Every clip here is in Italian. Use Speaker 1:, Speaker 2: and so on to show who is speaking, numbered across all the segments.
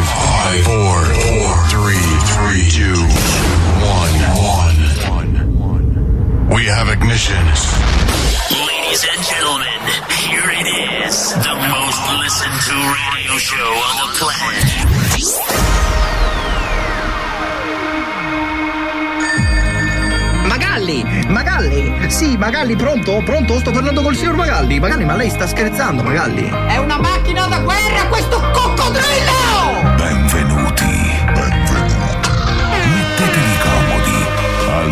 Speaker 1: 5, 4, 4, 3, 3, 2, 1, 1. We have ignition.
Speaker 2: Ladies and gentlemen, here it is, the most listened to radio show on the planet.
Speaker 3: Magalli, Magalli, sì, Magalli, pronto? Pronto? Sto parlando col signor Magalli. Magalli, ma lei sta scherzando, Magalli?
Speaker 4: È una macchina da guerra questo coccodrillo!
Speaker 5: Benvenuti. Benvenuti. Mettetevi comodi.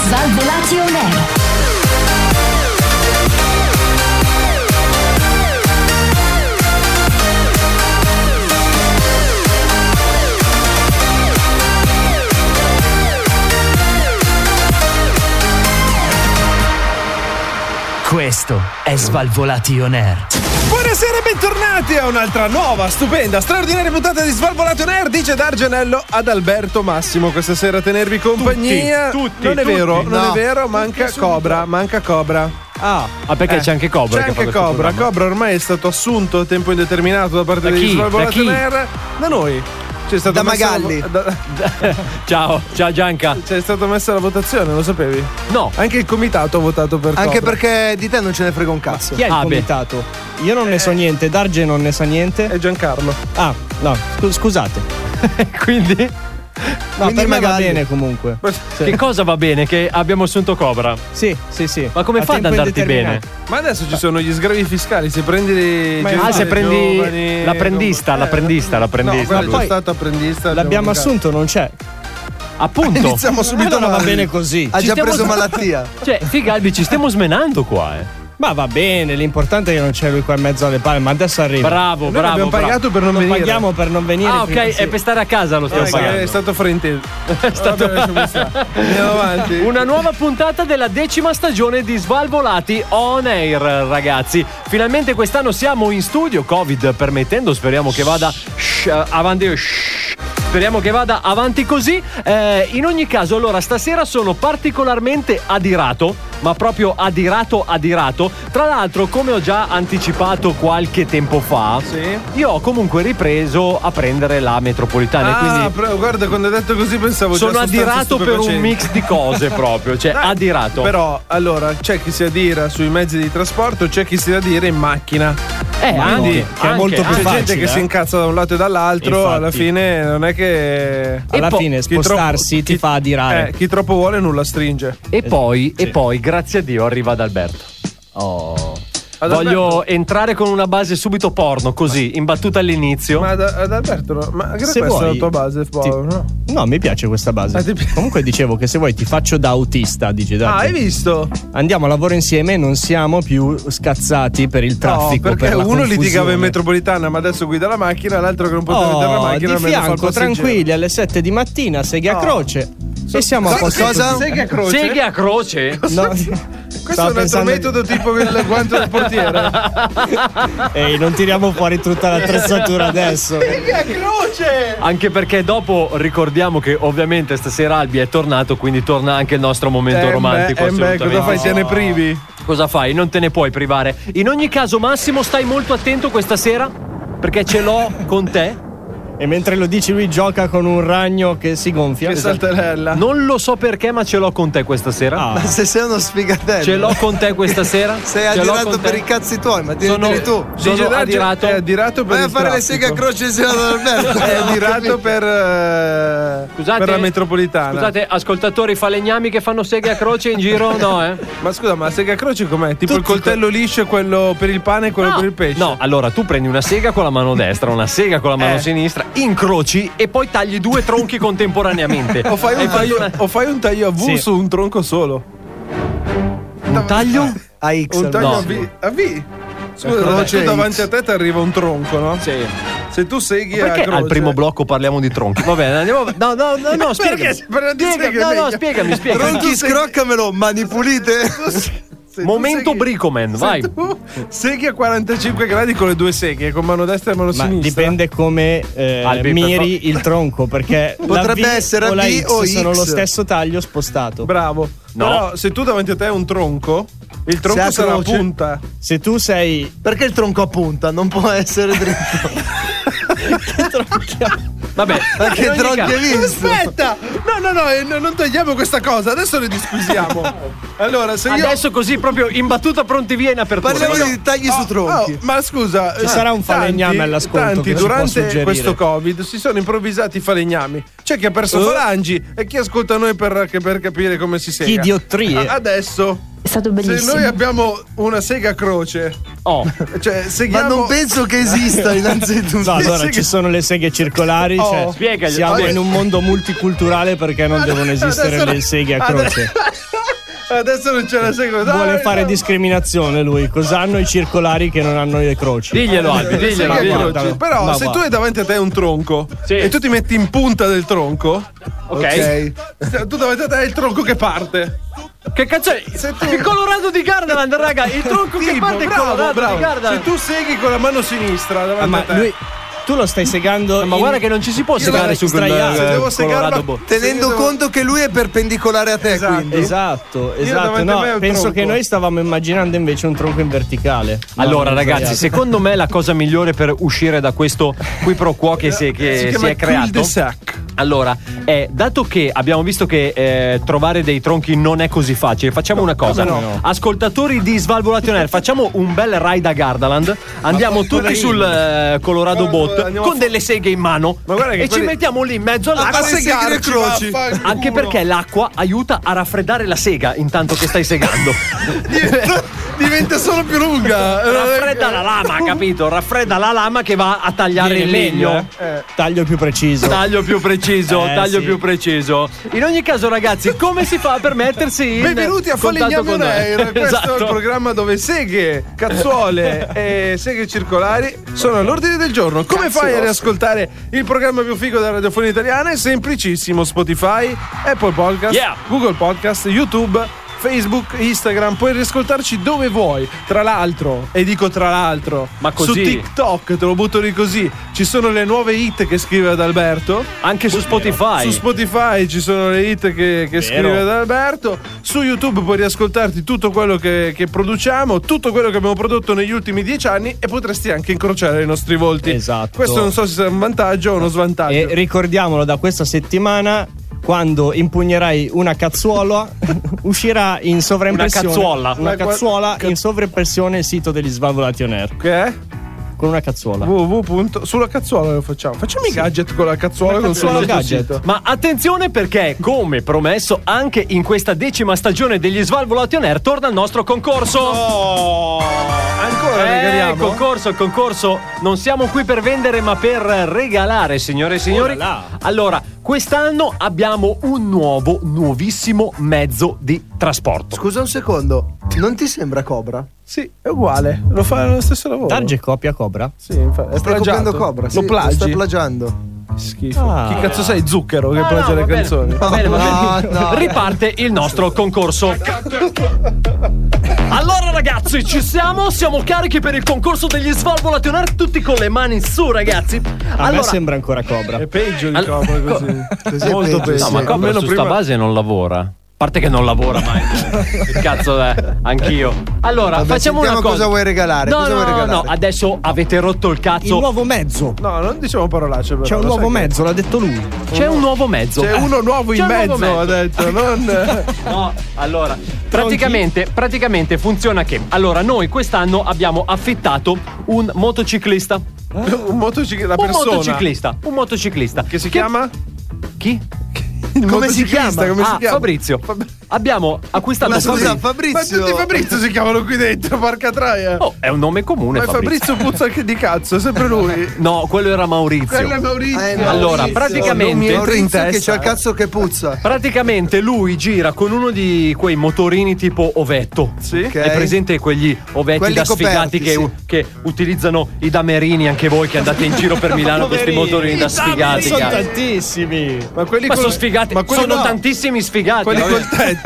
Speaker 6: Svalvolati on air.
Speaker 7: Questo è Svalvolati On Air.
Speaker 8: Buonasera e bentornati a un'altra nuova, stupenda, straordinaria puntata di Svalvolato Nerd. Dice D'Argenello ad Alberto Massimo questa sera a tenervi compagnia.
Speaker 9: tutti,
Speaker 8: non è
Speaker 9: tutti.
Speaker 8: vero, non
Speaker 9: No.
Speaker 8: è vero, manca Cobra, manca Cobra.
Speaker 9: Ah, ah, perché
Speaker 8: Eh,
Speaker 9: c'è anche Cobra.
Speaker 8: C'è
Speaker 9: che fa
Speaker 8: anche
Speaker 9: questo
Speaker 8: Cobra.
Speaker 9: programma.
Speaker 8: Cobra ormai è stato assunto a tempo indeterminato da parte
Speaker 9: Da
Speaker 8: di
Speaker 9: chi? Da
Speaker 8: Svalvolato
Speaker 9: chi?
Speaker 8: Nerd. Da noi. C'è
Speaker 3: Da
Speaker 8: stato messo la-
Speaker 3: Magalli.
Speaker 8: da-
Speaker 9: Ciao, ciao Gianca.
Speaker 8: c'è stata messa la votazione, lo sapevi?
Speaker 9: No.
Speaker 8: Anche il comitato ha votato per
Speaker 3: Anche
Speaker 8: Cobra.
Speaker 3: perché di te non ce ne frega un cazzo.
Speaker 10: Chi è il
Speaker 9: Ah, beh.
Speaker 10: comitato? Io non ne so niente, Darge non ne sa niente.
Speaker 8: È Giancarlo.
Speaker 10: Ah, no, scu- scusate.
Speaker 9: Quindi,
Speaker 10: No,
Speaker 3: Quindi
Speaker 10: per me va
Speaker 3: magari-
Speaker 10: bene comunque.
Speaker 9: che cosa va bene? Che abbiamo assunto Cobra.
Speaker 10: Sì, sì, sì.
Speaker 9: Ma come
Speaker 10: A
Speaker 9: fa ad
Speaker 10: tempo
Speaker 9: andarti bene?
Speaker 10: indeterminato.
Speaker 8: Ma adesso ci sono gli sgravi fiscali, se prendi le
Speaker 9: Ah, se prendi
Speaker 8: giovani,
Speaker 9: l'apprendista,
Speaker 8: non-
Speaker 9: l'apprendista,
Speaker 8: No,
Speaker 9: l'apprendista.
Speaker 8: quello
Speaker 10: Ma
Speaker 8: è già
Speaker 10: poi
Speaker 8: stato apprendista.
Speaker 10: L'abbiamo
Speaker 8: abbiamo-
Speaker 10: assunto, non c'è.
Speaker 9: Appunto.
Speaker 3: Iniziamo subito
Speaker 10: Allora va
Speaker 3: male.
Speaker 10: bene così.
Speaker 3: Ha
Speaker 9: Ci
Speaker 3: già
Speaker 9: stiamo-
Speaker 3: preso malattia.
Speaker 9: Cioè, Figalbi, ci stiamo smenando qua, eh.
Speaker 10: Ma va bene, l'importante è che non c'è lui qua in mezzo alle palme, ma adesso arriva.
Speaker 9: Bravo,
Speaker 8: Noi
Speaker 9: bravo.
Speaker 8: abbiamo
Speaker 9: bravo.
Speaker 8: pagato per non
Speaker 10: Lo
Speaker 8: venire.
Speaker 10: paghiamo per non venire.
Speaker 9: Ah,
Speaker 10: fino-
Speaker 9: ok,
Speaker 10: sì.
Speaker 9: è per stare a casa lo stiamo
Speaker 8: Eh, che è
Speaker 9: pagando.
Speaker 8: stato frainteso. È stato... Andiamo avanti.
Speaker 9: Una nuova puntata della decima stagione di Svalvolati On Air, ragazzi. Finalmente quest'anno siamo in studio, Covid permettendo, speriamo che vada shh, avanti. shh. Speriamo che vada avanti così. Eh, in ogni caso, allora, stasera sono particolarmente adirato, ma proprio adirato, adirato. Tra l'altro, come ho già anticipato qualche tempo fa,
Speaker 8: Sì.
Speaker 9: io ho comunque ripreso a prendere la metropolitana. e
Speaker 8: Ah,
Speaker 9: quindi
Speaker 8: però, guarda, quando hai detto così pensavo già
Speaker 9: sono
Speaker 8: sostanze
Speaker 9: adirato per un
Speaker 8: stupefacenti.
Speaker 9: mix di cose proprio, cioè
Speaker 8: Dai,
Speaker 9: adirato.
Speaker 8: Però, allora, c'è chi si adira sui mezzi di trasporto, c'è chi si adira in macchina.
Speaker 9: eh,
Speaker 8: Quindi,
Speaker 9: anche,
Speaker 10: che è molto
Speaker 8: C'è
Speaker 10: più
Speaker 9: anche.
Speaker 10: facile. eh.
Speaker 8: gente che si incazza da un lato e dall'altro,
Speaker 10: Infatti.
Speaker 8: alla fine non è che...
Speaker 10: Alla
Speaker 9: E poi-
Speaker 10: fine
Speaker 8: Chi troppo-
Speaker 10: spostarsi ti
Speaker 8: chi-
Speaker 10: fa adirare.
Speaker 8: eh, chi troppo vuole nulla stringe.
Speaker 9: E poi,
Speaker 10: Sì.
Speaker 9: e poi, grazie a Dio, arriva ad Alberto. Oh.
Speaker 8: Adalberto?
Speaker 9: Voglio entrare con una base subito porno, così, in battuta all'inizio.
Speaker 8: Ma ad, ad Alberto, no? ma che questa
Speaker 10: Se
Speaker 8: è la
Speaker 10: vuoi,
Speaker 8: tua base?
Speaker 10: ti-
Speaker 8: Paolo, no?
Speaker 10: No, mi piace questa base.
Speaker 8: Ah, ti pi-
Speaker 10: Comunque dicevo che se vuoi ti faccio da autista, dice
Speaker 8: Ah,
Speaker 10: Darge.
Speaker 8: hai visto?
Speaker 10: Andiamo a lavoro insieme e non siamo più scazzati per il traffico.
Speaker 8: no, perché
Speaker 10: per la
Speaker 8: uno litigava
Speaker 10: confusione.
Speaker 8: in metropolitana, ma adesso guida la macchina, l'altro che non poteva guidare la
Speaker 10: Oh,
Speaker 8: macchina.
Speaker 10: di
Speaker 8: almeno fa il
Speaker 10: fianco,
Speaker 8: passeggero.
Speaker 10: tranquilli, alle 7 di mattina, seghe a
Speaker 8: Oh.
Speaker 10: croce. e siamo a posto.
Speaker 3: cosa?
Speaker 10: così.
Speaker 8: Sega a croce.
Speaker 9: Seghe a croce?
Speaker 10: No,
Speaker 8: Questo è un altro metodo tipo il guanto del portiere.
Speaker 10: Ehi, non tiriamo fuori tutta l'attrezzatura adesso.
Speaker 9: Anche perché dopo ricordiamo che ovviamente stasera Albi è tornato, quindi torna anche il nostro momento
Speaker 8: Eh,
Speaker 9: romantico.
Speaker 8: beh, eh, beh,
Speaker 9: assolutamente.
Speaker 8: cosa fai? Te ne privi?
Speaker 9: Cosa fai? Non te ne puoi privare. In ogni caso, Massimo, stai molto attento questa sera perché ce l'ho con te.
Speaker 10: E mentre lo dici, lui gioca con un ragno che si gonfia. Esatto.
Speaker 8: Che saltarella.
Speaker 9: Non lo so perché, ma ce l'ho con te questa sera.
Speaker 10: Ah,
Speaker 3: Se sei uno sfigatello.
Speaker 9: Ce l'ho con te questa sera.
Speaker 3: Sei
Speaker 9: Ce l'ho
Speaker 3: adirato
Speaker 9: con
Speaker 3: per
Speaker 9: te.
Speaker 3: i cazzi tuoi, ma
Speaker 9: Sono-
Speaker 3: tieni tu.
Speaker 9: Sono
Speaker 8: Gigi D'Arge
Speaker 9: adirato.
Speaker 8: È adirato per
Speaker 3: Vai a
Speaker 8: il
Speaker 3: fare le
Speaker 8: traffico.
Speaker 3: seghe a croce insieme ad Alberto.
Speaker 8: È adirato per, eh,
Speaker 9: Scusate,
Speaker 8: per la metropolitana.
Speaker 9: Scusate, ascoltatori falegnami che fanno seghe a croce in giro? No, eh?
Speaker 8: Ma scusa, ma la sega a croce com'è? Tipo il coltello liscio, quello per il pane e quello
Speaker 9: no.
Speaker 8: per il pesce.
Speaker 9: No, allora tu prendi una sega con la mano destra, una sega con la mano
Speaker 8: Eh.
Speaker 9: sinistra, incroci e poi tagli due tronchi contemporaneamente.
Speaker 8: O fai,
Speaker 9: E
Speaker 8: un
Speaker 9: fai
Speaker 8: taglio,
Speaker 9: una-
Speaker 8: o fai un taglio a V
Speaker 9: Sì.
Speaker 8: su un tronco solo.
Speaker 9: un taglio?
Speaker 3: A X.
Speaker 8: Un taglio
Speaker 9: no.
Speaker 8: a V. A V. Scusa,
Speaker 3: Croce
Speaker 8: tu davanti
Speaker 3: X.
Speaker 8: a te ti arriva un tronco, no?
Speaker 9: Sì.
Speaker 8: Se tu segui
Speaker 9: Ma perché
Speaker 8: a croce-
Speaker 9: al primo blocco parliamo di tronchi? Va bene, andiamo. No, no, no, no, spiegami.
Speaker 8: Perché? Per non ti
Speaker 9: Spiega-
Speaker 8: spiega
Speaker 9: no, no,
Speaker 8: meglio.
Speaker 9: spiegami, spiegami.
Speaker 11: Tronchi scroccamelo, mani pulite.
Speaker 8: Se tu
Speaker 9: Momento
Speaker 8: segui-
Speaker 9: Bricoman,
Speaker 8: se
Speaker 9: vai.
Speaker 8: tu segui a 45 gradi con le due seghe, con mano destra e mano
Speaker 10: Ma
Speaker 8: sinistra.
Speaker 10: dipende come eh,
Speaker 9: Albi, per
Speaker 10: miri il tronco, perché
Speaker 11: Potrebbe
Speaker 10: la V
Speaker 11: essere
Speaker 10: o la
Speaker 11: B
Speaker 10: X,
Speaker 11: o
Speaker 10: sono
Speaker 11: X.
Speaker 10: lo stesso taglio spostato.
Speaker 8: Bravo.
Speaker 9: No.
Speaker 8: Però se tu davanti a te hai un tronco, il
Speaker 11: Se
Speaker 8: tronco
Speaker 11: ha
Speaker 8: sarà a
Speaker 11: croce-
Speaker 8: punta.
Speaker 10: Se tu sei
Speaker 11: Perché il tronco a punta? Non può essere dritto.
Speaker 9: Vabbè,
Speaker 11: Perché
Speaker 9: in ogni
Speaker 11: tronchi
Speaker 9: caso-
Speaker 11: è visto.
Speaker 8: Aspetta! No, no, no, eh, no, non togliamo questa cosa, adesso ne discussiamo. allora, se io.
Speaker 9: Adesso così proprio in battuta pronti via in apertura.
Speaker 11: Parliamo
Speaker 9: Io-
Speaker 11: di tagli
Speaker 8: Oh,
Speaker 11: su tronchi.
Speaker 8: oh, ma scusa, ci
Speaker 10: sarà un falegname all'ascolto
Speaker 8: Tanti
Speaker 10: che si può
Speaker 8: durante
Speaker 10: suggerire.
Speaker 8: questo Covid si sono improvvisati falegnami. C'è chi ha
Speaker 10: Eh?
Speaker 8: perso falangi e chi ascolta noi per, che- per capire come si sega.
Speaker 10: Idiotrie.
Speaker 8: A- Adesso
Speaker 6: È stato
Speaker 8: se
Speaker 6: bellissimo.
Speaker 8: noi abbiamo una sega a croce,
Speaker 9: Oh,
Speaker 8: cioè
Speaker 11: Ma
Speaker 8: seghiamo
Speaker 11: non penso che esista, innanzitutto.
Speaker 10: No, allora
Speaker 8: seghe-
Speaker 10: ci sono le seghe circolari. cioè,
Speaker 9: spiegagli.
Speaker 10: Siamo
Speaker 9: Vabbè.
Speaker 10: in un mondo multiculturale perché non devono esistere
Speaker 8: Adesso-
Speaker 10: le seghe a croce.
Speaker 8: Adesso non c'è la sega.
Speaker 10: Vuole
Speaker 8: Dai,
Speaker 10: fare
Speaker 8: no.
Speaker 10: discriminazione lui. Cosa hanno i circolari che non hanno le croci?
Speaker 9: diglielo, Albi, diglielo.
Speaker 8: Sega a
Speaker 10: Ma
Speaker 9: diglielo.
Speaker 10: guardalo,
Speaker 8: croce. Però
Speaker 10: ma
Speaker 8: se
Speaker 10: guarda.
Speaker 8: tu hai davanti a te un tronco
Speaker 9: Sì.
Speaker 8: e tu ti metti in punta del tronco,
Speaker 9: ok.
Speaker 8: se- tu davanti a te hai il tronco che parte.
Speaker 9: Che cazzo è?
Speaker 8: Se tu-
Speaker 9: Il colorato di Gardaland, raga. Il tronco che
Speaker 8: Tipo,
Speaker 9: parte il
Speaker 8: bravo,
Speaker 9: colorato
Speaker 8: bravo.
Speaker 9: di Gardaland.
Speaker 8: Se tu segui con la mano sinistra davanti
Speaker 10: Ah,
Speaker 8: a
Speaker 10: ma
Speaker 8: te.
Speaker 10: lui, tu lo stai segando.
Speaker 9: eh. Ma
Speaker 10: in-
Speaker 9: guarda che non ci si può segare
Speaker 10: vado
Speaker 9: su quel
Speaker 10: sdraiato.
Speaker 8: Se
Speaker 9: eh,
Speaker 8: devo
Speaker 9: colorato
Speaker 8: segarlo-
Speaker 9: bo-
Speaker 11: Tenendo
Speaker 8: Se io devo-
Speaker 11: conto che lui è perpendicolare a te,
Speaker 8: Esatto.
Speaker 11: quindi.
Speaker 10: Esatto, esatto.
Speaker 8: davanti a me ho
Speaker 10: No,
Speaker 8: il
Speaker 10: penso
Speaker 8: tronco.
Speaker 10: che noi stavamo immaginando invece un tronco in verticale. No,
Speaker 9: Allora,
Speaker 10: non
Speaker 9: ragazzi,
Speaker 10: sbagliato.
Speaker 9: secondo me la cosa migliore per uscire da questo qui pro quo che si, che
Speaker 8: si
Speaker 9: si
Speaker 8: chiama
Speaker 9: è creato.
Speaker 8: cul-de-sac.
Speaker 9: Allora, eh, dato che abbiamo visto che eh, trovare dei tronchi non è così facile, facciamo una cosa.
Speaker 10: come no?
Speaker 9: Ascoltatori di Svalvolation Air, facciamo un bel ride a Gardaland. Andiamo tutti
Speaker 8: poverino.
Speaker 9: sul eh, Colorado
Speaker 8: Guarda,
Speaker 9: Bot
Speaker 8: andiamo
Speaker 9: con
Speaker 8: a-
Speaker 9: delle seghe in mano
Speaker 8: Ma guarda che
Speaker 9: e ci
Speaker 8: quelli-
Speaker 9: mettiamo lì in mezzo all'acqua.
Speaker 11: a segare
Speaker 8: segarci,
Speaker 11: croci.
Speaker 8: vaffanculo.
Speaker 9: Anche perché l'acqua aiuta a raffreddare la sega intanto che stai segando.
Speaker 8: diventa solo più lunga.
Speaker 9: Raffredda la lama, capito? Raffredda la lama che va a tagliare
Speaker 10: Viene
Speaker 9: il legno.
Speaker 10: meglio, eh? Taglio più preciso.
Speaker 9: Taglio più preciso,
Speaker 10: Eh,
Speaker 9: taglio
Speaker 10: sì.
Speaker 9: più preciso. In ogni caso, ragazzi, come si fa per mettersi in
Speaker 8: Benvenuti a
Speaker 9: contatto
Speaker 8: Falegname
Speaker 9: con
Speaker 8: on
Speaker 9: noi?
Speaker 8: Air. Questo
Speaker 9: esatto.
Speaker 8: è il programma dove seghe, cazzuole e seghe circolari sono all'ordine del giorno. Come fai a riascoltare il programma più figo della radiofonia italiana? È semplicissimo: Spotify, Apple Podcast,
Speaker 9: Yeah.
Speaker 8: Google Podcast, YouTube. Facebook, Instagram, puoi riascoltarci dove vuoi. Tra l'altro, e dico tra l'altro,
Speaker 9: Ma
Speaker 8: su
Speaker 9: così?
Speaker 8: TikTok, te lo butto lì così, ci sono le nuove hit che scrive Adalberto.
Speaker 9: Anche su Spotify.
Speaker 8: Su Spotify ci sono le hit che, che scrive ad Alberto. Su YouTube puoi riascoltarti tutto quello che, che produciamo, tutto quello che abbiamo prodotto negli ultimi dieci anni e potresti anche incrociare i nostri volti.
Speaker 10: Esatto. Eh,
Speaker 8: Questo non so se sarà un vantaggio o uno svantaggio.
Speaker 10: E ricordiamolo da questa settimana. Quando impugnerai una cazzuola, uscirà in sovraimpressione.
Speaker 9: Una cazzuola.
Speaker 10: Una
Speaker 8: Ma qua-
Speaker 10: cazzuola in sovraimpressione il sito degli Svalvolati on Air.
Speaker 8: Che è?
Speaker 10: Con una cazzuola.
Speaker 8: www. punto- Sulla cazzuola lo facciamo. Facciamo i gadget con la cazzuola
Speaker 10: Una
Speaker 8: con sul
Speaker 10: cazzuola
Speaker 8: nostro
Speaker 10: gadget.
Speaker 8: sito.
Speaker 9: Ma attenzione perché, come promesso, anche in questa decima stagione degli Svalvolati on Air torna il nostro concorso.
Speaker 10: Ecco,
Speaker 8: Ancora
Speaker 9: Eh,
Speaker 8: regaliamo?
Speaker 9: concorso, concorso. Non siamo qui per vendere, ma per regalare, signore e signori.
Speaker 10: Oh là là.
Speaker 9: Allora, quest'anno abbiamo un nuovo, nuovissimo mezzo di trasporto.
Speaker 11: Scusa un secondo, non ti sembra Cobra?
Speaker 8: Sì, è uguale. Lo fa lo stesso lavoro.
Speaker 10: Targe copia Cobra?
Speaker 8: Sì, infatti. È
Speaker 11: Stai
Speaker 8: plagiato.
Speaker 11: copiando Cobra, sì,
Speaker 8: Lo plagi.
Speaker 11: sta plagiando.
Speaker 8: Schifo.
Speaker 10: Ah.
Speaker 8: Chi cazzo sei? Zucchero che
Speaker 9: Ah,
Speaker 8: plagia
Speaker 9: no,
Speaker 8: le
Speaker 9: va bene,
Speaker 8: canzoni.
Speaker 9: va bene, va
Speaker 11: No,
Speaker 9: bene.
Speaker 11: no.
Speaker 9: Riparte il nostro concorso. Allora ragazzi, ci siamo, siamo carichi per il concorso degli Svalvolationer, tutti con le mani su ragazzi.
Speaker 10: A me
Speaker 9: allora,
Speaker 10: sembra ancora Cobra.
Speaker 8: È peggio di
Speaker 9: Al-
Speaker 8: Cobra così.
Speaker 11: Così è
Speaker 8: Molto
Speaker 11: peggio,
Speaker 8: peggio.
Speaker 9: No, ma Cobra
Speaker 8: Almeno
Speaker 9: su sta
Speaker 8: prima-
Speaker 9: base non lavora. A parte che non lavora mai. che cazzo è? Anch'io. Allora,
Speaker 11: Vabbè,
Speaker 9: facciamo una
Speaker 11: sentiamo
Speaker 9: cosa.
Speaker 11: cosa vuoi regalare,
Speaker 9: No,
Speaker 11: cosa
Speaker 9: no,
Speaker 11: vuoi regalare.
Speaker 9: no, adesso avete rotto il
Speaker 10: Il
Speaker 9: cazzo.
Speaker 10: nuovo mezzo.
Speaker 8: No, non diciamo parolacce però.
Speaker 10: C'è un
Speaker 8: lo
Speaker 10: nuovo
Speaker 8: sai che-
Speaker 10: mezzo, l'ha detto lui.
Speaker 9: C'è un nuovo mezzo.
Speaker 8: C'è
Speaker 9: Eh,
Speaker 8: uno nuovo in
Speaker 9: c'è un
Speaker 8: mezzo,
Speaker 9: nuovo
Speaker 8: ha detto. Non...
Speaker 9: No, allora, praticamente, praticamente funziona che allora noi quest'anno abbiamo affittato un motociclista.
Speaker 8: un motociclista,
Speaker 9: un
Speaker 8: persona.
Speaker 9: motociclista, un motociclista.
Speaker 8: Che si chiama?
Speaker 9: Chi?
Speaker 8: Il
Speaker 11: Come si
Speaker 8: motociclista,
Speaker 11: chiama?
Speaker 8: Come si
Speaker 9: Ah,
Speaker 8: chiama?
Speaker 9: Fabrizio.
Speaker 8: Fab-
Speaker 9: abbiamo acquistato
Speaker 8: Ma scusa,
Speaker 9: Fabri-
Speaker 8: Fabrizio. Ma tutti Fabrizio si chiamano qui dentro, porca traia.
Speaker 9: Oh, è un nome comune.
Speaker 8: Ma Fabrizio puzza che di cazzo, è sempre lui.
Speaker 9: No, quello era Maurizio.
Speaker 8: Quello è Maurizio.
Speaker 9: Eh, Allora, praticamente.
Speaker 11: Maurizio che c'ha il cazzo che puzza.
Speaker 9: Praticamente lui gira con uno di quei motorini tipo ovetto. Sì.
Speaker 11: Ok.
Speaker 9: È presente quegli ovetti
Speaker 11: Quelli
Speaker 9: da
Speaker 11: coperti,
Speaker 9: sfigati che,
Speaker 11: sì.
Speaker 9: che utilizzano i damerini, anche voi che andate in giro per Milano, questi
Speaker 10: Poverini.
Speaker 9: motorini da
Speaker 10: I damerini
Speaker 9: sfigati.
Speaker 10: sono
Speaker 9: cazzo.
Speaker 10: tantissimi.
Speaker 8: Ma quelli
Speaker 9: Ma
Speaker 8: col-
Speaker 9: sono sfigati,
Speaker 8: ma quelli
Speaker 9: sono
Speaker 8: no.
Speaker 9: tantissimi sfigati.
Speaker 8: Quelli
Speaker 9: Vabbè.
Speaker 8: col tetto?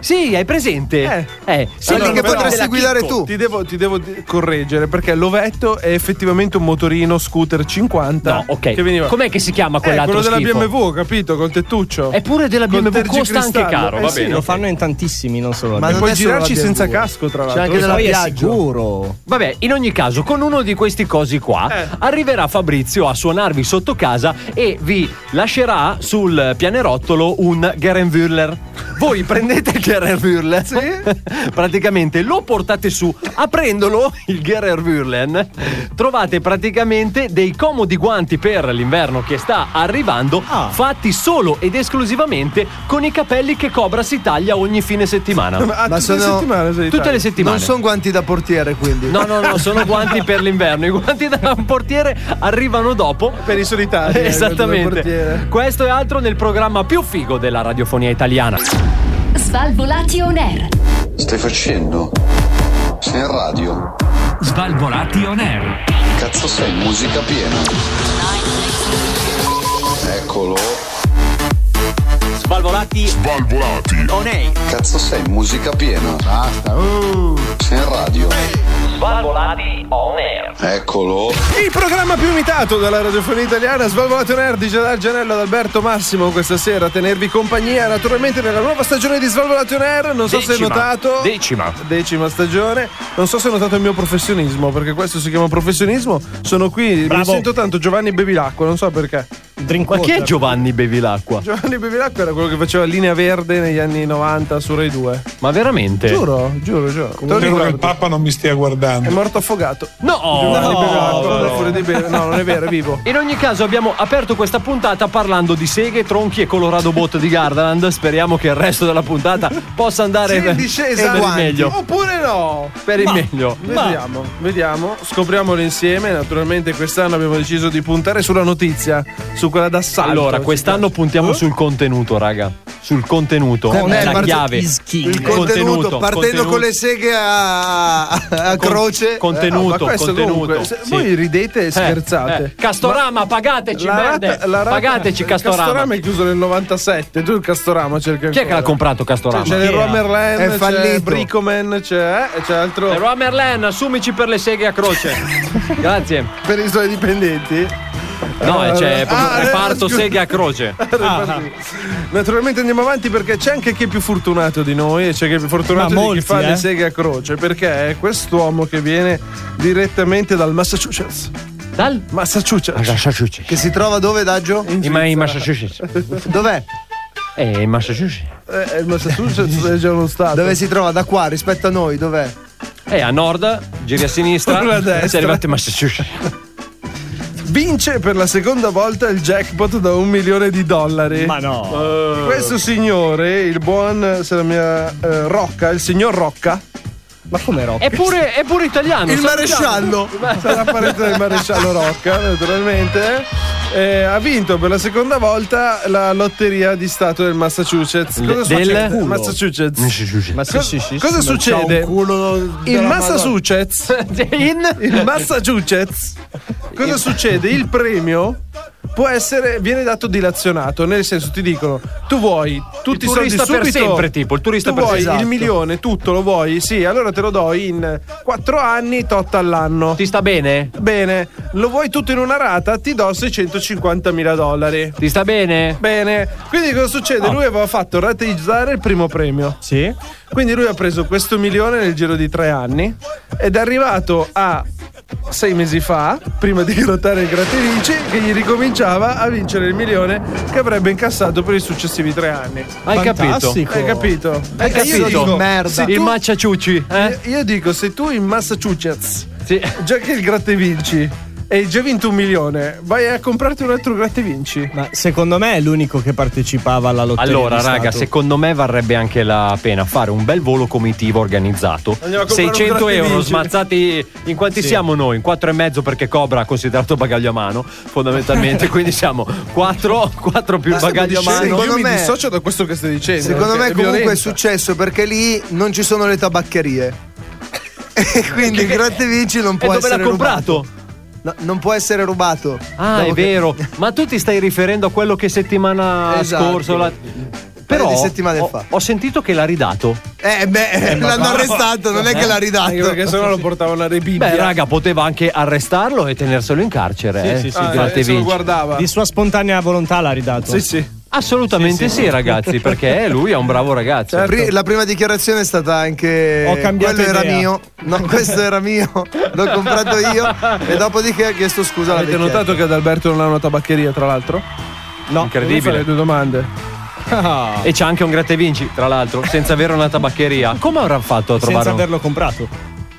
Speaker 9: Sì, hai presente? Eh, sì,
Speaker 8: Allora,
Speaker 9: però-
Speaker 8: però-
Speaker 9: della Chicco.
Speaker 8: Ti devo, ti devo di- correggere perché l'ovetto è effettivamente un motorino scooter 50.
Speaker 9: No, ok.
Speaker 8: Che veniva...
Speaker 9: Com'è che si chiama
Speaker 8: Eh,
Speaker 9: quell'altro
Speaker 8: quello della
Speaker 9: schifo?
Speaker 8: BMW, capito? Col tettuccio.
Speaker 9: Eppure della
Speaker 8: Col
Speaker 9: BMW costa anche
Speaker 8: tergicristallo.
Speaker 9: caro,
Speaker 8: Eh
Speaker 9: va
Speaker 8: sì,
Speaker 9: bene.
Speaker 10: Lo fanno in tantissimi, non solo. la
Speaker 8: E
Speaker 10: BMW.
Speaker 8: puoi girarci senza casco, tra l'altro.
Speaker 10: Poi è sicuro.
Speaker 9: Vabbè, in ogni caso, con uno di questi cosi
Speaker 8: Eh.
Speaker 9: qua, arriverà Fabrizio a suonarvi sotto casa e vi lascerà sul pianerottolo un Gerenwürler. Voi prendete il Gerenwürler, praticamente lo portate su, aprendolo il Gerenwürler, trovate praticamente dei comodi guanti per l'inverno che sta arrivando,
Speaker 8: Ah.
Speaker 9: fatti solo ed esclusivamente con i capelli che Cobra si taglia ogni fine settimana.
Speaker 8: Ah, tutte le settimane sei in
Speaker 9: Tutte
Speaker 8: Italia.
Speaker 9: le settimane.
Speaker 11: Non sono guanti da portiere, quindi.
Speaker 9: No, no, no, sono guanti per l'inverno. I guanti da un portiere arrivano dopo.
Speaker 8: Per i solitari. eh, quello del
Speaker 9: Esattamente.
Speaker 8: portiere.
Speaker 9: Questo e altro nel programma più figo della radiofonia italiana.
Speaker 6: Svalvolati on air.
Speaker 1: Stai facendo? Sei in radio?
Speaker 7: Svalvolati on air.
Speaker 1: Cazzo sei, musica piena. Eccolo.
Speaker 7: Svalvolati.
Speaker 1: Svalvolati.
Speaker 7: On air.
Speaker 1: Cazzo sei, musica piena. Basta. Sei in radio.
Speaker 7: Svalvolati on air.
Speaker 1: Eccolo.
Speaker 8: Il programma più imitato dalla radiofonia italiana Svalvolato Nerd di Gerard Gianello ad Alberto Massimo questa sera a tenervi compagnia naturalmente nella nuova stagione di Svalvolato Nerd non so se
Speaker 9: Decima.
Speaker 8: hai notato
Speaker 9: Decima.
Speaker 8: decima stagione non so se hai notato il mio professionismo perché questo si chiama professionismo sono qui mi
Speaker 10: Bravo.
Speaker 8: sento tanto Giovanni Bevilacqua non so perché
Speaker 10: Drink
Speaker 9: Ma chi è
Speaker 10: water.
Speaker 9: Giovanni Bevilacqua?
Speaker 8: Giovanni Bevilacqua era quello che faceva linea verde negli anni 90 su Rai 2
Speaker 9: Ma veramente?
Speaker 8: giuro giuro giuro Te lo ricordi?
Speaker 12: Papa non mi stia guardando.
Speaker 8: è morto affogato
Speaker 9: No!
Speaker 8: Giovanni
Speaker 9: No,
Speaker 8: Bevilacqua
Speaker 9: però.
Speaker 8: fuori di bere. no non è vero è vivo
Speaker 9: In ogni caso abbiamo aperto questa puntata parlando di seghe, tronchi e Colorado Bot di Gardaland. Speriamo che il resto della puntata possa andare
Speaker 8: Sì, in
Speaker 9: per,
Speaker 8: discesa
Speaker 9: per il
Speaker 8: Guanti.
Speaker 9: meglio.
Speaker 8: Oppure no?
Speaker 9: Per il meglio.
Speaker 8: Vediamo, vediamo, scopriamolo insieme. Naturalmente quest'anno abbiamo deciso di puntare sulla notizia, su quella d'assalto.
Speaker 9: Allora, quest'anno
Speaker 8: Eh?
Speaker 9: puntiamo sul contenuto, raga. Sul contenuto,
Speaker 11: beh,
Speaker 9: la
Speaker 11: parte-
Speaker 9: chiave.
Speaker 10: is king.
Speaker 11: Il contenuto, partendo
Speaker 9: contenuto,
Speaker 11: con le seghe a, a
Speaker 9: con-
Speaker 11: croce.
Speaker 8: Eh, no,
Speaker 9: Contenuto,
Speaker 8: ma questo
Speaker 9: contenuto.
Speaker 8: comunque, se-
Speaker 9: sì.
Speaker 8: voi ridete e
Speaker 9: Eh,
Speaker 8: scherzate.
Speaker 9: eh, Castorama, pagateci,
Speaker 8: La
Speaker 9: verde.
Speaker 8: rata- la rata-
Speaker 9: pagateci,
Speaker 8: il
Speaker 9: Castorama.
Speaker 8: Castorama è chiuso nel 97. Tu il Castorama cerchi
Speaker 9: Chi è che l'ha comprato Castorama?
Speaker 8: C'è il Romerland,
Speaker 11: È
Speaker 8: c'è
Speaker 11: fallito.
Speaker 8: Bricoman, c'è, eh, c'è altro
Speaker 9: Eh, Romerland, assumici per le seghe a croce. Grazie.
Speaker 8: per i suoi dipendenti.
Speaker 9: No, eh, c'è
Speaker 8: Ah,
Speaker 9: proprio
Speaker 8: eh,
Speaker 9: reparto
Speaker 8: scusa.
Speaker 9: seghe a croce.
Speaker 8: Naturalmente andiamo avanti perché c'è anche chi è più fortunato di noi e c'è chi è più
Speaker 10: Ma
Speaker 8: fortunato di
Speaker 10: molti,
Speaker 8: chi fa le
Speaker 10: eh.
Speaker 8: seghe a croce perché è quest'uomo che viene direttamente dal Massachusetts.
Speaker 9: Dal?
Speaker 8: Massachusetts.
Speaker 11: Che si trova dove, Daggio?
Speaker 9: In Massachusetts.
Speaker 11: Dov'è?
Speaker 9: Eh, in Massachusetts.
Speaker 8: Eh, il Massachusetts è già uno stato.
Speaker 11: Dove si trova? Da qua, rispetto a noi, dov'è?
Speaker 9: Eh, a nord, giri a sinistra.
Speaker 8: Torna a destra.
Speaker 9: Sei arrivato in Massachusetts.
Speaker 8: Vince per la seconda volta il jackpot da un milione di dollari.
Speaker 10: Ma Ah, no.
Speaker 8: Questo signore, il buon se la mia, eh, Rocca, il signor Rocca,
Speaker 10: Ma come roba?
Speaker 9: È pure, è pure italiano.
Speaker 11: Il
Speaker 9: sai?
Speaker 11: maresciallo.
Speaker 8: sarà parente del maresciallo Rocca, naturalmente. eh, ha vinto per la seconda volta la lotteria di Stato del Massachusetts.
Speaker 9: Le-
Speaker 8: succede?
Speaker 9: del culo.
Speaker 8: Massachusetts.
Speaker 10: Ma sì,
Speaker 8: Co-
Speaker 10: sì, sì,
Speaker 8: cosa
Speaker 10: sì, ma
Speaker 8: succede?
Speaker 10: c'ha un culo
Speaker 8: In
Speaker 10: della
Speaker 8: Massachusetts,
Speaker 9: In?
Speaker 8: in Massachusetts, cosa succede? Il premio può essere, viene dato dilazionato, nel senso ti dicono, tu vuoi tutti i soldi
Speaker 9: turista per
Speaker 8: subito,
Speaker 9: sempre, tipo, il turista
Speaker 8: tu
Speaker 9: per
Speaker 8: vuoi
Speaker 9: sempre.
Speaker 8: il milione, tutto lo vuoi, sì, allora te lo do in quattro anni, tot all'anno.
Speaker 9: Ti sta bene?
Speaker 8: Bene, lo vuoi tutto in una rata? Ti do 650 mila dollari.
Speaker 9: Ti sta bene?
Speaker 8: Bene, quindi cosa succede? Lui aveva fatto rateizzare il primo premio.
Speaker 10: Sì.
Speaker 8: Quindi lui ha preso questo milione nel giro di tre anni ed è arrivato a sei mesi fa, prima di grattare il gratterinci, che gli ricominciava a vincere il milione che avrebbe incassato per i successivi tre anni.
Speaker 9: Hai capito?
Speaker 10: Fantastico.
Speaker 8: Hai capito?
Speaker 9: Hai
Speaker 8: E Io
Speaker 9: capito?
Speaker 8: dico,
Speaker 11: Merda.
Speaker 8: se
Speaker 9: Il
Speaker 8: tu-
Speaker 9: macciaciucci, eh?
Speaker 8: io dico, se tu in Massachusetts
Speaker 9: Sì.
Speaker 8: Già che il gratte vinci e hai già vinto un milione, vai a comprarti un altro gratte vinci.
Speaker 10: Ma secondo me è l'unico che partecipava alla lotteria.
Speaker 9: Allora,
Speaker 10: di
Speaker 9: raga,
Speaker 10: Stato.
Speaker 9: secondo me varrebbe anche la pena fare un bel volo comitivo organizzato.
Speaker 8: Andiamo a comprare un
Speaker 9: 600
Speaker 8: gratta e
Speaker 9: euro
Speaker 8: vinci.
Speaker 9: smazzati in quanti
Speaker 8: Sì.
Speaker 9: siamo noi? In quattro e mezzo perché Cobra ha considerato bagaglio a mano, fondamentalmente, quindi siamo 4, più il
Speaker 11: Ma stavo
Speaker 9: bagaglio a
Speaker 11: dicendo,
Speaker 9: mano.
Speaker 11: secondo me-
Speaker 8: da questo che stai dicendo.
Speaker 11: Secondo
Speaker 8: perché
Speaker 11: me comunque è
Speaker 8: violenza.
Speaker 11: successo perché lì non ci sono le tabaccherie. E quindi il gratte vinci non
Speaker 9: E
Speaker 11: può
Speaker 9: dove l'ha
Speaker 11: essere
Speaker 9: comprato?
Speaker 11: rubato. No, non può essere rubato.
Speaker 9: Ah,
Speaker 11: Dopo
Speaker 9: è
Speaker 11: che-
Speaker 9: vero. Ma tu ti stai riferendo a quello che settimana
Speaker 11: Esatto. Eh,
Speaker 9: scorsa. la- Però
Speaker 11: di settimane
Speaker 9: ho,
Speaker 11: fa.
Speaker 9: ho sentito che l'ha ridato.
Speaker 11: Eh beh, l'hanno arrestato, non è che l'ha ridato.
Speaker 8: Eh, Anche perché sennò lo portavano a Rebibbia.
Speaker 9: Beh, raga, poteva anche arrestarlo e tenerselo in carcere. eh.
Speaker 8: Ah,
Speaker 9: Grazie,
Speaker 8: eh, se lo
Speaker 9: Vinci.
Speaker 8: guardava.
Speaker 10: Di sua spontanea volontà l'ha ridato.
Speaker 8: Sì, sì.
Speaker 9: Assolutamente sì, ragazzi, perché lui è un bravo ragazzo.
Speaker 8: certo.
Speaker 11: Pri- La prima dichiarazione è stata anche
Speaker 10: Ho cambiato
Speaker 11: quello era
Speaker 10: idea."
Speaker 11: mio. No, questo era mio,
Speaker 9: Certo.
Speaker 11: l'ho comprato io. E dopodiché ha chiesto scusa alla
Speaker 8: Avete
Speaker 11: vecchietta.
Speaker 8: notato che ad Alberto non ha una tabaccheria, tra l'altro?
Speaker 10: No,
Speaker 8: Devi fare
Speaker 9: Incredibile. Ah.
Speaker 8: due domande.
Speaker 9: E c'ha anche un gratte vinci, tra l'altro, senza avere una tabaccheria. Come avrà fatto a trovare
Speaker 10: senza
Speaker 9: un...
Speaker 10: averlo comprato.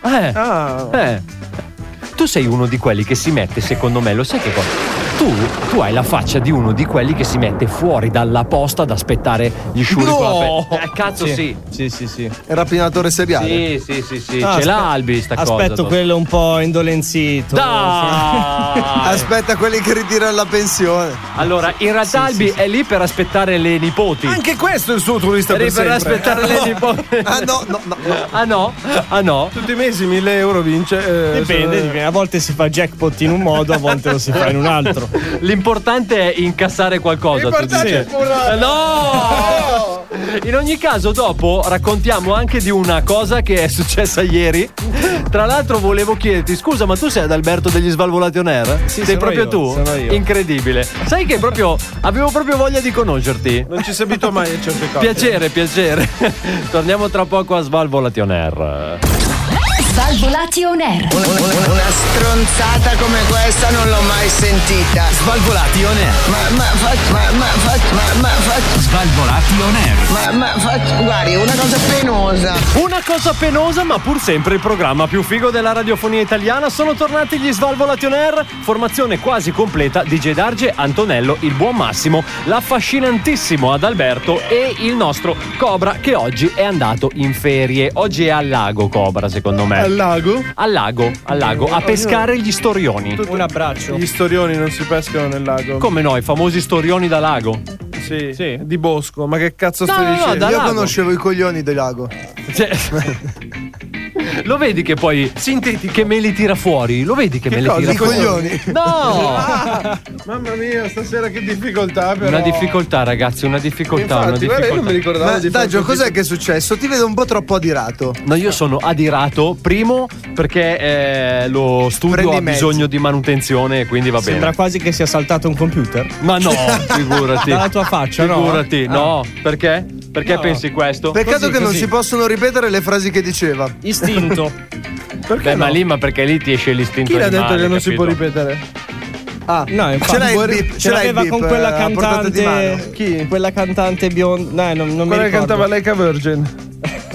Speaker 9: Eh,
Speaker 8: Ah,
Speaker 9: eh. Tu sei uno di quelli che si mette, secondo me, lo sai che cosa? Tu, tu hai la faccia di uno di quelli che si mette fuori dalla posta ad aspettare gli sciuri
Speaker 8: No!
Speaker 9: con la pe- Eh, cazzo sì.
Speaker 10: Sì, sì, sì.
Speaker 11: È rapinatore seriale.
Speaker 9: Sì, sì, sì, sì.
Speaker 10: Ah,
Speaker 9: Ce
Speaker 10: aspe-
Speaker 9: l'ha Albi sta cosa.
Speaker 10: Aspetto
Speaker 9: no?
Speaker 10: quello un po' indolenzito.
Speaker 9: Dai!
Speaker 11: Aspetta quelli che ritirano la pensione.
Speaker 9: Allora, in realtà Albi è lì per aspettare le nipoti.
Speaker 8: Anche questo è il suo turista
Speaker 9: è lì
Speaker 8: per,
Speaker 9: per
Speaker 8: sempre.
Speaker 9: aspettare le nipoti.
Speaker 11: Ah no, no, no. no.
Speaker 9: Ah no? Ah no?
Speaker 8: Tutti i mesi 1000 euro vince. eh,
Speaker 10: Dipende,
Speaker 8: se-
Speaker 10: dipende. a volte si fa jackpot in un modo, a volte lo si fa in un altro.
Speaker 9: L'importante è incassare qualcosa. tu dici.
Speaker 8: L'importante è curare.
Speaker 9: No! In ogni caso, dopo raccontiamo anche di una cosa che è successa ieri. Tra l'altro, volevo chiederti: scusa, ma tu sei ad Alberto degli Svalvolati On Air?
Speaker 10: Sì,
Speaker 9: sei
Speaker 10: sono
Speaker 9: proprio
Speaker 10: io,
Speaker 9: tu?
Speaker 10: sono io.
Speaker 9: Incredibile. Sai che proprio avevo proprio voglia di conoscerti.
Speaker 8: Non ci si abitua mai a certe cose.
Speaker 9: Piacere, piacere. Torniamo tra poco a Svalvolati On Air.
Speaker 6: Svalvolati on air.
Speaker 13: Una stronzata come questa non l'ho mai sentita.
Speaker 7: Svalvolati on air.
Speaker 13: Ma, ma, fac- ma, ma, fac- ma, ma, fac-
Speaker 7: Svalvolati on air.
Speaker 13: ma, ma, fac- guardi, una cosa penosa.
Speaker 9: Una cosa penosa, ma pur sempre il programma più figo della radiofonia italiana. Sono tornati gli Svalvolati On Air, formazione quasi completa di Gedarge, Antonello, il buon Massimo, l'affascinantissimo Adalberto e il nostro Cobra che oggi è andato in ferie. Oggi è al lago Cobra, secondo me.
Speaker 8: Al lago?
Speaker 9: Al lago, al lago, a pescare gli storioni.
Speaker 10: Un abbraccio.
Speaker 8: Gli storioni non si pescano nel lago.
Speaker 9: Come no, i famosi storioni da lago.
Speaker 8: Sì. Di bosco, ma che cazzo
Speaker 9: No,
Speaker 8: stai
Speaker 9: no, no,
Speaker 8: dicendo?
Speaker 9: da
Speaker 11: Io
Speaker 9: lago.
Speaker 11: conoscevo i coglioni del lago.
Speaker 9: Cioè, Lo vedi che poi sintetico che me li tira fuori? Lo vedi che, me
Speaker 8: cosa?
Speaker 9: li tira
Speaker 11: I
Speaker 9: fuori?
Speaker 11: coglioni.
Speaker 9: No!
Speaker 8: Ah, mamma mia, stasera che difficoltà però.
Speaker 9: Una difficoltà, ragazzi, una difficoltà, una
Speaker 8: Infatti, guarda, io non mi
Speaker 9: difficoltà.
Speaker 8: ricordavo
Speaker 11: Ma
Speaker 8: di
Speaker 11: Daggio,
Speaker 8: fare così.
Speaker 11: cos'è che è successo? Ti vedo un po' troppo adirato.
Speaker 9: No, io sono adirato, primo perché eh, lo studio
Speaker 11: Prendi
Speaker 9: ha
Speaker 11: i mezzi.
Speaker 9: bisogno di manutenzione, quindi va bene.
Speaker 10: Sembra quasi che sia saltato un computer.
Speaker 9: Ma no, figurati.
Speaker 10: Dalla tua faccia, no?
Speaker 9: figurati,
Speaker 8: Ah.
Speaker 9: no. Perché? Perché
Speaker 10: No.
Speaker 9: pensi questo?
Speaker 11: Peccato
Speaker 10: Così,
Speaker 11: che non
Speaker 10: così.
Speaker 11: si possono ripetere le frasi che diceva.
Speaker 10: Istinto.
Speaker 8: Perché
Speaker 9: Beh,
Speaker 8: no?
Speaker 9: ma lì, ma perché lì ti esce l'istinto
Speaker 8: Chi l'ha detto
Speaker 9: animale,
Speaker 8: che non si
Speaker 9: capito?
Speaker 8: può ripetere?
Speaker 11: Ah,
Speaker 10: No, infatti,
Speaker 11: ce l'hai il
Speaker 10: vuoi-
Speaker 11: beep,
Speaker 10: ce
Speaker 11: ce l'hai il
Speaker 10: l'aveva
Speaker 11: beep,
Speaker 10: con quella
Speaker 11: eh, a portata di
Speaker 10: cantante.
Speaker 11: mano.
Speaker 8: Chi?
Speaker 10: Quella cantante bionda. No, non, non mi
Speaker 8: Quella che
Speaker 10: ricordo.
Speaker 8: cantava Like a Virgin.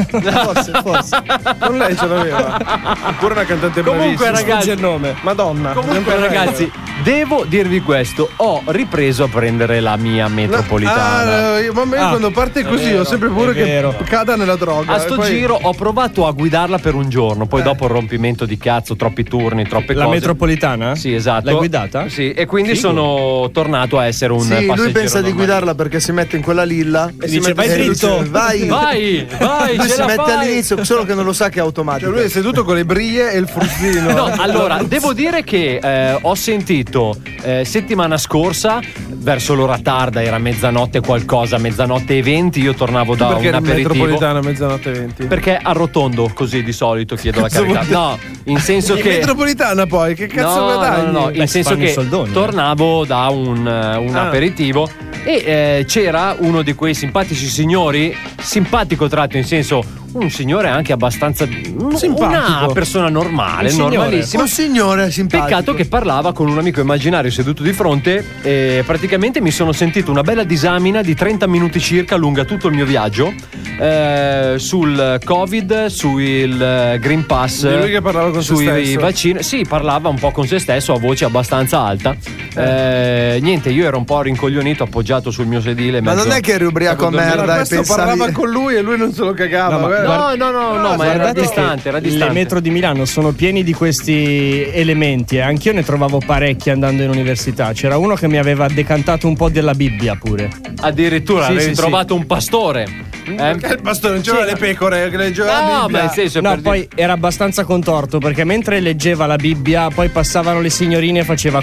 Speaker 10: Forse, forse.
Speaker 8: Con lei ce l'aveva.
Speaker 9: Ah,
Speaker 8: Eppure una cantante
Speaker 9: Comunque,
Speaker 8: bravissima.
Speaker 9: ragazzi,
Speaker 10: Sfugge il nome.
Speaker 8: Madonna.
Speaker 9: Comunque,
Speaker 8: sempre lei.
Speaker 9: ragazzi, devo dirvi questo: ho ripreso a prendere la mia
Speaker 8: No,
Speaker 9: metropolitana.
Speaker 8: ah, io- mamma mia,
Speaker 10: Ah,
Speaker 8: quando parte
Speaker 10: è
Speaker 8: così
Speaker 10: vero,
Speaker 8: ho sempre
Speaker 10: è
Speaker 8: paura che
Speaker 10: vero.
Speaker 8: cada nella droga.
Speaker 9: A
Speaker 8: e
Speaker 9: sto
Speaker 8: poi-
Speaker 9: giro ho provato a guidarla per un giorno,
Speaker 11: Eh.
Speaker 9: poi dopo il rompimento di cazzo, troppi turni, troppe
Speaker 10: La
Speaker 9: cose.
Speaker 10: metropolitana?
Speaker 9: Sì, esatto.
Speaker 10: L'hai guidata?
Speaker 9: Sì, e quindi
Speaker 10: Figo.
Speaker 9: sono tornato a essere un
Speaker 11: Sì,
Speaker 9: passeggero
Speaker 11: lui pensa di
Speaker 9: normale.
Speaker 11: guidarla perché si mette in quella lilla e
Speaker 10: E
Speaker 11: si
Speaker 10: dice,
Speaker 11: mette
Speaker 10: "Vai
Speaker 11: seduto,
Speaker 10: dritto."
Speaker 11: dice, Vai.
Speaker 9: Vai, vai,
Speaker 11: Lui
Speaker 9: ce
Speaker 11: si
Speaker 9: la
Speaker 11: mette
Speaker 9: fai.
Speaker 11: all'inizio, solo che non lo sa che è automatico.
Speaker 8: Cioè, lui è seduto con le brie e il fruzzino.
Speaker 9: No, allora, devo dire che eh, ho sentito eh, settimana scorsa, verso l'ora tarda, era mezzanotte qualcosa, mezzanotte e 20, io tornavo da
Speaker 8: perché
Speaker 9: un
Speaker 8: era in
Speaker 9: aperitivo.
Speaker 8: metropolitana a mezzanotte 20.
Speaker 9: Perché arrotondo così di solito, chiedo la
Speaker 8: Cazzo
Speaker 9: carità.
Speaker 8: vuol dire?
Speaker 9: No, in senso
Speaker 8: In
Speaker 9: che.
Speaker 8: metropolitana poi, che cazzo
Speaker 9: no,
Speaker 8: guadagni?
Speaker 9: no, no, no, in
Speaker 10: Beh, si
Speaker 9: senso
Speaker 10: fanno i
Speaker 9: che
Speaker 10: soldoni, eh.
Speaker 9: tornavo da un, eh, un
Speaker 8: Ah.
Speaker 9: aperitivo e eh, c'era uno di quei simpatici signori, simpatico tratto in senso un signore anche abbastanza
Speaker 8: Simpatico.
Speaker 9: una persona normale,
Speaker 8: Un signore.
Speaker 9: normalissima.
Speaker 8: Un
Speaker 11: signore simpatico.
Speaker 9: Peccato che parlava con un amico immaginario seduto di fronte e praticamente mi sono sentito una bella disamina di 30 minuti circa lunga tutto il mio viaggio eh, sul Covid, sul eh, Green Pass,
Speaker 8: Di lui che parlava con se
Speaker 9: sui
Speaker 8: stesso.
Speaker 9: vaccini. Sì, parlava un po' con se stesso a voce abbastanza alta. Eh, niente, io ero un po' rincoglionito appoggiato sul mio sedile.
Speaker 11: Ma non è che eri ubriaco a merda e
Speaker 8: Ecco, questo parlava
Speaker 11: pensavi.
Speaker 8: con lui e lui non se lo cagava.
Speaker 10: No, ma-
Speaker 8: guarda.
Speaker 10: no, no,
Speaker 9: no, ma era
Speaker 10: Guardate
Speaker 9: distante,
Speaker 10: che
Speaker 9: era distante.
Speaker 10: Le metro di Milano sono pieni di questi elementi. eh. Anch'io ne trovavo parecchi andando in università. C'era uno che mi aveva decantato un po' della Bibbia pure.
Speaker 9: Addirittura
Speaker 10: Sì,
Speaker 9: avevi
Speaker 10: sì, sì.
Speaker 9: trovato un pastore. eh?
Speaker 8: Perché il pastore non c'erano le pecore che leggeva la
Speaker 10: No,
Speaker 8: Bibbia?
Speaker 10: no, poi era abbastanza contorto perché mentre leggeva la Bibbia, poi passavano le signorine e faceva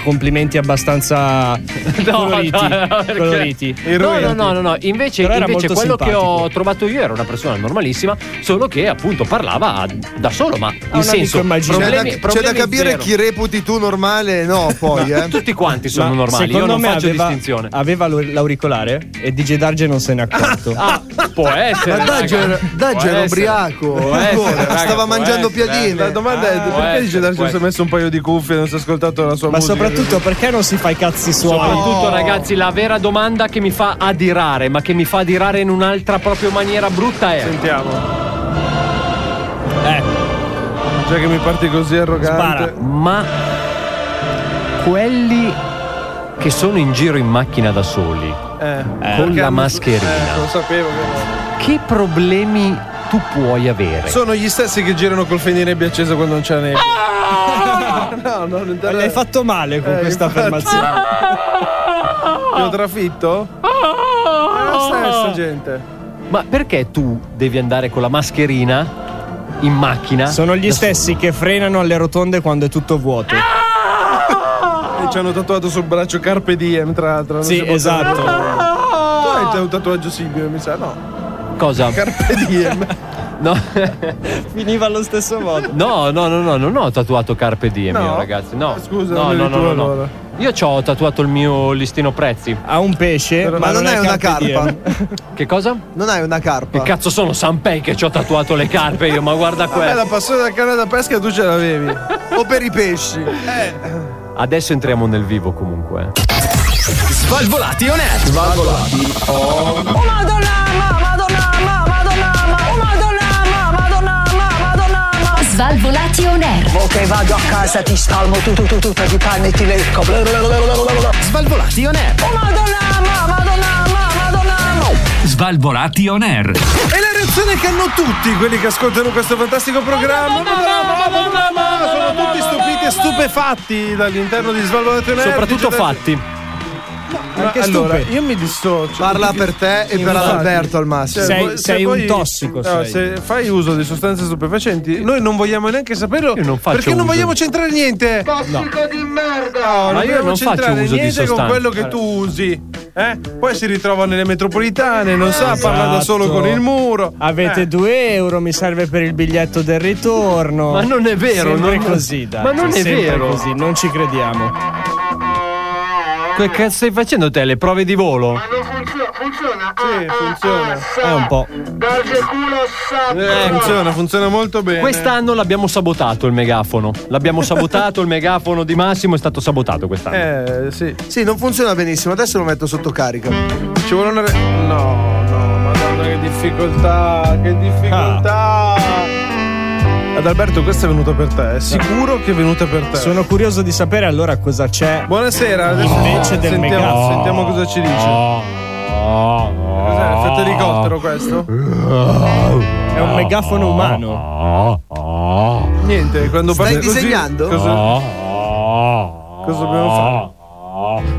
Speaker 10: complimenti abbastanza coloriti.
Speaker 9: perché-
Speaker 10: coloriti.
Speaker 9: No, no, no, no, no. Invece,
Speaker 10: Però era
Speaker 9: invece
Speaker 10: molto
Speaker 9: quello che ho
Speaker 10: simpatico.
Speaker 9: trovato io era una persona normalissima, solo che appunto parlava a- da solo, ma in senso
Speaker 11: c'è, da,
Speaker 9: problemi-
Speaker 11: c'è da
Speaker 9: problemi
Speaker 11: capire
Speaker 9: zero.
Speaker 11: chi reputi tu normale e no, poi.
Speaker 9: Ma
Speaker 11: eh.
Speaker 9: tutti quanti sono
Speaker 10: Ma
Speaker 9: normali, io
Speaker 10: secondo
Speaker 9: non
Speaker 10: me
Speaker 9: faccio
Speaker 10: aveva,
Speaker 9: distinzione.
Speaker 10: Aveva lo- l'auricolare e DJ Darge non se n'è accorto.
Speaker 9: Ah, Può essere.
Speaker 11: Ma Daggio
Speaker 9: Eh, raga.
Speaker 11: era- Daggio
Speaker 9: Può
Speaker 11: era
Speaker 9: essere.
Speaker 11: ubriaco,
Speaker 9: Può essere,
Speaker 11: ancora,
Speaker 9: raga,
Speaker 11: stava
Speaker 9: può
Speaker 11: mangiando
Speaker 9: essere.
Speaker 11: piadine.
Speaker 8: La domanda è
Speaker 9: può
Speaker 8: perché dice
Speaker 9: essere,
Speaker 8: Darci
Speaker 9: può
Speaker 8: si è
Speaker 9: essere.
Speaker 8: messo un paio di cuffie e non si è ascoltato la sua
Speaker 10: Ma
Speaker 8: musica?
Speaker 10: soprattutto perché non si fa i cazzi suoi?
Speaker 9: Soprattutto, ragazzi, la vera domanda che mi fa adirare, ma che mi fa adirare in un'altra proprio maniera brutta è.
Speaker 8: Sentiamo.
Speaker 9: Eh.
Speaker 8: Già che mi parti così arrogante.
Speaker 9: Ma quelli che sono in giro in macchina da soli,
Speaker 8: Eh,
Speaker 9: con
Speaker 8: perché
Speaker 9: la
Speaker 8: hanno-
Speaker 9: mascherina,
Speaker 8: Eh, lo sapevo che.
Speaker 9: che problemi tu puoi avere?
Speaker 8: Sono gli stessi che girano col fendinebbia acceso quando non c'è nebbia. no, no, non
Speaker 10: L'hai fatto male con
Speaker 8: Eh,
Speaker 10: questa
Speaker 8: infatti.
Speaker 10: affermazione.
Speaker 8: Ti ho trafitto? È la stessa gente.
Speaker 9: Ma perché tu devi andare con la mascherina in macchina?
Speaker 10: Sono gli
Speaker 9: da
Speaker 10: stessi che frenano alle rotonde quando è tutto vuoto.
Speaker 8: E ci hanno tatuato sul braccio Carpe Diem, tra l'altro. non
Speaker 10: Sì,
Speaker 8: si può
Speaker 10: esatto.
Speaker 8: sapere. Tu hai un tatuaggio simile, mi sa, no?
Speaker 9: solo? Cosa?
Speaker 8: Carpe Diem.
Speaker 9: No.
Speaker 10: Finiva allo stesso modo.
Speaker 9: No, no, no, no, non ho tatuato Carpe Diem,
Speaker 8: No?
Speaker 9: io, ragazzi. No,
Speaker 8: scusa,
Speaker 9: no,
Speaker 8: non eri
Speaker 9: no, no,
Speaker 8: tu
Speaker 9: no, no.
Speaker 8: allora.
Speaker 9: Io ho tatuato il mio listino prezzi.
Speaker 10: Ha un pesce,
Speaker 11: Ma non è una
Speaker 10: Carpe Diem.
Speaker 11: carpa.
Speaker 9: Che cosa?
Speaker 11: Non hai una carpa.
Speaker 8: Ah.
Speaker 9: Che cazzo sono Sanpei che ci ho tatuato le carpe io, ma guarda
Speaker 8: Beh,
Speaker 9: quello.
Speaker 8: la passione del canale da pesca tu ce l'avevi.
Speaker 11: O per i pesci.
Speaker 9: Adesso entriamo nel vivo comunque. eh.
Speaker 8: Eh,
Speaker 2: Svalvolati on air. Svalvolati.
Speaker 4: Oh madonna, ma, madonna, ma, madonna, ma, oh madonna, ma, madonna, ma, madonna, ma.
Speaker 6: Svalvolati on air.
Speaker 4: Mo che vado a casa ti spalmo tu tu tu tu per i panni ti lecco. Bla, bla, bla, bla, bla, bla.
Speaker 2: Svalvolati on air.
Speaker 4: Oh madonna, ma, madonna, ma, madonna, ma.
Speaker 14: Svalvolati on air.
Speaker 8: E la reazione che hanno tutti quelli che ascoltano questo fantastico programma. Sono tutti stupiti e stupefatti dall'interno di Svalvolato Energy.
Speaker 9: Soprattutto fatti.
Speaker 8: Anche allora, io mi dissocio.
Speaker 11: Parla per te e per
Speaker 8: Infatti.
Speaker 11: Alberto al massimo.
Speaker 10: Sei-
Speaker 8: voi-
Speaker 10: sei un
Speaker 8: voi-
Speaker 10: tossico,
Speaker 8: no,
Speaker 10: sei.
Speaker 8: se fai uso di sostanze stupefacenti, noi non vogliamo neanche saperlo.
Speaker 9: non faccio
Speaker 8: perché non
Speaker 9: uso.
Speaker 8: vogliamo c'entrare niente.
Speaker 4: Tossico di merda.
Speaker 8: No,
Speaker 9: Ma io
Speaker 8: vogliamo
Speaker 9: non
Speaker 8: c'entrare
Speaker 9: faccio uso di
Speaker 8: niente con
Speaker 9: sostanze.
Speaker 8: quello che tu usi. eh? Poi si ritrova nelle metropolitane, non sa, parla da solo
Speaker 10: Esatto.
Speaker 8: con il muro.
Speaker 10: Avete
Speaker 8: Eh.
Speaker 10: 2 euro, mi serve per il biglietto del ritorno.
Speaker 9: Ma non è vero,
Speaker 10: sempre
Speaker 9: non-
Speaker 10: così, dai.
Speaker 9: ma non è
Speaker 10: sempre
Speaker 9: vero.
Speaker 10: così, non ci crediamo.
Speaker 9: Che cazzo stai facendo te? Le prove di
Speaker 8: Eh,
Speaker 9: volo?
Speaker 4: non funziona, funziona.
Speaker 8: Sì,
Speaker 4: Ah,
Speaker 8: funziona.
Speaker 10: È un po'.
Speaker 4: Darge culo
Speaker 8: Eh, funziona, funziona molto bene.
Speaker 9: Quest'anno l'abbiamo sabotato il megafono. L'abbiamo sabotato il megafono di Massimo, è stato sabotato quest'anno.
Speaker 8: Eh, sì.
Speaker 11: Sì, non funziona benissimo. Adesso lo metto sotto carica.
Speaker 8: Ci vuole una. re- No, no, madonna, che difficoltà, che difficoltà. Ad Alberto, questa Ah. è venuta per te. È sicuro che è venuta per te.
Speaker 10: Sono curioso di sapere allora cosa c'è.
Speaker 8: Buonasera, adesso
Speaker 10: Invece del
Speaker 8: sentiamo,
Speaker 10: megafono.
Speaker 8: sentiamo cosa ci dice. Cos'è? Effetto elicottero questo?
Speaker 10: È un megafono umano.
Speaker 8: Niente, quando
Speaker 11: Stai
Speaker 8: parli così,
Speaker 11: disegnando?
Speaker 8: Cosa, cosa dobbiamo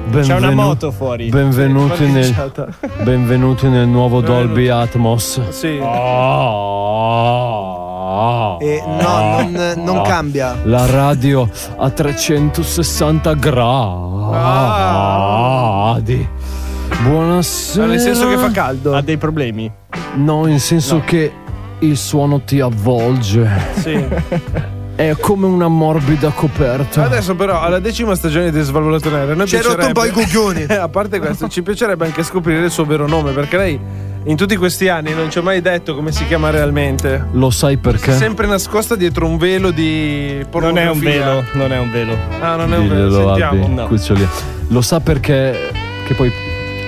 Speaker 8: fare?
Speaker 10: C'è una moto fuori.
Speaker 8: Eh,
Speaker 9: Benvenuti nel,
Speaker 8: Particciata.
Speaker 9: benvenuti nel nuovo
Speaker 8: Benvenuti.
Speaker 9: Dolby Atmos.
Speaker 8: Sì.
Speaker 11: E no, non, non cambia.
Speaker 9: Oh. La radio a 360 gradi. Buonasera.
Speaker 8: Nel senso che fa caldo.
Speaker 10: Ha dei problemi.
Speaker 9: No, in senso che il suono ti avvolge.
Speaker 8: Sì.
Speaker 9: è come una morbida coperta.
Speaker 8: Adesso, però, alla decima stagione di Svalvolato Nero, noi
Speaker 11: Ci hai rotto un po' i cucchioni.
Speaker 8: a parte questo, ci piacerebbe anche scoprire il suo vero nome, perché lei in tutti questi anni non ci ha mai detto come si chiama realmente.
Speaker 9: Lo sai perché?
Speaker 8: sempre nascosta dietro un velo di
Speaker 10: Non è un
Speaker 8: pornografia.
Speaker 10: velo, non è un velo.
Speaker 8: Ah, non è un velo,
Speaker 9: Diglielo,
Speaker 8: sentiamo.
Speaker 9: Abby,
Speaker 8: No.
Speaker 9: cucciolino. Lo sa perché. Che poi.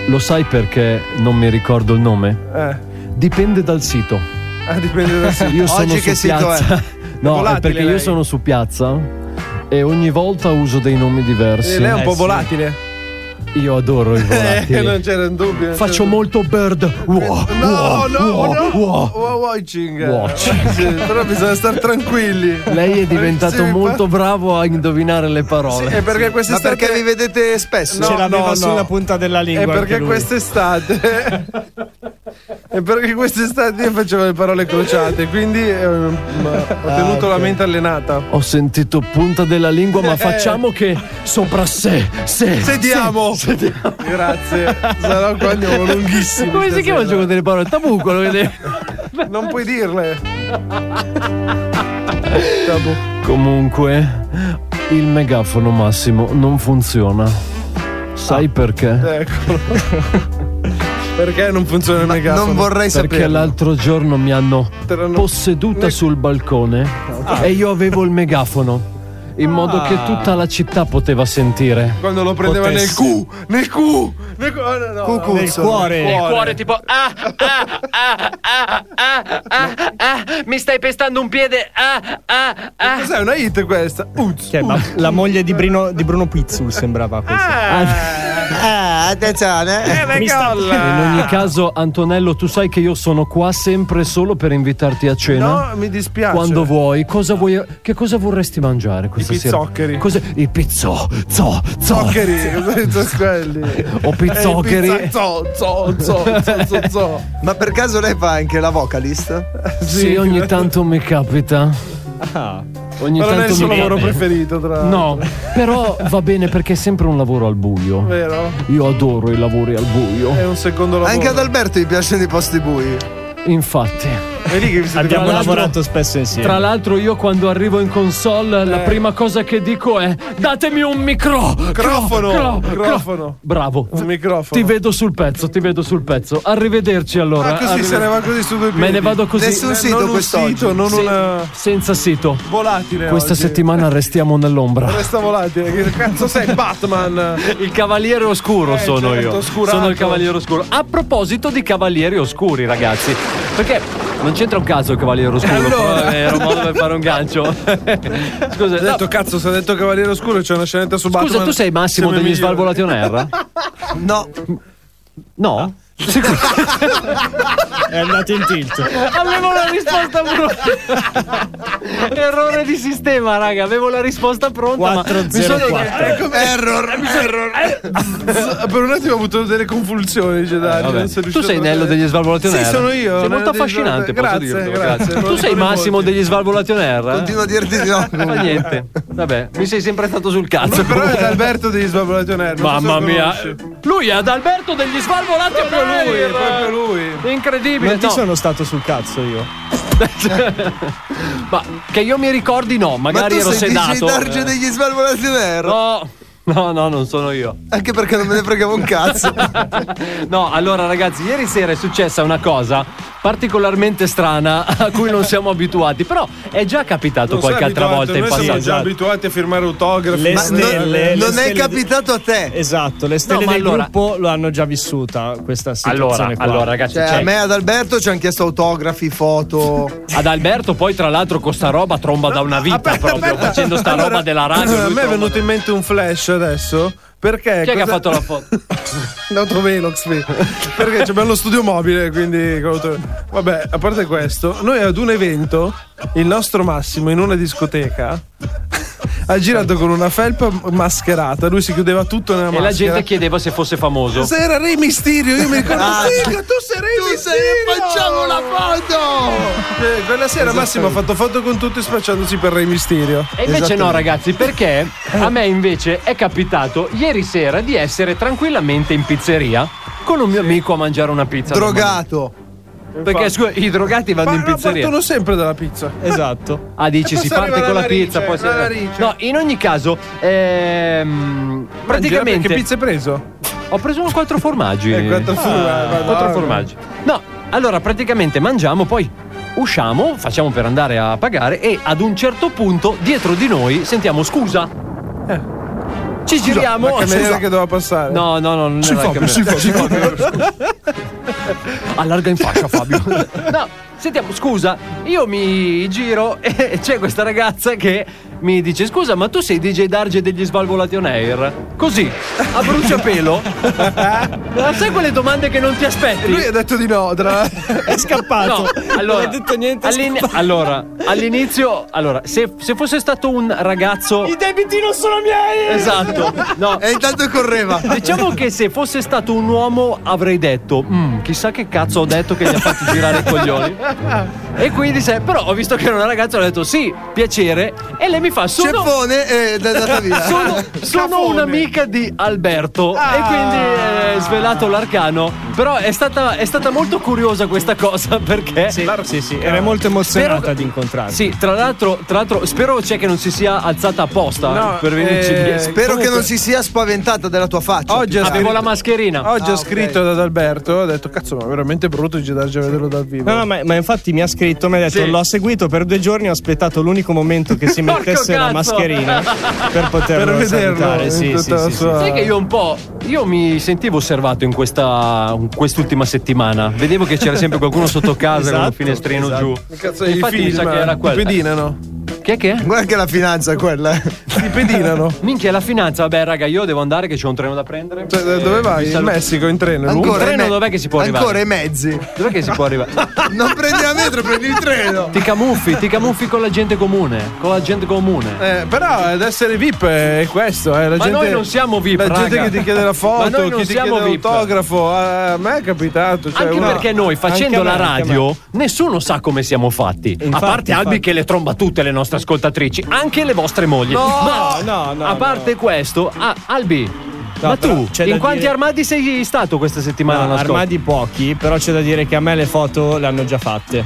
Speaker 9: Lo sai perché non mi ricordo il nome?
Speaker 8: Eh.
Speaker 9: Dipende dal sito.
Speaker 8: Ah, dipende da
Speaker 9: Io sono su piazza. No, è
Speaker 8: volatile
Speaker 9: perché io
Speaker 8: lei.
Speaker 9: sono su piazza e ogni volta uso dei nomi diversi.
Speaker 8: Eh, lei è un po' volatile.
Speaker 9: Io adoro i
Speaker 8: Eh, non
Speaker 9: volatili.
Speaker 8: c'era un dubbio.
Speaker 9: Faccio molto bird. Wow,
Speaker 8: No,
Speaker 9: wow,
Speaker 8: no,
Speaker 9: wow,
Speaker 8: no.
Speaker 9: wow.
Speaker 8: Wow, watching.
Speaker 9: Watching.
Speaker 8: Sì, però bisogna stare tranquilli.
Speaker 9: Lei è diventato
Speaker 8: Sì, mi fa-
Speaker 9: molto bravo a indovinare le parole.
Speaker 8: Sì, è perché
Speaker 11: Ma
Speaker 8: quest'estate
Speaker 11: perché vi vedete spesso?
Speaker 8: No,
Speaker 10: Ce l'aveva
Speaker 8: no, no.
Speaker 10: sulla punta della
Speaker 8: è
Speaker 10: lingua. anche
Speaker 8: perché
Speaker 10: lui.
Speaker 8: quest'estate è perché quest'estate io facevo le parole crociate quindi ehm,
Speaker 9: Ah,
Speaker 8: ho tenuto la mente allenata
Speaker 9: Ho sentito punta della lingua,
Speaker 8: Eh.
Speaker 9: ma facciamo che sopra sé, sé.
Speaker 8: sediamo grazie sarà un cognome lunghissimo
Speaker 9: Come si chiama il gioco delle parole? Tabù quello che ne-
Speaker 8: non puoi dirle
Speaker 9: Comunque, il megafono Massimo non funziona. Sai
Speaker 8: Ah.
Speaker 9: perché?
Speaker 8: Eccolo. perché non funziona il megafono
Speaker 9: Perché l'altro giorno mi hanno posseduta sul balcone
Speaker 8: Ah.
Speaker 9: e io avevo il megafono. In modo che tutta la città poteva sentire.
Speaker 8: quando lo prendeva nel
Speaker 9: Potesse.
Speaker 8: cu nel cu nel cu oh, no, no.
Speaker 9: Nel cuore.
Speaker 15: Nel cuore tipo ah ah ah ah ah ah ah mi stai pestando un piede ah ah ah
Speaker 8: Cos'è una hit questa?
Speaker 10: Che è la, la moglie di, Brino- di Bruno Pizzul sembrava questa. Ah,
Speaker 11: Ah, attenzione.
Speaker 10: Mi sta-
Speaker 9: In
Speaker 15: ah.
Speaker 9: ogni caso, Antonello, tu sai che io sono qua sempre solo per invitarti a cena.
Speaker 8: No, mi dispiace.
Speaker 9: Quando vuoi, cosa vuoi, che cosa vorresti mangiare questa
Speaker 8: I
Speaker 9: sera?
Speaker 8: pizzoccheri.
Speaker 9: Cosa- I pizzo, zo, zo.
Speaker 8: Zoccheri, cosa hai detto quelli?
Speaker 9: O pizzoccheri.
Speaker 8: Eh, pizza- zo, zo, zo, zo, zo, zo.
Speaker 11: Ma per caso lei fa anche la vocalist?
Speaker 9: Sì, ogni tanto mi capita. Ogni
Speaker 8: Ma Ah. non è
Speaker 9: tanto
Speaker 8: il suo
Speaker 9: mi
Speaker 8: lavoro
Speaker 9: capita.
Speaker 8: preferito, tra l'altro.
Speaker 9: Eh. No, però va bene perché è sempre un lavoro al buio.
Speaker 8: Vero?
Speaker 9: Io adoro i lavori al buio.
Speaker 8: È un secondo lavoro.
Speaker 11: Anche ad Alberto gli piacciono i posti bui.
Speaker 9: Infatti.
Speaker 8: È lì che vi siete
Speaker 10: Abbiamo
Speaker 9: Tra l'altro-
Speaker 10: lavorato spesso insieme.
Speaker 9: Tra l'altro io quando arrivo in console
Speaker 8: Eh.
Speaker 9: la prima cosa che dico è datemi un micro.
Speaker 8: Microfono,
Speaker 9: cro- cro-
Speaker 8: microfono.
Speaker 9: Bravo.
Speaker 8: Un microfono.
Speaker 9: Ti vedo sul pezzo, ti vedo sul pezzo. Arrivederci allora.
Speaker 8: Ah, così
Speaker 9: Arrivederci.
Speaker 8: se ne va così su due piedi.
Speaker 9: Me ne vado così.
Speaker 8: Nessun sito
Speaker 9: non un
Speaker 8: quest'oggi.
Speaker 9: sito, non
Speaker 8: Sen-
Speaker 9: una- senza sito.
Speaker 8: Volatile.
Speaker 9: Questa
Speaker 8: Eh, oggi.
Speaker 9: settimana restiamo nell'ombra.
Speaker 8: Resta volatile. Che cazzo sei, Batman?
Speaker 9: Il cavaliere oscuro
Speaker 8: Eh,
Speaker 9: sono
Speaker 8: certo,
Speaker 9: io.
Speaker 8: oscurato.
Speaker 9: Sono il cavaliere oscuro. A proposito di cavalieri oscuri, ragazzi, perché non c'entra un cazzo il cavaliere oscuro,
Speaker 8: Eh,
Speaker 9: però era un modo per fare un gancio. Scusa,
Speaker 8: Ho detto cazzo, se ha detto Cavaliere Oscuro c'è una scenetta su Batman.
Speaker 9: Scusa, tu sei Massimo
Speaker 8: Siamo i
Speaker 9: degli
Speaker 8: migliori.
Speaker 9: Svalvolati on Air?
Speaker 11: No,
Speaker 9: No?
Speaker 10: È andato in tilt.
Speaker 15: avevo la risposta pronta
Speaker 9: Errore di sistema, raga. Avevo la risposta pronta. ma mi sono-
Speaker 10: 404.
Speaker 11: error. error.
Speaker 8: eh, Per un attimo ho avuto delle convulsioni, Jedi.
Speaker 9: Eh, Vabbè.
Speaker 8: Cioè, non sono riuscito
Speaker 9: Tu sei
Speaker 8: a-
Speaker 9: Nello degli Svalvolati on
Speaker 8: Sì,
Speaker 9: Air?
Speaker 8: sono io.
Speaker 9: Sei
Speaker 8: Nello
Speaker 9: molto
Speaker 8: degli
Speaker 9: affascinante, posso
Speaker 8: Svalvolati-
Speaker 9: dirtelo,
Speaker 8: Grazie, grazie.
Speaker 9: Tu sei Massimo degli Svalvolati on Air?
Speaker 11: Continua a dirti di no.
Speaker 9: Fa niente. Vabbè, mi sei sempre stato sul cazzo.
Speaker 8: Però è Alberto degli Svalvolati on Air, non so se
Speaker 9: Mamma
Speaker 8: lo
Speaker 9: mia.
Speaker 8: conosci.
Speaker 9: Lui è ad Alberto degli Svalvolati on
Speaker 8: Proprio lui,
Speaker 9: Air.
Speaker 8: proprio lui.
Speaker 9: Incredibile.
Speaker 10: Ma ti
Speaker 9: no.
Speaker 10: sono stato sul cazzo io.
Speaker 9: Ma che io mi ricordi no,
Speaker 11: Ma
Speaker 9: magari
Speaker 11: tu
Speaker 9: ero
Speaker 11: sei DJ
Speaker 9: sedato.
Speaker 11: Darge degli Svalvolati Nero?
Speaker 9: No. No, no, non sono io.
Speaker 11: Anche perché non me ne fregavo un cazzo.
Speaker 9: No, allora ragazzi, ieri sera è successa una cosa particolarmente strana a cui non siamo abituati, però è già capitato
Speaker 8: Non
Speaker 9: qualche
Speaker 8: sei
Speaker 9: altra
Speaker 8: abituato,
Speaker 9: volta in
Speaker 8: noi siamo già
Speaker 9: passato.
Speaker 8: abituati a firmare autografi.
Speaker 10: Le
Speaker 8: Ma
Speaker 10: stelle. le
Speaker 11: non è
Speaker 10: stelle di-
Speaker 11: capitato a te.
Speaker 10: Esatto, le
Speaker 9: No,
Speaker 10: stelle
Speaker 9: ma
Speaker 10: del
Speaker 9: allora-
Speaker 10: gruppo lo hanno già vissuta questa
Speaker 9: Allora,
Speaker 10: situazione qua.
Speaker 9: allora ragazzi,
Speaker 11: Cioè,
Speaker 9: c'è-
Speaker 11: a me ad Alberto ci hanno chiesto autografi, foto.
Speaker 9: ad Alberto poi tra l'altro con sta roba tromba da una vita proprio facendo sta roba della radio.
Speaker 8: a
Speaker 9: lui
Speaker 8: me è
Speaker 9: tromba
Speaker 8: venuto in mente un flash adesso. Perché?
Speaker 9: da- Chi è che ha
Speaker 8: cosa-
Speaker 9: fatto la foto?
Speaker 8: L'autovelox qui. Perché c'è bello studio mobile, quindi. con l'auto- Vabbè, a parte questo, noi ad un evento, il nostro Massimo in una discoteca ha girato con una felpa mascherata. Lui si chiudeva tutto nella
Speaker 9: E
Speaker 8: maschera.
Speaker 9: la gente chiedeva se fosse famoso.
Speaker 8: Se era Re Mysterio, io mi ricordo.
Speaker 11: Ah.
Speaker 8: "Figa, tu sei Re Mysterio!
Speaker 11: Facciamo la foto!
Speaker 8: Eh, Quella sera Massimo ha fatto foto con tutti spacciandosi per Re Mysterio.
Speaker 9: Esatto. E invece no, ragazzi, perché a me invece è capitato ieri sera di essere tranquillamente in pizzeria con un mio amico a mangiare una pizza.
Speaker 11: Drogato.
Speaker 9: Perché scusa, i drogati vanno in pizzeria.
Speaker 8: partono sempre dalla pizza.
Speaker 10: Esatto.
Speaker 9: Ah, dici,
Speaker 8: E poi si
Speaker 9: si parte
Speaker 8: arriva
Speaker 9: con la
Speaker 8: alla narice,
Speaker 9: pizza, poi si
Speaker 8: alla narice.
Speaker 9: No, in ogni caso, ehm, praticamente.
Speaker 8: Che pizza hai preso?
Speaker 9: Ho preso uno quattro formaggi. Ah,
Speaker 8: Eh, quattro formaggi, madonna.
Speaker 9: quattro formaggi. No, allora praticamente mangiamo, poi usciamo, facciamo per andare a pagare e ad un certo punto dietro di noi sentiamo scusa. Ci
Speaker 8: Eh. Scusa,
Speaker 9: giriamo.
Speaker 8: la cameriera che doveva passare.
Speaker 9: Esatto. No, no, no, non
Speaker 8: Si
Speaker 9: era la
Speaker 8: Fabio,
Speaker 9: cameriera.
Speaker 8: si Fabio,
Speaker 9: Allarga in fascia, Fabio. no, sentiamo, scusa, io mi giro e c'è questa ragazza che mi dice: Scusa, ma tu sei DJ Darge degli Svalvolati on Air? Così, a bruciapelo. Ma sai quelle domande che non ti aspetti?
Speaker 8: Lui ha detto di no, tra...
Speaker 10: È scappato.
Speaker 9: No, allora, all'in- allora, all'inizio, allora, se, se fosse stato un ragazzo.
Speaker 10: I debiti non sono miei!
Speaker 9: Esatto. No.
Speaker 11: E intanto correva.
Speaker 9: Diciamo che se fosse stato un uomo avrei detto, "Mm, chissà che cazzo ho detto che gli ha fatto girare i coglioni. E quindi se, però ho visto che era una ragazza, ho detto sì, piacere. E lei mi fa sono...
Speaker 11: Ceppone ed eh, è andata via.
Speaker 9: Sono, sono
Speaker 11: Cafone.
Speaker 9: un'amica di Alberto e quindi eh, è svelato l'arcano. Però è stata, è stata molto curiosa questa cosa perché...
Speaker 10: Sì, sì, sì, era molto emozionata di incontrarti.
Speaker 9: Sì, tra l'altro, tra l'altro spero c'è che non si sia alzata apposta
Speaker 8: No,
Speaker 9: per venirci
Speaker 8: eh,
Speaker 9: dietro.
Speaker 11: Spero
Speaker 8: Comunque-
Speaker 11: che non si sia spaventata della tua faccia.
Speaker 8: Oggi ha
Speaker 9: Avevo
Speaker 8: scritto-
Speaker 9: Ah, la mascherina.
Speaker 8: Oggi
Speaker 11: Ah,
Speaker 8: ho
Speaker 11: ok.
Speaker 8: scritto ad Alberto, ho detto cazzo, ma è veramente brutto girarci a vederlo dal vivo.
Speaker 10: No, no, ma, ma infatti mi ha scritto, mi ha detto:
Speaker 8: Sì.
Speaker 10: L'ho seguito per due giorni. Ho aspettato l'unico momento che si
Speaker 9: Porco
Speaker 10: mettesse la
Speaker 9: cazzo!
Speaker 10: mascherina per poterlo
Speaker 8: Per vederlo
Speaker 10: salutare.
Speaker 8: in
Speaker 10: Sì,
Speaker 8: tutta
Speaker 10: sì,
Speaker 8: la
Speaker 10: sì, sì.
Speaker 8: sua-
Speaker 9: Sai che io un po'. Io mi sentivo osservato in questa. in quest'ultima settimana. Vedevo che c'era sempre qualcuno sotto casa con
Speaker 10: Esatto,
Speaker 9: un finestrino
Speaker 10: esatto.
Speaker 9: giù.
Speaker 8: Che cazzo di
Speaker 9: Infatti mi sa
Speaker 8: film?
Speaker 9: che era
Speaker 8: Ti
Speaker 9: quello.
Speaker 8: pedinano.
Speaker 9: Che è che? è?
Speaker 11: Guarda che la finanza è quella. eh.
Speaker 8: Ti pedinano.
Speaker 9: Minchia, la finanza. Vabbè, raga, io devo andare che c'ho un treno da prendere.
Speaker 8: Cioè, da dove
Speaker 9: Eh,
Speaker 8: vai?
Speaker 9: vi
Speaker 8: In
Speaker 9: saluto.
Speaker 8: Messico, in treno. lungo?
Speaker 11: Ancora
Speaker 9: Un treno
Speaker 11: i
Speaker 9: dov'è che si può arrivare?
Speaker 11: Ancora i mezzi.
Speaker 9: Dov'è che si può arrivare?
Speaker 11: Non prendi la metro, prendi il treno.
Speaker 9: ti camuffi, ti camuffi con la gente comune. Con la gente comune.
Speaker 8: Eh, però ad essere VIP è questo, eh. La
Speaker 9: Ma
Speaker 8: gente,
Speaker 9: noi non siamo VIP,
Speaker 8: La gente
Speaker 9: raga.
Speaker 8: che ti chiede la
Speaker 9: Ma noi
Speaker 8: foto,
Speaker 9: non
Speaker 8: chi ti
Speaker 9: siamo
Speaker 8: chiede
Speaker 9: VIP.
Speaker 8: l'autografo. A a me è capitato. Cioè,
Speaker 9: anche
Speaker 8: uno-
Speaker 9: perché noi facendo
Speaker 10: anche a
Speaker 9: la
Speaker 10: me, anche a me.
Speaker 9: radio nessuno sa come siamo fatti. a
Speaker 10: Infatti,
Speaker 9: parte Albi
Speaker 10: infatti.
Speaker 9: che le tromba tutte le nostre ascoltatrici, anche le vostre mogli.
Speaker 10: No, no, no,
Speaker 9: A
Speaker 10: no.
Speaker 9: parte questo, ah, Albi,
Speaker 10: No,
Speaker 9: ma
Speaker 10: però
Speaker 9: tu
Speaker 10: c'è da
Speaker 9: in quanti
Speaker 10: dire-
Speaker 9: armadi sei stato questa settimana?
Speaker 10: No,
Speaker 9: nascosto?
Speaker 10: armadi pochi, però c'è da dire che a me le foto le hanno già fatte.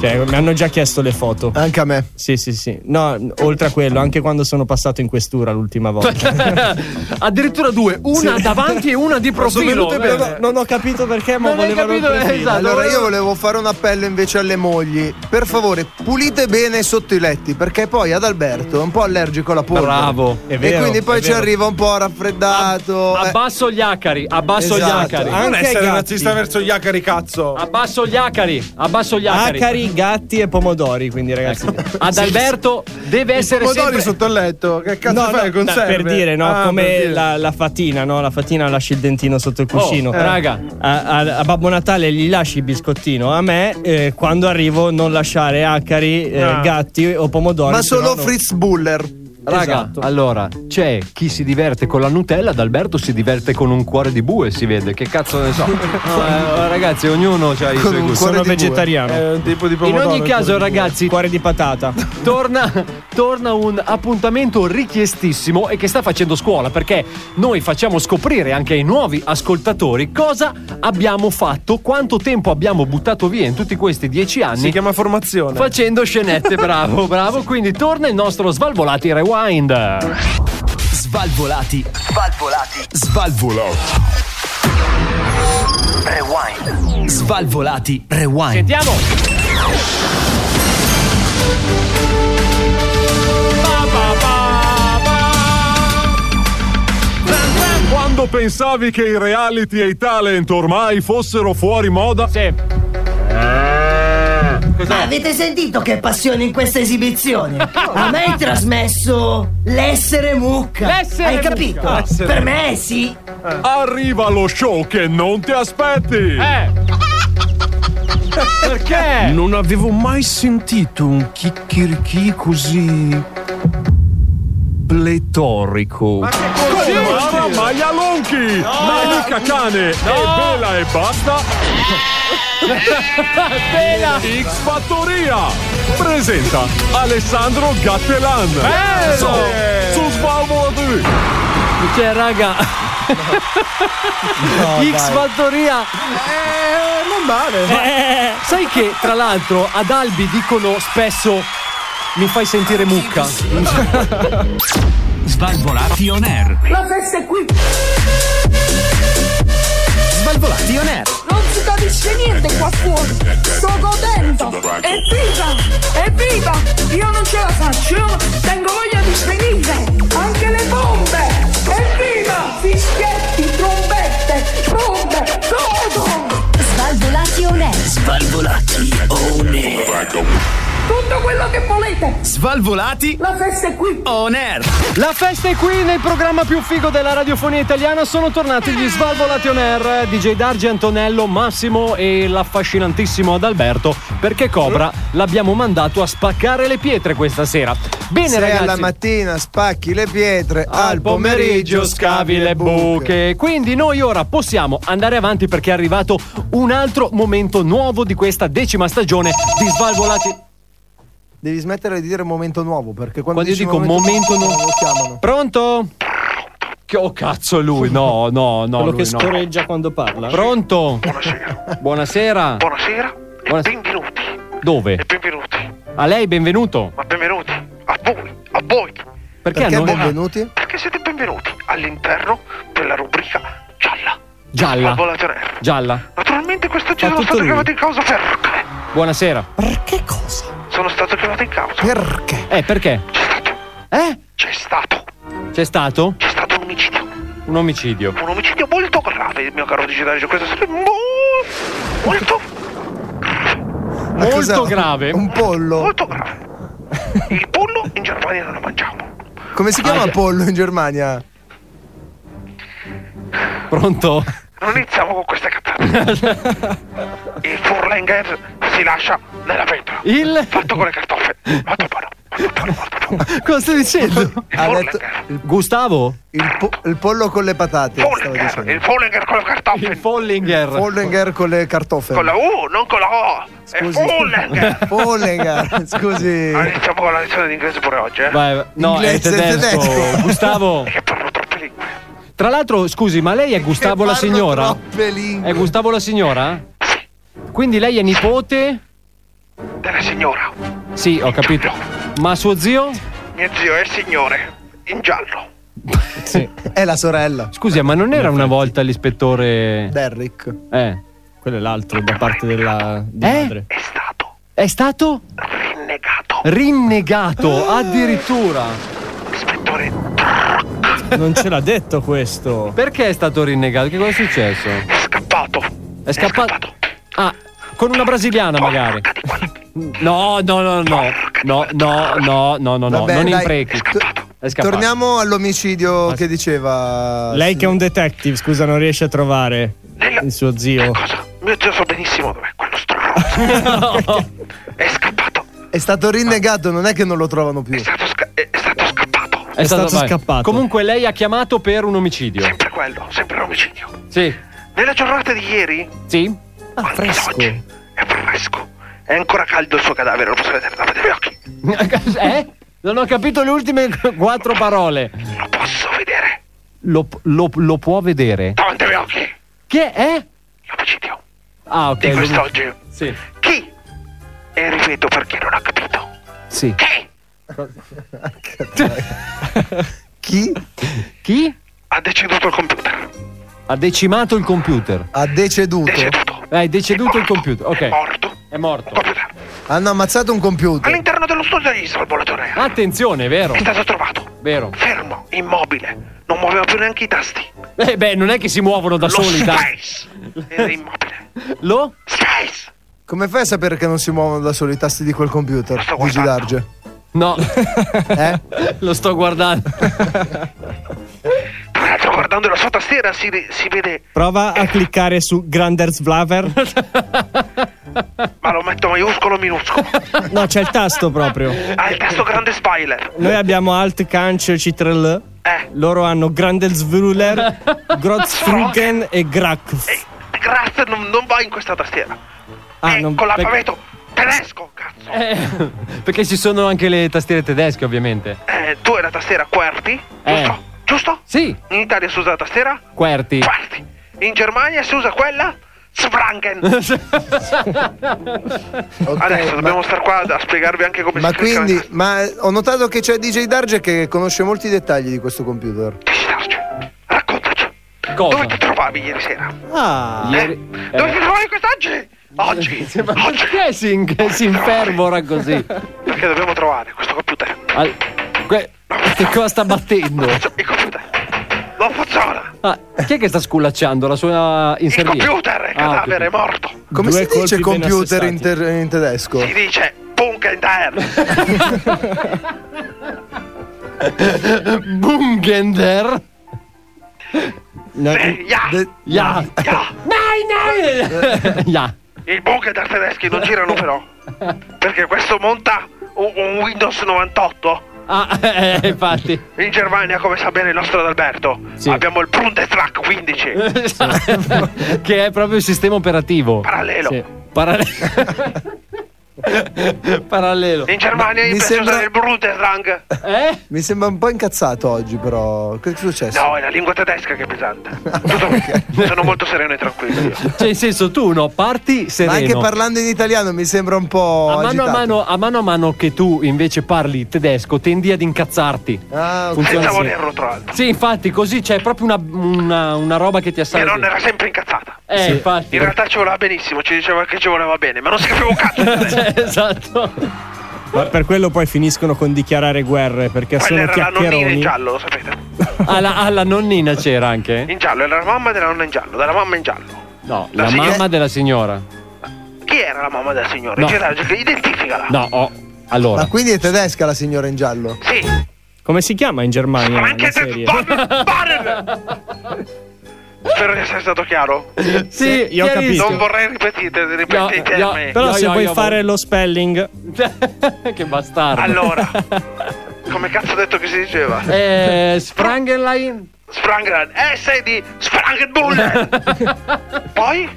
Speaker 10: Cioè, mi hanno già chiesto le foto.
Speaker 11: Anche a me.
Speaker 10: Sì, sì, sì. No, oltre a quello, anche quando sono passato in questura l'ultima volta.
Speaker 9: Addirittura due, una davanti e una di profilo. eh.
Speaker 10: non, ho, non ho capito perché, ma
Speaker 9: Non hai
Speaker 10: volevano il
Speaker 9: capito,
Speaker 10: profilo.
Speaker 9: esatto.
Speaker 11: Allora io volevo fare un appello invece alle mogli. Per favore, pulite bene sotto i letti, perché poi ad Alberto è un po' allergico alla polvere.
Speaker 9: Bravo.
Speaker 10: È
Speaker 11: e
Speaker 10: vero,
Speaker 11: quindi poi
Speaker 10: è
Speaker 11: ci
Speaker 10: vero.
Speaker 11: arriva un po' raffreddato. eh.
Speaker 9: Abbasso gli acari, abbasso gli
Speaker 11: Esatto.
Speaker 9: acari.
Speaker 10: Ah,
Speaker 8: Non
Speaker 10: Anche ai
Speaker 8: essere
Speaker 10: gatti.
Speaker 8: razzista verso gli acari, cazzo.
Speaker 9: Abbasso gli acari, abbasso gli acari.
Speaker 10: Acari, gatti e pomodori, quindi ragazzi.
Speaker 9: Ecco. Ad Alberto deve essere
Speaker 8: Pomodori
Speaker 9: sempre
Speaker 8: sotto il letto. Che cazzo
Speaker 10: No,
Speaker 8: fai?
Speaker 10: no,
Speaker 8: con Ah,
Speaker 10: no, per dire, no, come La, la fatina, no? La fatina lasci il dentino sotto il cuscino.
Speaker 9: eh. raga.
Speaker 10: A, a- a Babbo Natale gli lasci il biscottino. A me, eh, quando arrivo, non lasciare acari, eh,
Speaker 8: Ah.
Speaker 10: gatti o pomodori.
Speaker 11: Ma
Speaker 10: se Esatto, no
Speaker 11: solo
Speaker 10: non-
Speaker 11: Fritz Buller.
Speaker 9: Raga,
Speaker 10: Esatto.
Speaker 9: allora c'è chi si diverte con la Nutella, ad Alberto si diverte con un cuore di bue, si vede. Che cazzo ne so. No, eh, ragazzi, ognuno ha i
Speaker 11: Con
Speaker 9: suoi
Speaker 11: un
Speaker 9: gusti.
Speaker 11: cuore
Speaker 10: Sono
Speaker 11: di bue.
Speaker 10: vegetariano.
Speaker 8: È un tipo di
Speaker 9: In
Speaker 8: pomodoro.
Speaker 9: ogni caso, ragazzi,
Speaker 10: Cuore di patata.
Speaker 9: torna, torna un appuntamento richiestissimo e che sta facendo scuola perché noi facciamo scoprire anche ai nuovi ascoltatori cosa abbiamo fatto, quanto tempo abbiamo buttato via in tutti questi dieci
Speaker 8: Si
Speaker 9: anni
Speaker 8: chiama formazione.
Speaker 9: facendo scenette. Bravo, bravo. Quindi torna il nostro Svalvolati Rewind.
Speaker 7: Svalvolati. Svalvolati. Svalvolati. Rewind. Svalvolati. Rewind.
Speaker 9: Sentiamo.
Speaker 16: Quando pensavi che i reality e i talent ormai fossero fuori moda,
Speaker 9: Sì.
Speaker 4: Ah, Avete sentito che passione in questa esibizione? A me hai trasmesso l'essere mucca.
Speaker 9: L'essere
Speaker 4: hai
Speaker 9: mucca.
Speaker 4: capito?
Speaker 9: L'essere
Speaker 4: Per me è sì.
Speaker 16: arriva lo show che non ti aspetti.
Speaker 9: Eh. Perché?
Speaker 17: Non avevo mai sentito un chicchirichì così pletorico.
Speaker 16: Sì, Mara Maialonchi, Malika Cane e Bela e Basta. X Fattoria presenta Alessandro Gattelan. Su, su Svalvolatori.
Speaker 9: Cioè, raga, X Fattoria. Eh,
Speaker 8: non male.
Speaker 9: Ma sai che tra l'altro ad Albi dicono spesso mi fai sentire mucca.
Speaker 14: Svalvolati on air.
Speaker 4: La festa è qui.
Speaker 7: Svalvolati on air.
Speaker 4: Non si capisce niente qua fuori. Sto godendo. Evviva! Evviva! Io non ce la faccio. Io tengo voglia di svenire. Anche le bombe. Evviva! Fischietti, trombette, bombe, todo.
Speaker 6: Svalvolati on air.
Speaker 2: Svalvolati on air.
Speaker 4: Tutto quello che volete.
Speaker 7: Svalvolati.
Speaker 4: La festa è qui.
Speaker 7: On air.
Speaker 9: La festa è qui nel programma più figo della radiofonia italiana. Sono tornati gli Svalvolati on air. DJ Dargi, Antonello, Massimo e l'affascinantissimo Adalberto. Perché Cobra
Speaker 11: Mm.
Speaker 9: l'abbiamo mandato a spaccare le pietre questa sera. Bene,
Speaker 11: Se
Speaker 9: ragazzi.
Speaker 11: alla mattina spacchi le pietre, al pomeriggio
Speaker 9: scavi le buche. Quindi noi ora possiamo andare avanti perché è arrivato un altro momento nuovo di questa decima stagione di Svalvolati.
Speaker 11: Devi smettere di dire momento nuovo perché quando,
Speaker 9: Quando io
Speaker 11: dici
Speaker 9: dico momento nuovo-
Speaker 11: lo chiamano.
Speaker 9: Pronto? Che oh cazzo è lui? No, no, no.
Speaker 18: Oh,
Speaker 10: Quello
Speaker 9: lui
Speaker 10: che
Speaker 9: no.
Speaker 10: scoreggia quando parla.
Speaker 9: Pronto? Buonasera. Buonasera.
Speaker 18: Buonasera
Speaker 9: Buonasera.
Speaker 18: benvenuti,
Speaker 9: Dove?
Speaker 18: benvenuti,
Speaker 9: A lei benvenuto.
Speaker 18: ma benvenuti a voi, a voi.
Speaker 9: Perché, Ah. hanno-
Speaker 18: Perché siete benvenuti all'interno della rubrica gialla.
Speaker 9: Gialla.
Speaker 18: Svalvolati on air.
Speaker 9: Gialla.
Speaker 18: Naturalmente questa giro sono
Speaker 9: tutto
Speaker 18: stato
Speaker 9: lui.
Speaker 18: chiamato in causa perché?
Speaker 9: Buonasera.
Speaker 18: Sono stato chiamato in causa.
Speaker 9: Perché? Eh, perché? Eh?
Speaker 18: C'è stato
Speaker 9: C'è stato? C'è
Speaker 18: stato un omicidio.
Speaker 9: Un omicidio.
Speaker 18: un omicidio molto grave, mio caro digitale, questo è mo- molto
Speaker 11: Ma cos'è?
Speaker 9: Molto grave.
Speaker 11: Un pollo.
Speaker 18: Molto grave. Il pollo in Germania non lo mangiamo.
Speaker 11: Come si chiama
Speaker 18: Ah, già.
Speaker 11: pollo in Germania?
Speaker 9: Pronto?
Speaker 18: Non iniziamo con queste cazzate. Il Furlanger si lascia nella pentola.
Speaker 9: Il
Speaker 18: fatto con le cartofe.
Speaker 9: Cosa stai dicendo?
Speaker 11: Ha detto
Speaker 9: Gustavo?
Speaker 11: Il, po- il pollo con le patate. stavo dicendo.
Speaker 18: Il Follinger con le cartofe.
Speaker 9: Il Follinger.
Speaker 11: Follinger con le cartofe.
Speaker 18: Con la U, uh, non con la O. È
Speaker 11: Scusi.
Speaker 18: Follinger.
Speaker 11: Follinger, scusi.
Speaker 18: Allora, iniziamo con la lezione di inglese pure oggi, eh?
Speaker 9: Vai, vai. no, è
Speaker 11: Inglese,
Speaker 9: tedesco.
Speaker 11: tedesco.
Speaker 9: Gustavo. Tra l'altro, scusi, ma lei è Gustavo la
Speaker 11: parlo
Speaker 9: signora?
Speaker 11: troppe lingue.
Speaker 9: È Gustavo la signora? Quindi lei è nipote?
Speaker 18: Della signora.
Speaker 9: Sì, ho capito. Ma suo zio?
Speaker 18: Mio zio è il signore. In giallo.
Speaker 9: Sì.
Speaker 11: È la sorella.
Speaker 9: Scusi, ma non era una volta l'ispettore.
Speaker 11: Derrick.
Speaker 9: Eh.
Speaker 10: Quello è l'altro da parte della di
Speaker 9: Eh?
Speaker 10: madre.
Speaker 9: È stato? Rinnegato. Rinnegato, addirittura.
Speaker 10: Non ce l'ha detto questo.
Speaker 9: Perché è stato rinnegato? Che cosa è successo? È
Speaker 18: scappato.
Speaker 9: È scappato. Ah, con una brasiliana magari. No, no, no, no. No, no, no, no, no, no.
Speaker 11: Vabbè,
Speaker 9: Non
Speaker 11: dai.
Speaker 9: imprechi. È scappato.
Speaker 11: Torniamo all'omicidio che diceva.
Speaker 10: Lei che è un detective, scusa, non riesce a trovare il suo zio.
Speaker 18: Mio zio so benissimo dov'è quello
Speaker 11: È stato rinnegato, non è che non lo trovano più. È stato,
Speaker 9: È, stato, vai.
Speaker 11: scappato.
Speaker 9: Comunque lei ha chiamato per un omicidio.
Speaker 18: Sempre quello, sempre l'omicidio.
Speaker 9: Sì.
Speaker 18: Nella giornata di ieri?
Speaker 9: Sì.
Speaker 18: Ah, fresco. Oggi è fresco. È ancora caldo il suo cadavere, lo posso vedere davanti agli occhi.
Speaker 9: Eh? Non ho capito le ultime quattro parole.
Speaker 18: Lo posso vedere
Speaker 9: Lo, lo- lo può vedere?
Speaker 18: davanti agli occhi.
Speaker 9: Che è?
Speaker 18: L'omicidio
Speaker 9: Ah, ok.
Speaker 18: di quest'oggi.
Speaker 9: Sì.
Speaker 18: Chi? E ripeto perché non ha capito.
Speaker 9: Sì.
Speaker 18: Chi?
Speaker 11: Chi?
Speaker 9: Chi?
Speaker 18: Ha deceduto il computer.
Speaker 9: Ha decimato il computer.
Speaker 11: Ha deceduto.
Speaker 9: Eh, è deceduto il computer. Ok. È morto. È morto.
Speaker 11: Hanno ammazzato un computer.
Speaker 18: All'interno dello studio di Salvolatore.
Speaker 9: Attenzione, è vero.
Speaker 18: È stato trovato.
Speaker 9: Vero.
Speaker 18: Fermo, immobile. Non muoveva più neanche i tasti.
Speaker 9: Eh, beh, non è che si muovono da
Speaker 18: Lo
Speaker 9: soli. dai.
Speaker 18: Space. Era immobile.
Speaker 9: Lo?
Speaker 18: Space.
Speaker 11: Come fai a sapere che non si muovono da soli i tasti di quel computer? Eh? Luigi Darge.
Speaker 9: No. Lo sto guardando.
Speaker 18: Tra l'altro, guardando la sua tastiera si, si vede.
Speaker 10: Prova a cliccare su Granders Vlaver.
Speaker 18: Ma lo metto maiuscolo o minuscolo?
Speaker 10: No, c'è il tasto proprio.
Speaker 18: ha il tasto grande spoiler.
Speaker 10: Noi abbiamo Alt Cancio Citrel. Loro hanno Grandelsvruler, Grotzfrugen e Grack.
Speaker 18: Grazie, non, non va in questa tastiera.
Speaker 10: Ah, non
Speaker 18: Con l'alfabeto tedesco, cazzo.
Speaker 9: Eh, Perché ci sono anche le tastiere tedesche, ovviamente.
Speaker 18: Eh, tu hai la tastiera QWERTY,
Speaker 9: Eh.
Speaker 18: giusto?
Speaker 10: giusto?
Speaker 9: Sì.
Speaker 10: In Italia si usa la tastiera?
Speaker 9: Querti.
Speaker 10: Querti. In Germania si usa quella? Sprangen. Adesso dobbiamo star qua a spiegarvi anche come
Speaker 8: Ma
Speaker 10: si clicca.
Speaker 8: quindi, ma ho notato che c'è DJ Darge che conosce molti dettagli di questo computer.
Speaker 10: Dove ti trovavi ieri sera?
Speaker 9: Ah, ieri-
Speaker 10: Eh, Dove ti trovavi quest'oggi? Oggi.
Speaker 9: Ma perché si, in- si infervora così?
Speaker 10: Perché dobbiamo trovare questo computer.
Speaker 9: Al- que- che cosa sta battendo?
Speaker 10: Non funziona.
Speaker 9: Ah, chi è che sta sculacciando? La sua in Ah,
Speaker 10: Il computer, il cadavere è morto.
Speaker 8: Come si dice computer in,
Speaker 9: internet?
Speaker 8: ter- in tedesco?
Speaker 10: Si dice punk and air.
Speaker 9: Bungender?
Speaker 10: Ja.
Speaker 8: Eh,
Speaker 9: Ja. Nein, nein! Ja.
Speaker 10: I bunker da tedeschi non girano però. Perché questo monta un, un Windows 98.
Speaker 9: Ah, eh, infatti.
Speaker 10: In Germania, come sa bene il nostro Adalberto, abbiamo il Bundestag 15.
Speaker 9: che è proprio il sistema operativo.
Speaker 10: Parallelo.
Speaker 9: Sì. Parallelo. Parallelo. Eh?
Speaker 10: In Germania
Speaker 8: Ma mi
Speaker 10: invece
Speaker 8: sembra-
Speaker 10: usano il Bundesrang.
Speaker 8: Mi sembra un po' incazzato oggi, però. Che è successo?
Speaker 10: No, è la lingua tedesca che è pesante. Tutto ok. Sono molto sereno e tranquillo. io.
Speaker 9: Cioè, in senso, tu no, parti sereno.
Speaker 8: Ma anche parlando in italiano mi sembra un po'.
Speaker 9: a mano, a,
Speaker 8: agitato.
Speaker 9: mano, a mano a mano che tu invece parli tedesco, tendi ad incazzarti.
Speaker 8: Ah, ok.
Speaker 9: Funziona
Speaker 10: Senza
Speaker 9: sì.
Speaker 10: volerlo, tra l'altro.
Speaker 9: Sì, infatti, così c'è proprio una, una- una roba che ti
Speaker 10: Mia
Speaker 9: assalta.
Speaker 10: nonna era sempre incazzata.
Speaker 9: Eh, infatti.
Speaker 10: In realtà ci voleva benissimo, ci diceva che ci voleva bene, ma non si capiva un cazzo.
Speaker 9: Eh, esatto.
Speaker 19: Ma per quello poi finiscono con dichiarare guerre perché
Speaker 10: Quella
Speaker 19: sono
Speaker 10: era la nonnina in
Speaker 19: chiacchieroni.
Speaker 10: giallo, lo sapete.
Speaker 9: Alla, alla nonnina c'era anche?
Speaker 10: In giallo, era la mamma della nonna in giallo, della mamma in giallo.
Speaker 9: No,
Speaker 10: La
Speaker 9: la
Speaker 10: signora-
Speaker 9: mamma della signora.
Speaker 10: Chi era la mamma del signore?
Speaker 9: No.
Speaker 10: Gerardo, che identificala.
Speaker 9: No, oh, allora.
Speaker 8: Ma quindi è tedesca la signora in giallo?
Speaker 10: Sì.
Speaker 19: Come si chiama in Germania?
Speaker 10: Anche
Speaker 19: la
Speaker 10: se
Speaker 19: serie?
Speaker 10: Spero di essere stato chiaro.
Speaker 9: Sì,
Speaker 19: io ho chiarissimo. capito.
Speaker 10: Non vorrei ripetite, ripetite i
Speaker 9: Io- io-
Speaker 10: termini.
Speaker 19: Però
Speaker 9: Io-
Speaker 19: se
Speaker 9: io-
Speaker 19: vuoi
Speaker 9: io-
Speaker 19: fare lo spelling,
Speaker 9: che bastardo.
Speaker 10: Allora, come cazzo ho detto che si diceva?
Speaker 9: Eh, Sprangelline
Speaker 10: Sprangran, S di Sprangenbullen. Poi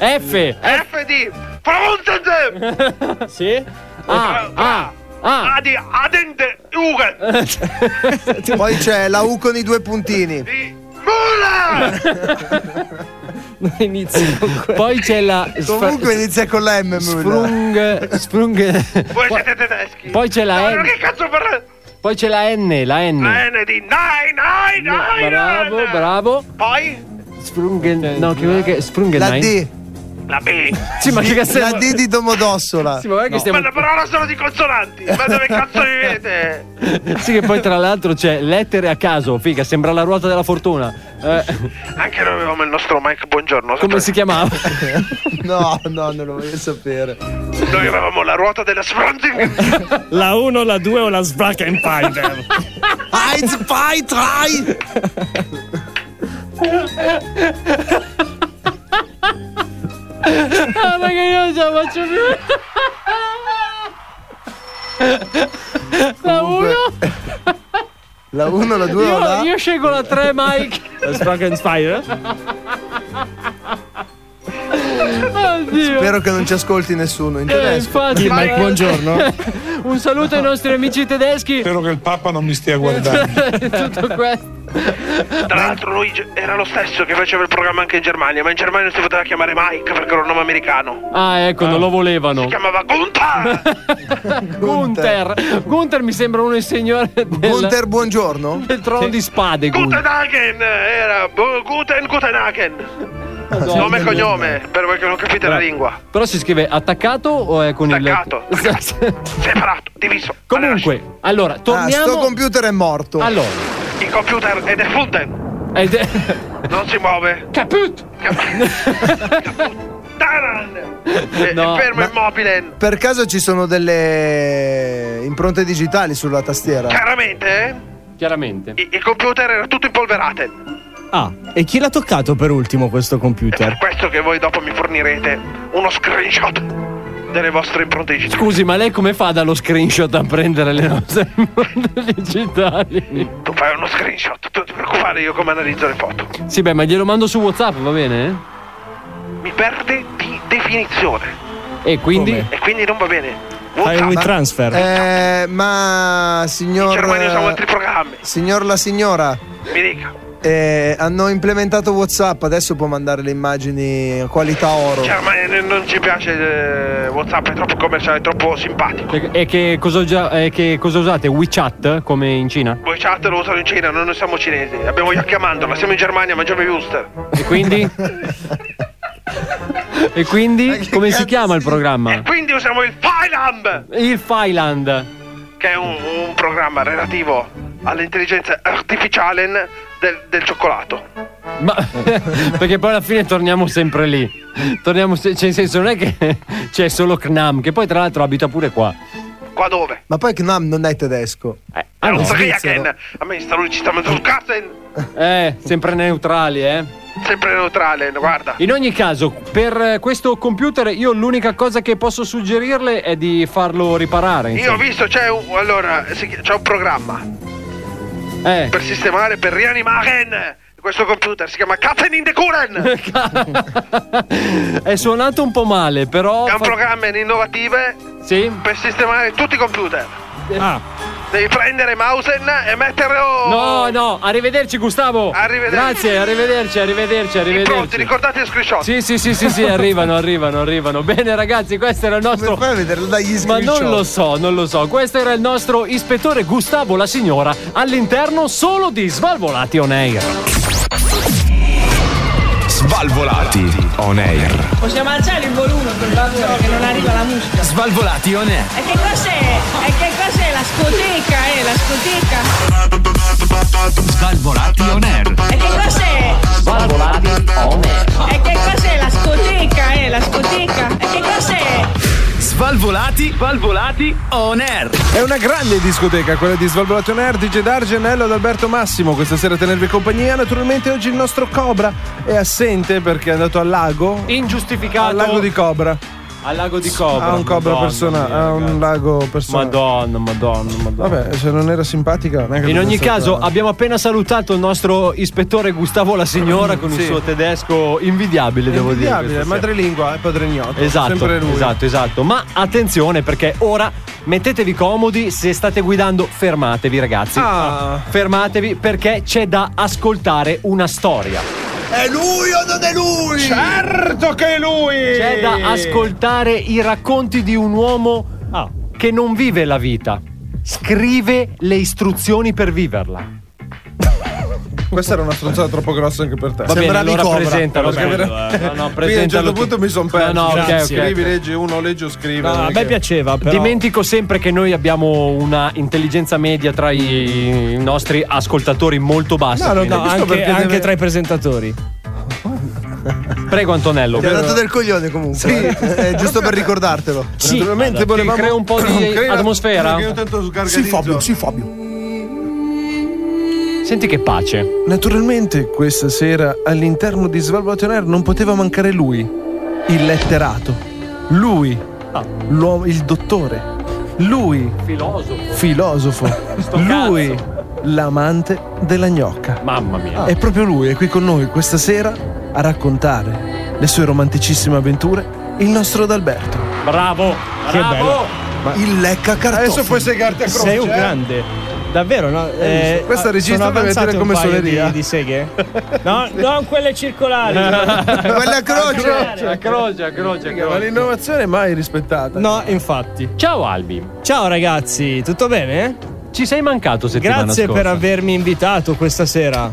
Speaker 9: F.
Speaker 10: F di Frontendem.
Speaker 19: sì?
Speaker 9: Ah, ah, ah.
Speaker 10: A di Adende Ugen.
Speaker 8: Poi c'è la U con i due puntini.
Speaker 10: Muller.
Speaker 19: Inizio con quello.
Speaker 9: Poi c'è la. sfra-
Speaker 8: Comunque inizia con la M. Müller.
Speaker 9: Sprung. Sprung.
Speaker 10: Voi siete tedeschi.
Speaker 9: Poi c'è la
Speaker 10: No,
Speaker 9: N.
Speaker 10: che cazzo parla?
Speaker 9: Poi c'è la N, la N.
Speaker 10: La N di Nine, Nine, Nine.
Speaker 9: Bravo, bravo.
Speaker 10: Poi
Speaker 9: Sprungen. No, che vuol dire che
Speaker 8: La
Speaker 9: Sprungenline?
Speaker 8: D.
Speaker 10: la B.
Speaker 9: Sì, ma che cazzo
Speaker 8: La D di Domodossola.
Speaker 9: Sì, ma guarda che stiamo-
Speaker 10: Ma la parola sono di consonanti. Ma dove cazzo vivete?
Speaker 9: Sì, che poi tra l'altro c'è lettere a caso, figa, sembra la ruota della fortuna. Eh,
Speaker 10: Anche noi avevamo il nostro Mike Buongiorno.
Speaker 9: come si chiamava?
Speaker 8: No, no, non lo voglio sapere.
Speaker 10: Noi avevamo la ruota della Spranzing.
Speaker 19: la 1, la 2 o la Svrakenpaider?
Speaker 8: Eins, zwei, drei.
Speaker 9: Ah, ma che io non ce la faccio più. La 1?
Speaker 8: La 1, la 2 o
Speaker 9: Io,
Speaker 8: la.
Speaker 9: io scelgo la 3, Mike.
Speaker 19: La eh? Svrakenpaider?
Speaker 9: Oddio.
Speaker 8: Spero che non ci ascolti nessuno in
Speaker 9: Eh,
Speaker 8: tedesco.
Speaker 9: infatti,
Speaker 19: Di
Speaker 9: ma-
Speaker 19: Mike, buongiorno.
Speaker 9: Un saluto ai nostri amici tedeschi.
Speaker 20: Spero che il Papa non mi stia guardando.
Speaker 9: Tutto questo.
Speaker 10: Tra l'altro lui ge- era lo stesso che faceva il programma anche in Germania, ma in Germania non si poteva chiamare Mike perché era un nome americano.
Speaker 9: Ah, ecco, non lo volevano.
Speaker 10: Si chiamava Gunther.
Speaker 9: Gunther. Gunther mi sembra uno dei signori del,
Speaker 8: Gunther, buongiorno.
Speaker 9: del trono di spade. Gunther.
Speaker 10: Gutenhagen era Bu- Guten Gutenhagen. Nome e cognome, per voi che non capite la lingua.
Speaker 9: Esatto. Però si scrive attaccato o è con
Speaker 10: Attaccato,
Speaker 9: il.
Speaker 10: Separato, diviso.
Speaker 9: Comunque, allora,
Speaker 8: Ah, sto
Speaker 9: torniamo.
Speaker 8: computer è morto.
Speaker 9: Allora,
Speaker 10: Allora, il computer è defunto.
Speaker 9: ed è...
Speaker 10: Non si muove.
Speaker 9: Caput!
Speaker 10: Taran! È
Speaker 9: No,
Speaker 10: è fermo immobile.
Speaker 8: Per caso ci sono delle impronte digitali sulla tastiera?
Speaker 18: eh?
Speaker 10: Chiaramente,
Speaker 9: Chiaramente.
Speaker 10: eh, il il computer era tutto impolverato.
Speaker 19: Ah, e chi l'ha toccato per ultimo questo
Speaker 10: È per
Speaker 19: computer?
Speaker 10: questo che voi dopo mi fornirete uno screenshot delle vostre impronte digitali.
Speaker 9: Scusi, ma lei come fa dallo screenshot a prendere le nostre impronte digitali?
Speaker 10: Tu fai uno screenshot, non ti preoccupare io come analizzo le foto.
Speaker 9: Sì, beh, ma glielo mando su WhatsApp, va bene?
Speaker 10: Mi perde di definizione
Speaker 9: E quindi.
Speaker 10: e quindi non va bene. Fai un transfer.
Speaker 11: Eh, ma signor.
Speaker 18: In Germania usano altri programmi.
Speaker 11: Signor la signora.
Speaker 18: Mi dica.
Speaker 11: eh, hanno implementato WhatsApp, adesso può mandare le immagini a qualità oro.
Speaker 18: Cioè, ma eh, non ci piace eh, WhatsApp, è troppo commerciale, è troppo simpatico.
Speaker 9: E, e che cosa usa- e che cosa usate? WeChat come in Cina?
Speaker 18: Voi chat lo usano in Cina, noi non siamo cinesi. Abbiamo gli occhi a mandorla, siamo in Germania, mangiamo i Wooster.
Speaker 9: E quindi? e quindi? Come si chiama il programma?
Speaker 18: Quindi usiamo il Thailand,
Speaker 9: Il Filand.
Speaker 18: che è un, un programma relativo all'intelligenza artificiale del, del cioccolato.
Speaker 9: Ma perché poi alla fine torniamo sempre lì. Torniamo, se- cioè, in senso, non è che c'è solo Knam, che poi tra l'altro abita pure qua.
Speaker 18: Qua dove?
Speaker 11: Ma poi Knam non è tedesco.
Speaker 9: Eh,
Speaker 18: Ah,
Speaker 9: no.
Speaker 18: A me sta lui ci sta mettendo sul cazzo. e-
Speaker 9: Eh, sempre neutrali, eh.
Speaker 18: Sempre neutrale, guarda.
Speaker 9: In ogni caso, per eh, questo computer, io l'unica cosa che posso suggerirle è di farlo riparare.
Speaker 18: Io ho visto, c'è un, allora, si chi- c'è un programma
Speaker 9: Eh.
Speaker 18: per sistemare, per rianimare questo computer. Si chiama Katzen in the Kuren.
Speaker 9: È suonato un po' male, però.
Speaker 18: È un
Speaker 9: fa-
Speaker 18: programma innovative
Speaker 9: Sì?
Speaker 18: per sistemare tutti i computer.
Speaker 9: Ah.
Speaker 18: Devi prendere Mausen e metterlo.
Speaker 9: No, no, arrivederci Gustavo.
Speaker 18: Arrivederci.
Speaker 9: Grazie, arrivederci, arrivederci, arrivederci.
Speaker 18: Pronti, ricordate il screenshot?
Speaker 9: Sì, sì, sì, sì, sì, arrivano, arrivano, arrivano. Bene, ragazzi, questo era il nostro. Ma non lo so, non lo so. Questo era il nostro ispettore Gustavo la signora all'interno solo di Svalvolati on Air.
Speaker 21: Svalvolati on air.
Speaker 22: Possiamo alzare il volume per favore che non arriva la musica.
Speaker 21: Svalvolati on air.
Speaker 22: E che cos'è? E che cos'è la scoteca, eh? La scoteca.
Speaker 21: Svalvolati on air.
Speaker 22: E che cos'è?
Speaker 21: Svalvolati on air.
Speaker 22: E che cos'è la scoteca, eh? La scoteca. E che cos'è?
Speaker 21: Svalvolati, svalvolati on air.
Speaker 8: È una grande discoteca quella di Svalvolato Nerd, DJ Dargenello ed Alberto Massimo. Questa sera a tenervi compagnia. Naturalmente oggi il nostro Cobra è assente perché è andato al lago.
Speaker 9: Ingiustificato.
Speaker 8: Al lago di Cobra.
Speaker 9: Al lago di Cobra.
Speaker 8: Ha un Cobra
Speaker 9: Madonna
Speaker 8: personale,
Speaker 9: mia,
Speaker 8: ha un lago personale.
Speaker 9: Madonna, madonna, madonna.
Speaker 8: Vabbè, se non era simpatica. neanche
Speaker 9: In
Speaker 8: doveva
Speaker 9: ogni
Speaker 8: essere
Speaker 9: caso,
Speaker 8: brava.
Speaker 9: abbiamo appena salutato il nostro ispettore Gustavo La Signora con
Speaker 8: Sì.
Speaker 9: il suo tedesco invidiabile, devo
Speaker 8: Invidiabile,
Speaker 9: dire. questa sera.
Speaker 8: madrelingua e padregnoto.
Speaker 9: Esatto,
Speaker 8: Sempre lui.
Speaker 9: esatto, esatto. Ma attenzione perché ora mettetevi comodi, se state guidando fermatevi ragazzi.
Speaker 8: Ah.
Speaker 9: Fermatevi perché c'è da ascoltare una storia.
Speaker 11: È lui o non è lui?
Speaker 8: Certo che è lui!
Speaker 9: C'è
Speaker 8: Eh.
Speaker 9: da ascoltare i racconti di un uomo
Speaker 8: Ah.
Speaker 9: che non vive la vita, scrive le istruzioni per viverla.
Speaker 8: Questa era una stronzata troppo grossa anche per te.
Speaker 9: Va bene, allora presentalo.
Speaker 8: Perché
Speaker 9: bello,
Speaker 8: vera-
Speaker 9: eh.
Speaker 8: Quindi
Speaker 9: No, no,
Speaker 8: a un certo
Speaker 9: presentalo
Speaker 8: punto
Speaker 9: tu.
Speaker 8: mi sono perso.
Speaker 9: No, no, ok,
Speaker 8: Grazie.
Speaker 9: ok.
Speaker 8: Scrivi, leggi uno, leggi o scrivi.
Speaker 10: Ah,
Speaker 9: No,
Speaker 8: non
Speaker 9: a
Speaker 8: è
Speaker 9: me
Speaker 8: che-
Speaker 9: piaceva, Dimentico sempre che noi abbiamo una intelligenza media tra i, i nostri ascoltatori molto bassa.
Speaker 10: No, no,
Speaker 9: quindi-
Speaker 10: no, anche, anche tra i presentatori.
Speaker 9: Prego Antonello.
Speaker 11: Ti ha dato del coglione comunque. eh. È giusto per ricordartelo.
Speaker 9: Sì, guarda, ti crea un po' di
Speaker 8: Crea-
Speaker 9: atmosfera.
Speaker 8: perché io tanto sgargarizzo.
Speaker 9: Senti che pace.
Speaker 8: Naturalmente questa sera all'interno di Svalvolation Air non poteva mancare lui, il letterato. Lui, l'uomo- il dottore. Lui,
Speaker 9: Filosofo.
Speaker 8: filosofo. lui, l'amante della gnocca.
Speaker 9: Mamma mia.
Speaker 10: Ah.
Speaker 8: È proprio lui, è qui con noi questa sera a raccontare le sue romanticissime avventure, il nostro D'Alberto.
Speaker 9: Bravo.
Speaker 10: Che
Speaker 8: bravo.
Speaker 10: bello.
Speaker 11: Il lecca cartoffi.
Speaker 8: Adesso puoi segarti a croce.
Speaker 10: Sei un
Speaker 8: eh.
Speaker 10: grande. Davvero, no? Eh,
Speaker 8: visto? Questa
Speaker 10: sono
Speaker 8: registra deve
Speaker 10: avanzate
Speaker 8: dire
Speaker 10: un
Speaker 8: come
Speaker 10: paio
Speaker 8: suoneria.
Speaker 10: Di, di seghe? No, non quelle circolari.
Speaker 11: Quella
Speaker 9: croce. A croce, a croce, a
Speaker 8: Ma
Speaker 9: croce.
Speaker 8: l'innovazione è mai rispettata.
Speaker 10: No, infatti.
Speaker 9: Ciao Albi.
Speaker 10: Ciao ragazzi, tutto bene?
Speaker 9: Ci sei mancato settimana
Speaker 10: Grazie
Speaker 9: scorsa.
Speaker 10: per avermi invitato questa sera.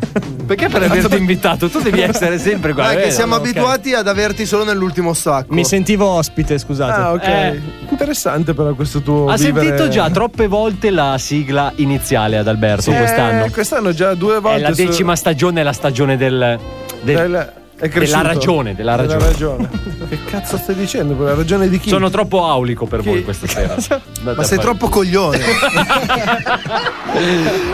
Speaker 9: Perché per averti invitato? Tu devi essere sempre qua.
Speaker 11: Guarda, che
Speaker 9: vero?
Speaker 11: siamo
Speaker 9: Ok.
Speaker 11: abituati ad averti solo nell'ultimo sacco.
Speaker 10: Mi sentivo ospite, scusate.
Speaker 8: Ah, ok.
Speaker 9: Eh.
Speaker 8: Interessante però questo tuo
Speaker 9: Ha
Speaker 8: vivere-
Speaker 9: sentito già troppe volte la sigla iniziale ad Alberto
Speaker 8: Eh,
Speaker 9: quest'anno.
Speaker 8: quest'anno già due
Speaker 9: È
Speaker 8: volte.
Speaker 9: la
Speaker 8: su-
Speaker 9: decima stagione, è la stagione del, del-
Speaker 8: Del- è cresciuto.
Speaker 9: della ragione. Della ragione.
Speaker 8: ragione. che cazzo stai dicendo? Per la ragione di chi?
Speaker 9: Sono troppo aulico per
Speaker 8: Chi? Cioè,
Speaker 9: voi questa sera. Andate
Speaker 11: Ma
Speaker 9: a
Speaker 11: sei
Speaker 9: fare-
Speaker 11: troppo coglione.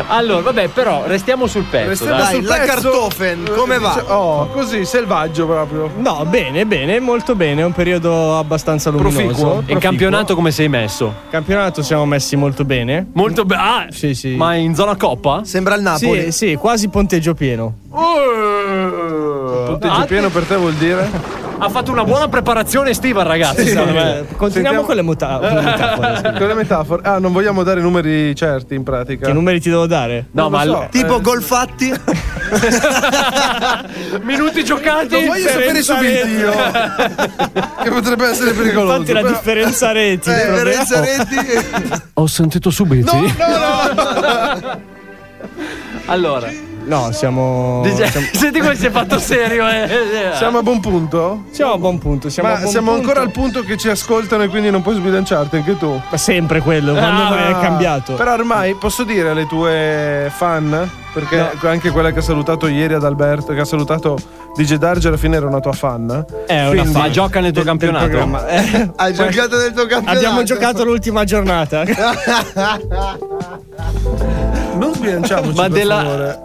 Speaker 9: Allora, vabbè, però restiamo sul pezzo.
Speaker 8: Restiamo
Speaker 9: dai.
Speaker 11: Dai,
Speaker 8: sul
Speaker 11: la
Speaker 8: pezzo-
Speaker 11: Kartoffen, come va?
Speaker 8: Oh, così selvaggio proprio.
Speaker 10: No, bene, bene, molto bene. È un periodo abbastanza luminoso.
Speaker 8: Proficuo,
Speaker 9: E in campionato come sei messo?
Speaker 10: Campionato siamo messi molto bene.
Speaker 9: Molto bene. Ah,
Speaker 10: Sì, sì.
Speaker 9: ma in zona coppa?
Speaker 11: Sembra il Napoli.
Speaker 10: Sì, sì, quasi ponteggio pieno.
Speaker 8: Punteggio
Speaker 9: Ah,
Speaker 8: pieno per te vuol dire?
Speaker 9: ha fatto una buona preparazione estiva, ragazzi.
Speaker 8: Sì.
Speaker 9: secondo me.
Speaker 8: Continuiamo Sentiamo- Eh. con le
Speaker 10: muta-
Speaker 8: Con le metafore. Ah, non vogliamo dare numeri certi in pratica. Che
Speaker 10: numeri ti devo dare?
Speaker 8: No, ma
Speaker 11: Tipo
Speaker 8: Eh.
Speaker 11: gol fatti.
Speaker 9: Minuti giocati.
Speaker 8: Lo voglio sapere
Speaker 10: Differenza
Speaker 8: subito. che potrebbe essere pericoloso.
Speaker 10: Infatti la
Speaker 8: però-
Speaker 10: differenza reti.
Speaker 8: Eh,
Speaker 10: proprio-
Speaker 8: differenza
Speaker 10: Oh.
Speaker 8: reti-
Speaker 9: Ho sentito subito. Allora.
Speaker 10: No, siamo.
Speaker 9: Dice-
Speaker 10: siamo...
Speaker 9: Senti come si è fatto serio, eh.
Speaker 8: Siamo a buon punto?
Speaker 10: Siamo a buon punto. Siamo
Speaker 8: Ma
Speaker 10: a buon
Speaker 8: siamo
Speaker 10: punto.
Speaker 8: ancora al punto che ci ascoltano e quindi non puoi sbilanciarti anche tu.
Speaker 10: Ma sempre quello, quando mai è cambiato?
Speaker 8: Ah. Però ormai posso dire alle tue fan, perché anche quella che ha salutato ieri ad Alberto, che ha salutato DJ Darge, alla fine era una tua fan.
Speaker 9: È una
Speaker 8: Quindi-
Speaker 9: Eh, fa, gioca nel tuo campionato.
Speaker 8: programma. Eh,
Speaker 11: Hai giocato nel tuo campionato.
Speaker 10: Abbiamo giocato l'ultima giornata.
Speaker 8: non sbilanciamoci.
Speaker 10: Ma
Speaker 8: per
Speaker 10: della-
Speaker 8: favore.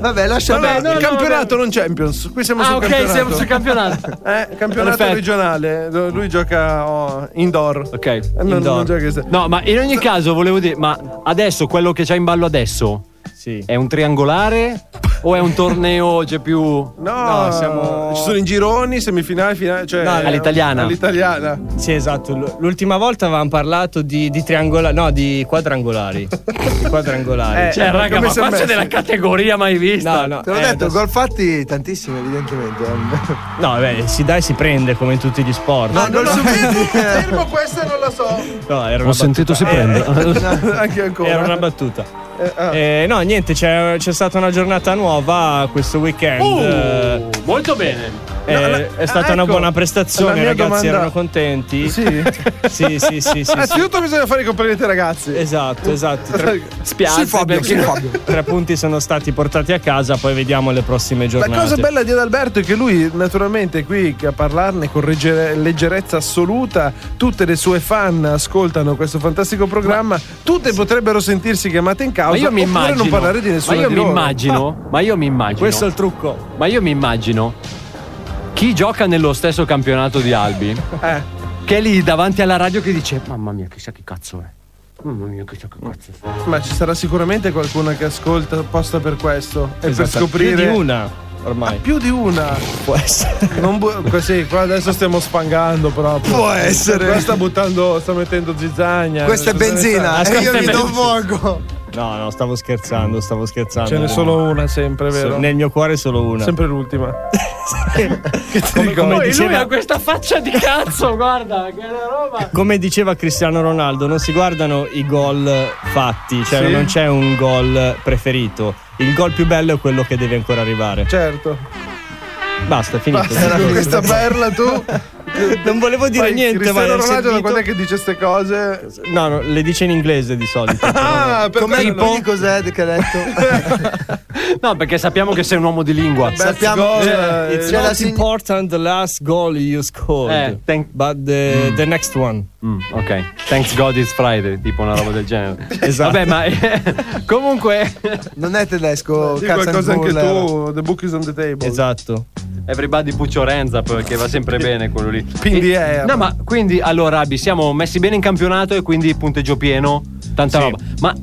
Speaker 11: Vabbè, lascia
Speaker 8: Vabbè,
Speaker 11: perdere.
Speaker 8: il campionato non Champions. Qui siamo
Speaker 11: Ah,
Speaker 8: sul
Speaker 11: ok,
Speaker 8: campionato.
Speaker 11: siamo sul
Speaker 9: campionato.
Speaker 8: eh, campionato
Speaker 9: Perfetto.
Speaker 8: regionale. Lo- Lui gioca oh, indoor.
Speaker 9: Ok.
Speaker 8: non- Eh, non
Speaker 9: indoor.
Speaker 8: gioca che-
Speaker 9: no, ma in ogni caso volevo dire, ma adesso quello che c'è in ballo adesso
Speaker 8: Eh,
Speaker 9: è un triangolare o è un torneo c'è più
Speaker 8: No, siamo... ci sono in gironi, semifinali, finali, cioè
Speaker 10: No, all'italiana.
Speaker 8: All'italiana.
Speaker 10: Sì, esatto. L- L'ultima volta avevamo parlato di, di triangola- no, di quadrangolari. di quadrangolari.
Speaker 9: Eh, cioè, raga, ma qua c'è della categoria mai
Speaker 8: esatto.
Speaker 9: vista.
Speaker 10: No, no.
Speaker 11: Te l'ho
Speaker 10: eh,
Speaker 11: detto,
Speaker 10: adesso-
Speaker 11: gol fatti tantissimi, evidentemente.
Speaker 10: No, beh, si dà e si prende come in tutti gli sport.
Speaker 8: No, non lo so. Fermo, fermo, questa non la so.
Speaker 10: No, era
Speaker 9: Ho
Speaker 10: una
Speaker 9: sentito si
Speaker 10: battuta.
Speaker 9: prende.
Speaker 8: Anche ancora.
Speaker 10: Era una battuta.
Speaker 8: Eh, ah.
Speaker 10: Eh, no, niente, c'è, c'è stata una giornata nuova questo weekend.
Speaker 8: Oh!
Speaker 9: Uh,
Speaker 10: Eh,
Speaker 9: molto bene.
Speaker 10: eh,
Speaker 9: No, la-
Speaker 10: è stata
Speaker 9: ah,
Speaker 10: una
Speaker 9: ecco,
Speaker 10: buona
Speaker 8: la
Speaker 10: prestazione,
Speaker 8: mia
Speaker 10: ragazzi
Speaker 8: domanda-
Speaker 10: erano contenti.
Speaker 8: Sì?
Speaker 10: sì, sì, sì, sì, sì.
Speaker 8: Innanzitutto bisogna fare i complimenti ai ragazzi.
Speaker 10: Esatto, esatto. Tre,
Speaker 8: Spiace Sì, Fabio, perché- sì, Fabio.
Speaker 10: tre punti sono stati portati a casa, poi vediamo le prossime
Speaker 8: La
Speaker 10: giornate.
Speaker 8: cosa bella di Adalberto è che lui, naturalmente, è qui a parlarne con regge- leggerezza assoluta. Tutte le sue fan ascoltano questo fantastico programma. Tutte potrebbero sentirsi chiamate in causa
Speaker 9: Ma io mi
Speaker 8: oppure
Speaker 9: immagino.
Speaker 8: non parlare di nessuno
Speaker 9: ma io
Speaker 8: di
Speaker 9: mi
Speaker 8: loro. Ah,
Speaker 9: immagino. Ma io mi immagino.
Speaker 10: Questo è il trucco.
Speaker 9: Ma io mi immagino chi gioca nello stesso campionato di Albi.
Speaker 8: Eh.
Speaker 9: Che è lì davanti alla radio che dice: Mamma mia, chissà che cazzo è. Mamma mia, chissà che cazzo è.
Speaker 8: Ma ci sarà sicuramente qualcuno che ascolta apposta per questo e per
Speaker 10: Esatto.
Speaker 8: scoprire.
Speaker 10: Più di una ormai.
Speaker 8: Più di una.
Speaker 10: Può essere.
Speaker 8: Non bu- così, qua adesso stiamo spangando proprio.
Speaker 11: Può essere.
Speaker 8: Qua sta buttando, sta mettendo zizzagna.
Speaker 11: Questa è
Speaker 8: Cosa ne
Speaker 11: benzina.
Speaker 8: sa?
Speaker 11: E io mi do fuoco.
Speaker 10: No, no, stavo scherzando, stavo scherzando.
Speaker 8: Ce n'è solo una sempre, vero?
Speaker 10: So- Nel mio cuore solo una.
Speaker 8: Sempre l'ultima. che ti
Speaker 10: Come-
Speaker 8: dico?
Speaker 10: come
Speaker 9: Poi lui
Speaker 10: diceva-
Speaker 9: ha questa faccia di cazzo, guarda, che è una roba.
Speaker 10: Come diceva Cristiano Ronaldo, non si guardano i gol fatti, cioè
Speaker 8: Sì.
Speaker 10: non c'è un gol preferito. Il gol più bello è quello che deve ancora arrivare.
Speaker 8: Certo.
Speaker 10: Basta, è finito.
Speaker 8: Basta, con questa perla tu.
Speaker 10: Non volevo dire
Speaker 8: Poi
Speaker 10: niente,
Speaker 8: Cristiano
Speaker 10: ma è
Speaker 8: Ronaldo
Speaker 10: servito-
Speaker 8: da quando è che dice queste cose?
Speaker 10: No, no, le dice in inglese di solito.
Speaker 8: Ah, per
Speaker 11: Com'è
Speaker 8: quello.
Speaker 11: Quindi cos'è che ha detto?
Speaker 9: No, perché sappiamo che sei un uomo di lingua.
Speaker 11: Sappiamo
Speaker 8: gol,
Speaker 11: che
Speaker 10: It's
Speaker 11: c'è la
Speaker 10: not
Speaker 11: sign-
Speaker 10: important the last goal you scored,
Speaker 9: Eh,
Speaker 10: but the, the next one.
Speaker 9: Mm, ok, thanks God it's Friday, tipo una roba del genere.
Speaker 10: Esatto.
Speaker 9: Vabbè, ma eh, comunque,
Speaker 11: Non è tedesco,
Speaker 8: Di
Speaker 11: cazzo
Speaker 8: qualcosa anche tu, The Book is on the Table.
Speaker 10: Esatto.
Speaker 9: everybody Pucciorenza perché va sempre bene quello lì.
Speaker 8: Quindi
Speaker 9: E-
Speaker 8: è-
Speaker 9: No, ma quindi allora Abbi, siamo messi bene in campionato e quindi punteggio pieno, tanta roba. Ma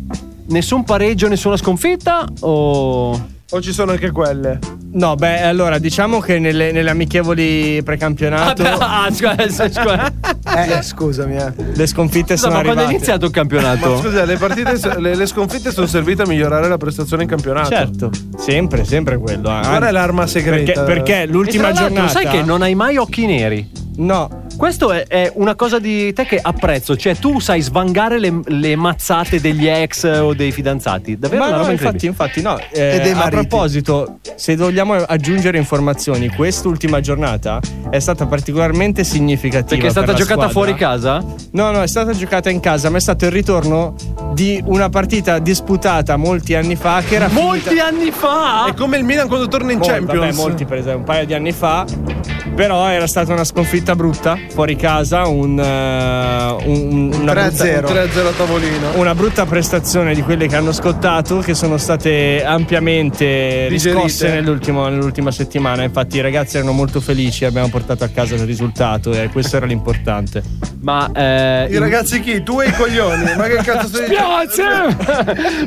Speaker 9: nessun pareggio, nessuna sconfitta o
Speaker 8: O ci sono anche quelle?
Speaker 10: No, beh, allora diciamo che nelle, nelle amichevoli precampionato
Speaker 9: Ah, scusa, scusa.
Speaker 8: Esatto.
Speaker 11: Eh, scusami, eh.
Speaker 10: le sconfitte
Speaker 9: Scusa,
Speaker 10: sono
Speaker 9: ma quando è
Speaker 10: arrivate.
Speaker 9: iniziato il
Speaker 8: Ma
Speaker 9: campionato?
Speaker 8: scusa, le partite, so- le, le sconfitte sono servite a migliorare la prestazione in campionato.
Speaker 10: Certo, sempre, sempre quello. eh.
Speaker 8: Qual è l'arma segreta?
Speaker 10: Perché, perché l'ultima
Speaker 9: E tra l'altro,
Speaker 10: giornata.
Speaker 9: Sai che non hai mai occhi neri?
Speaker 10: No,
Speaker 9: Questo è, è una cosa di te che apprezzo, cioè tu sai svangare le, le mazzate degli ex o dei fidanzati. Davvero
Speaker 10: Ma
Speaker 9: una
Speaker 10: no,
Speaker 9: roba
Speaker 10: infatti,
Speaker 9: incredibile.
Speaker 10: infatti, no. eh,
Speaker 11: E dei
Speaker 10: a
Speaker 11: mariti.
Speaker 10: proposito, se vogliamo aggiungere informazioni, quest'ultima giornata è stata particolarmente significativa.
Speaker 9: Perché è stata
Speaker 10: per la
Speaker 9: giocata
Speaker 10: squadra.
Speaker 9: fuori casa?
Speaker 10: No, no, è stata giocata in casa, ma è stato il ritorno di una partita disputata molti anni fa che era finita-
Speaker 9: Molti anni fa!
Speaker 8: È come il Milan quando torna in
Speaker 10: Mol-
Speaker 8: Champions.
Speaker 10: Vabbè, molti per esempio, un paio di anni fa. Però era stata una sconfitta brutta fuori casa, un, eh, un- una brutta-
Speaker 11: 3-0.
Speaker 8: 3-0 a tavolino.
Speaker 10: una brutta prestazione di quelle che hanno scottato, che sono state ampiamente
Speaker 8: Digerite.
Speaker 10: riscosse nell'ultimo- nell'ultima settimana. Infatti, i ragazzi erano molto felici, abbiamo portato a casa il risultato e questo era l'importante.
Speaker 9: Ma eh,
Speaker 8: I
Speaker 9: in-
Speaker 8: ragazzi chi? Tu e i coglioni. Ma che cazzo stai dicendo?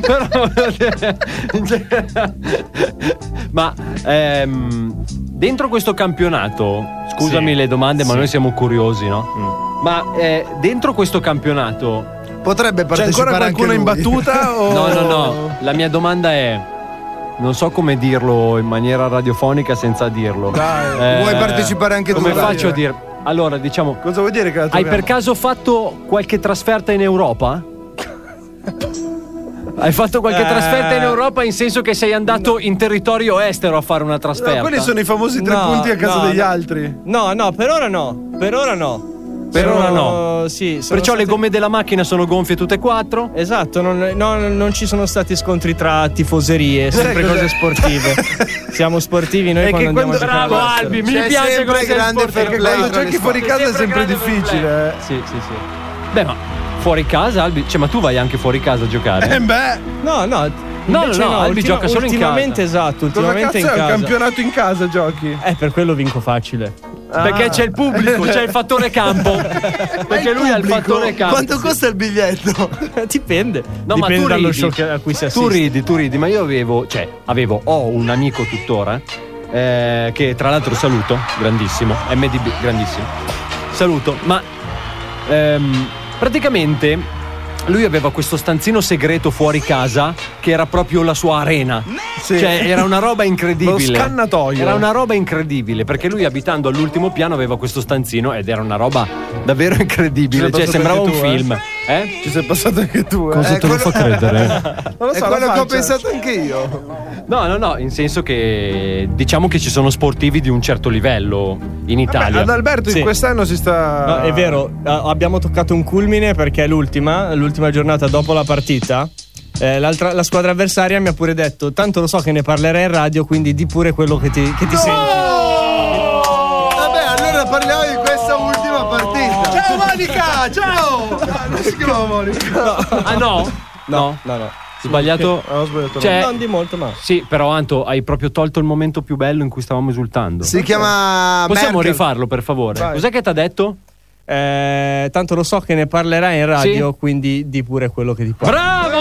Speaker 9: Grazie! Però. Ma ehm, dentro questo campionato, scusami
Speaker 10: Sì.
Speaker 9: le domande, ma
Speaker 10: Sì.
Speaker 9: noi siamo curiosi, no? Ma eh, dentro questo campionato
Speaker 11: Potrebbe partecipare anche lui.
Speaker 9: No, no, no. La mia domanda è. Non so come dirlo in maniera radiofonica senza dirlo. Eh,
Speaker 11: Dai, vuoi partecipare anche tu?
Speaker 9: come
Speaker 11: Dai,
Speaker 9: faccio a
Speaker 11: eh.
Speaker 9: dire? Allora, diciamo.
Speaker 8: Cosa vuol dire che la
Speaker 9: Hai
Speaker 8: troviamo?
Speaker 9: per caso fatto qualche trasferta in Europa? Hai fatto qualche
Speaker 8: Eh.
Speaker 9: trasferta in Europa in senso che sei andato in territorio estero a fare una trasferta?
Speaker 8: No, quelli sono i famosi tre punti a casa
Speaker 9: no,
Speaker 8: degli
Speaker 9: no.
Speaker 8: altri. Eh,
Speaker 10: No, no, per ora no. Per ora no.
Speaker 9: Per
Speaker 10: Sono-
Speaker 9: ora no.
Speaker 10: Sì, sono
Speaker 9: Perciò le
Speaker 10: state-
Speaker 9: gomme della macchina sono gonfie tutte e quattro.
Speaker 10: Esatto, non, no, non ci sono stati scontri tra tifoserie, sempre
Speaker 9: cos'è?
Speaker 10: cose sportive. Siamo sportivi noi
Speaker 9: È
Speaker 10: quando
Speaker 9: che
Speaker 10: andiamo
Speaker 9: quando-
Speaker 10: a giocare
Speaker 9: Bravo,
Speaker 10: all'estero.
Speaker 9: Albi, mi C'è piace sempre come sei grande sportivo. fair
Speaker 8: Perché quando giochi fuori casa è sempre difficile. eh.
Speaker 9: Sì, sì, sì. Beh, ma fuori casa, Albi. Cioè, ma tu vai anche fuori casa a giocare?
Speaker 8: Eh beh.
Speaker 10: No, no.
Speaker 9: No,
Speaker 10: invece
Speaker 9: no, no, Albi
Speaker 10: ultima-
Speaker 9: gioca solo in casa.
Speaker 10: Ultimamente, esatto,
Speaker 8: Cosa cazzo
Speaker 10: ultimamente in
Speaker 8: è un
Speaker 10: casa.
Speaker 8: campionato in casa giochi?
Speaker 10: Eh, per quello vinco facile.
Speaker 8: Ah.
Speaker 9: Perché c'è il pubblico, c'è il fattore campo. Perché lui ha il fattore campo.
Speaker 11: Quanto costa il biglietto?
Speaker 10: Dipende.
Speaker 9: No, ma
Speaker 10: Dipende
Speaker 9: tu
Speaker 10: dallo
Speaker 9: ridi.
Speaker 10: show che- a cui
Speaker 9: Tu
Speaker 10: si assiste.
Speaker 9: ridi, tu ridi, ma io avevo, cioè, avevo, ho un amico tuttora, eh, che tra l'altro saluto, grandissimo, MDB, grandissimo. Saluto, ma ehm, praticamente lui aveva questo stanzino segreto fuori casa che era proprio la sua arena.
Speaker 8: Sì.
Speaker 9: Cioè, era una roba incredibile.
Speaker 8: Lo scannatoio.
Speaker 9: Era una roba incredibile, perché lui abitando all'ultimo piano aveva questo stanzino ed era una roba davvero incredibile.
Speaker 8: Ci sei
Speaker 9: Cioè, sembrava
Speaker 8: passato
Speaker 9: un
Speaker 8: anche tu,
Speaker 9: film. Eh?
Speaker 8: Ci sei passato anche tu. eh.
Speaker 9: Cosa
Speaker 8: Eh,
Speaker 9: te lo fa credere?
Speaker 8: Non lo
Speaker 11: è
Speaker 8: so, la
Speaker 11: quello che ho
Speaker 8: faccia.
Speaker 11: pensato anche io.
Speaker 9: No, no, no, in senso che diciamo che ci sono sportivi di un certo livello in
Speaker 8: Beh,
Speaker 9: Italia.
Speaker 8: ad Alberto
Speaker 10: Sì.
Speaker 8: in quest'anno si sta.
Speaker 10: No, è vero, a- abbiamo toccato un culmine perché è l'ultima, l'ultima giornata dopo la partita. Eh, l'altra- la squadra avversaria mi ha pure detto: Tanto lo so che ne parlerai in radio, quindi di pure quello che ti, che ti senti.
Speaker 11: Vabbè, allora parliamo di questa ultima partita.
Speaker 8: Ciao Monica! Ciao! Ah, Non si chiama Monica.
Speaker 9: Ah no? No,
Speaker 10: no, no.
Speaker 9: Sbagliato.
Speaker 8: Ah, ho sbagliato.
Speaker 9: Cioè-
Speaker 10: Non di molto, ma.
Speaker 9: Sì, però Anto, hai proprio tolto il momento più bello in cui stavamo esultando.
Speaker 11: Si chiama.
Speaker 9: Possiamo
Speaker 11: Merkel.
Speaker 9: rifarlo, per favore?
Speaker 10: Vai.
Speaker 9: Cos'è che ti ha detto?
Speaker 10: Eh, tanto lo so che ne parlerai in radio, quindi di pure quello che ti parli.
Speaker 9: Bravo!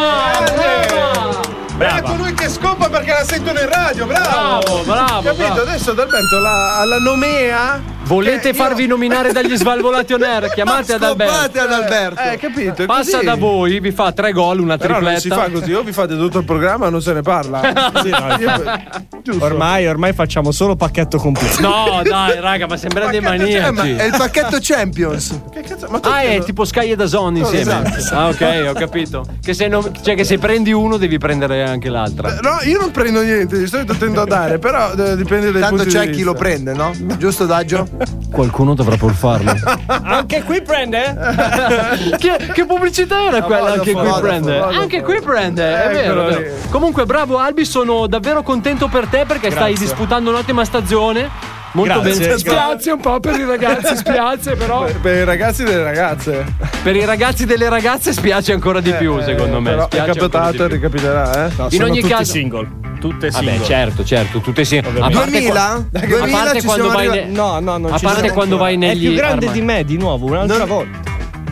Speaker 8: Bravo! È colui Ecco, che scopa perché la sentono in radio, bravo!
Speaker 9: Bravo, bravo,
Speaker 8: Capito?
Speaker 9: bravo.
Speaker 8: Adesso Adalberto la, alla nomea.
Speaker 9: Volete
Speaker 8: Eh, io-
Speaker 9: farvi nominare dagli Svalvolati On Air? Chiamate ad Alberto.
Speaker 11: Scopate ad Alberto.
Speaker 8: Eh, capito? è
Speaker 9: Passa
Speaker 8: così.
Speaker 9: da voi, vi fa tre gol, una
Speaker 8: Però
Speaker 9: tripletta.
Speaker 8: non si fa così, o vi fate tutto il programma non se ne parla.
Speaker 10: Sì, no,
Speaker 8: Io- Giusto.
Speaker 10: ormai, ormai facciamo solo pacchetto completo.
Speaker 9: No, dai, raga, ma sembra dei
Speaker 11: Eh, ma
Speaker 9: maniaci.
Speaker 11: è il pacchetto Champions.
Speaker 8: Che cazzo? Ma tu-
Speaker 9: Ah, è tipo Sky e Dazon insieme.
Speaker 8: esatto.
Speaker 9: Ah, ok, ho capito. Che se, non- cioè che se prendi uno devi prendere anche l'altra.
Speaker 8: No, io non prendo niente, di solito tendo a dare, però eh, dipende dai
Speaker 11: Tanto
Speaker 8: punti
Speaker 11: c'è
Speaker 8: di
Speaker 11: chi
Speaker 8: vista.
Speaker 11: lo prende, no? Giusto, Daggio?
Speaker 9: Qualcuno dovrà pur farlo. Ah.
Speaker 10: Anche qui prende?
Speaker 9: che, che pubblicità era quella? Anche qui
Speaker 8: Vodafone,
Speaker 9: prende.
Speaker 8: Vodafone.
Speaker 9: Anche qui prende, è
Speaker 8: Eccolo
Speaker 9: vero, è
Speaker 8: lì.
Speaker 9: vero. Comunque, bravo Albi, sono davvero contento per te perché stai
Speaker 10: Grazie.
Speaker 9: disputando un'ottima stagione. Molto
Speaker 10: Grazie,
Speaker 9: bene.
Speaker 10: grazie.
Speaker 9: Spiazia un po' per i ragazzi, spiazza però.
Speaker 8: Per, per i ragazzi e le ragazze.
Speaker 9: Per i ragazzi delle ragazze spiace ancora di più,
Speaker 8: Eh,
Speaker 9: secondo me.
Speaker 8: Però è
Speaker 9: spiace ancora di
Speaker 8: capitato e
Speaker 9: più.
Speaker 8: ricapiterà, eh?
Speaker 10: sono
Speaker 9: ogni
Speaker 10: tutti
Speaker 9: caso-
Speaker 10: single. Tutte
Speaker 9: Vabbè,
Speaker 10: single.
Speaker 9: certo, certo, tutte sì. A parte qua-
Speaker 11: 2000?
Speaker 9: a
Speaker 11: 2000
Speaker 9: parte
Speaker 11: ci
Speaker 9: quando
Speaker 11: siamo
Speaker 9: vai
Speaker 11: arrivati.
Speaker 9: ne-
Speaker 10: No, no, non
Speaker 9: A
Speaker 10: ci
Speaker 9: parte
Speaker 10: sono
Speaker 9: quando
Speaker 10: ancora.
Speaker 9: vai negli
Speaker 10: È più grande
Speaker 9: armadi.
Speaker 10: di me, di nuovo, un'altra volta.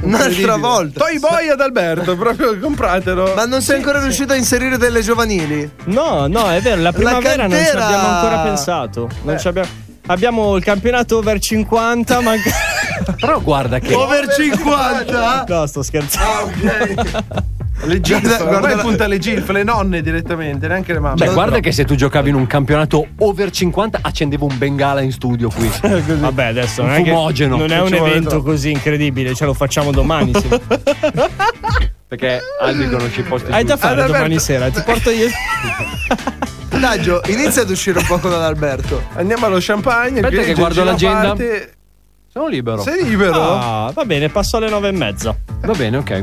Speaker 11: Un'altra volta.
Speaker 8: Toy Boy ad Alberto, proprio compratelo.
Speaker 11: Ma non sei ancora riuscito a inserire delle giovanili?
Speaker 10: No, no, è vero, la Eh. primavera non ci
Speaker 11: cantera-
Speaker 10: abbiamo ancora pensato. Non ci abbiamo... abbiamo il campionato over 50, ma.
Speaker 9: Però guarda che.
Speaker 11: Over 50?
Speaker 10: no, sto scherzando.
Speaker 8: Le GILF,
Speaker 11: Guarda-
Speaker 8: ormai
Speaker 11: guarda-
Speaker 8: punta le GILF, le nonne direttamente, neanche le mamme.
Speaker 9: Cioè, guarda che se tu giocavi in un campionato over 50, accendevo un bengala in studio qui.
Speaker 10: Vabbè, adesso non è, che-
Speaker 9: Fumogeno.
Speaker 10: non è
Speaker 9: Ci
Speaker 10: un
Speaker 9: vuole
Speaker 10: evento così incredibile, ce lo facciamo domani. sì.
Speaker 9: Perché Albi conosce i posti.
Speaker 10: Hai da
Speaker 9: giusti.
Speaker 10: fare
Speaker 8: Adalberto-
Speaker 10: domani sera, ti porto io.
Speaker 11: Daggio, inizia ad uscire un poco dall'Alberto.
Speaker 8: Andiamo allo champagne.
Speaker 9: Aspetta
Speaker 8: il
Speaker 9: che
Speaker 8: cliente
Speaker 9: guardo
Speaker 8: gira
Speaker 9: l'agenda.
Speaker 8: parte.
Speaker 9: Sono libero.
Speaker 8: Sei libero?
Speaker 10: Ah, va bene, passo alle nove e mezza.
Speaker 9: Va bene, ok.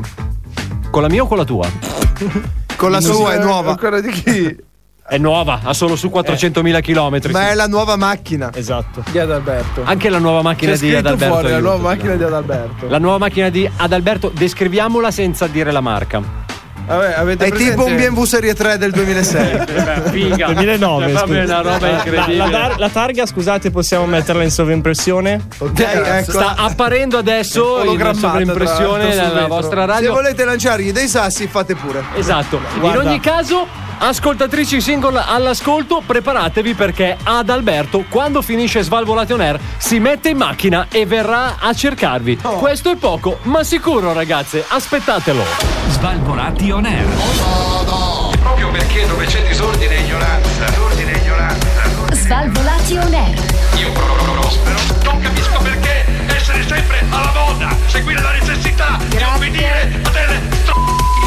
Speaker 9: Con la mia o con la tua?
Speaker 11: Con la sua è nuova.
Speaker 8: eh, Ancora di chi?
Speaker 9: È nuova, ha solo su 400.000 km.
Speaker 11: Ma è la nuova macchina.
Speaker 10: Esatto.
Speaker 8: Di Adalberto.
Speaker 9: Anche la nuova macchina
Speaker 8: C'è
Speaker 9: di
Speaker 8: scritto
Speaker 9: Adalberto.
Speaker 8: fuori la
Speaker 9: aiuta.
Speaker 8: nuova macchina di Adalberto.
Speaker 9: La nuova macchina di Adalberto, descriviamola senza dire la marca.
Speaker 8: Vabbè, avete
Speaker 11: È
Speaker 8: presente-
Speaker 11: tipo un BMW Serie 3 del 2006.
Speaker 9: Figa.
Speaker 10: 2009,
Speaker 9: proprio
Speaker 10: scusa.
Speaker 9: una roba
Speaker 10: La,
Speaker 9: incredibile.
Speaker 10: la tar- la targa, scusate, possiamo metterla in sovraimpressione?
Speaker 11: Ok, ecco.
Speaker 9: Sta apparendo adesso in
Speaker 8: Ologrammata,
Speaker 9: sovraimpressione
Speaker 8: tra l'altro, sul
Speaker 9: della
Speaker 8: vetro.
Speaker 9: vostra
Speaker 11: Se
Speaker 9: radio.
Speaker 11: volete lanciargli dei sassi, fate pure.
Speaker 9: Esatto. In
Speaker 10: Guarda.
Speaker 9: ogni caso, Ascoltatrici single all'ascolto, preparatevi perché ad Alberto, quando finisce Svalvolati on Air, si mette in macchina e verrà a cercarvi.
Speaker 11: Oh.
Speaker 9: Questo è poco, ma sicuro, ragazze, aspettatelo.
Speaker 23: Svalvolati on Air.
Speaker 24: Proprio perché dove c'è disordine e ignoranza, disordine e ignoranza.
Speaker 6: Svalvolati on air.
Speaker 24: Io pro- pro- prospero. Non capisco perché essere sempre alla moda, seguire la necessità di obbedire a delle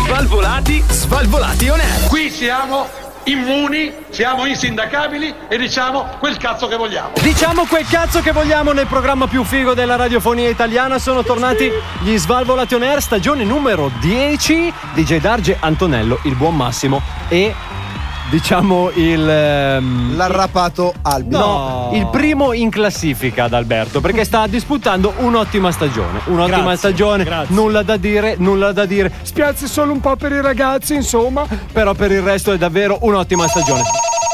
Speaker 25: Svalvolati, svalvolati on air.
Speaker 24: Qui siamo immuni, siamo insindacabili e diciamo quel cazzo che vogliamo.
Speaker 9: Diciamo quel cazzo che vogliamo nel programma più figo della radiofonia italiana. Sono tornati gli Svalvolati on Air, stagione numero 10. DJ Darge Antonello, il buon Massimo e diciamo il ehm,
Speaker 11: L'arrapato Albi.
Speaker 9: No, il primo in classifica ad Alberto perché sta disputando un'ottima stagione. Un'ottima
Speaker 10: Grazie,
Speaker 9: stagione,
Speaker 10: grazie.
Speaker 9: nulla da dire, nulla da dire. Spiazzi solo un po' per i ragazzi, insomma, però per il resto è davvero un'ottima stagione.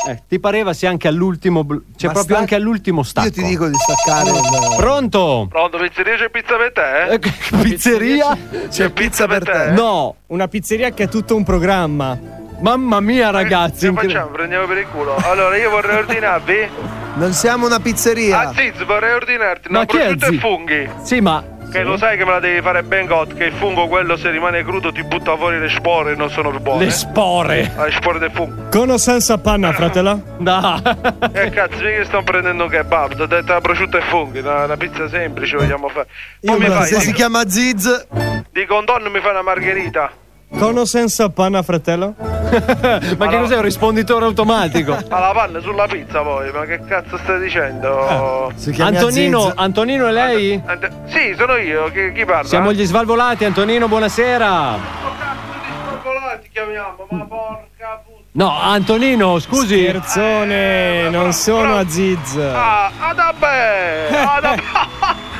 Speaker 9: Eh, ti pareva se anche all'ultimo bl- c'è
Speaker 11: Ma
Speaker 9: proprio
Speaker 11: sta-
Speaker 9: anche all'ultimo stacco.
Speaker 11: Io ti dico di staccare il.
Speaker 9: Pronto?
Speaker 8: Pronto, pizzeria c'è pizza per te, eh?
Speaker 9: Pizzeria?
Speaker 11: C'è pizza per te?
Speaker 9: No,
Speaker 10: Una pizzeria che è tutto un programma.
Speaker 9: mamma mia ragazzi.
Speaker 8: Eh, Che facciamo? Prendiamo per il culo. Allora, io vorrei ordinarvi.
Speaker 11: Non siamo una pizzeria.
Speaker 8: Aziz, vorrei ordinarti
Speaker 9: Ma
Speaker 8: una
Speaker 9: chi è
Speaker 8: prosciutto e
Speaker 9: Aziz?
Speaker 8: funghi.
Speaker 9: Sì, ma
Speaker 8: Che lo sai che me la devi fare ben got, che il fungo quello se rimane crudo ti butta fuori le spore, non sono buone.
Speaker 9: le spore.
Speaker 8: Ah, le spore del fungo.
Speaker 10: Cono senza panna, fratella.
Speaker 9: No.
Speaker 8: E Eh, cazzo, io che sto prendendo un kebab, ti ho detto la prosciutto e funghi, una, una pizza semplice vogliamo fare. Poi mi fai,
Speaker 11: Se si
Speaker 8: di,
Speaker 11: chiama Ziz,
Speaker 8: di contorno mi fai una margherita.
Speaker 10: Cono senza panna, fratello.
Speaker 9: Ma che cos'è un risponditore automatico?
Speaker 8: Alla panna sulla pizza poi, ma che cazzo stai dicendo?
Speaker 11: si chiama
Speaker 9: Antonino,
Speaker 11: Ziz.
Speaker 9: Antonino è lei?
Speaker 8: Ante- Sì, sono io, chi, chi parla?
Speaker 9: Ah. Siamo gli svalvolati, Antonino, buonasera.
Speaker 8: Oh, cazzo di svalvolati ti chiamiamo, ma porca puttana.
Speaker 9: No, Antonino, scusi.
Speaker 10: Scherzone, non sono a Ziz.
Speaker 8: Ah, adabè! Adabè!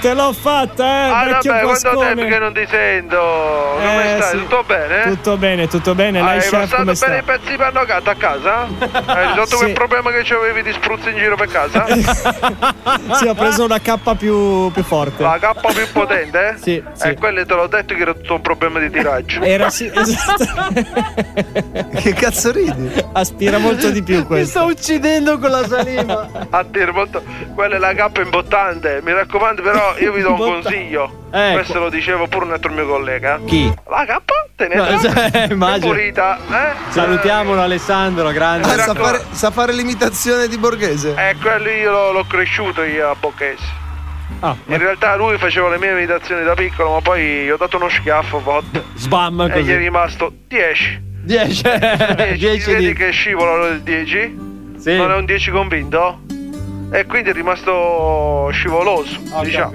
Speaker 10: Te l'ho fatta, eh,
Speaker 8: Adabè,
Speaker 10: vecchio
Speaker 8: Ah, quanto tempo che
Speaker 10: guascone.
Speaker 8: non ti sento? Come
Speaker 10: Eh,
Speaker 8: stai?
Speaker 10: sì.
Speaker 8: Tutto bene? Ah,
Speaker 10: Tutto bene, tutto bene.
Speaker 8: Hai
Speaker 10: Eh, Lei, chef,
Speaker 8: passato
Speaker 10: come
Speaker 8: bene
Speaker 10: sta?
Speaker 8: i pezzi di pannocato a casa? Hai risolto
Speaker 10: Sì.
Speaker 8: quel problema che avevi di spruzzi in giro per casa?
Speaker 10: Sì, ho preso una K più, più forte.
Speaker 8: La K più potente? eh?
Speaker 10: Sì, sì. Eh.
Speaker 8: E quello te l'ho detto che era tutto un problema di tiraggio.
Speaker 10: Era sì, esatto.
Speaker 11: Che cazzo ridi?
Speaker 10: Aspira molto di più
Speaker 9: Mi
Speaker 10: questo.
Speaker 9: sta uccidendo con la saliva.
Speaker 8: A dire molto, quella è la K imbottante. Mi raccomando, però, io vi do un
Speaker 9: Imbottante.
Speaker 10: Eh,
Speaker 8: consiglio.
Speaker 9: Ecco.
Speaker 8: Questo lo dicevo pure un altro mio collega.
Speaker 9: Chi?
Speaker 8: La K te ne
Speaker 9: No,
Speaker 8: dà
Speaker 10: eh,
Speaker 9: cioè,
Speaker 8: più
Speaker 9: immagino.
Speaker 8: pulita, eh?
Speaker 9: Salutiamolo Alessandro, grande.
Speaker 11: Ah, sa,
Speaker 8: raccomando.
Speaker 11: fare, sa fare l'imitazione di Borghese.
Speaker 8: Eh, quello io l'ho, l'ho cresciuto io a Bocchese.
Speaker 9: Ah,
Speaker 8: In realtà lui faceva le mie meditazioni da piccolo, ma poi gli ho dato uno schiaffo a volte
Speaker 9: sbam
Speaker 8: e gli è
Speaker 9: così.
Speaker 8: rimasto 10.
Speaker 9: 10
Speaker 8: 10
Speaker 9: 10
Speaker 8: vedi
Speaker 9: di
Speaker 8: che scivola il 10?
Speaker 9: Sì.
Speaker 8: Non è un 10 convinto? E quindi è rimasto scivoloso, diciamo.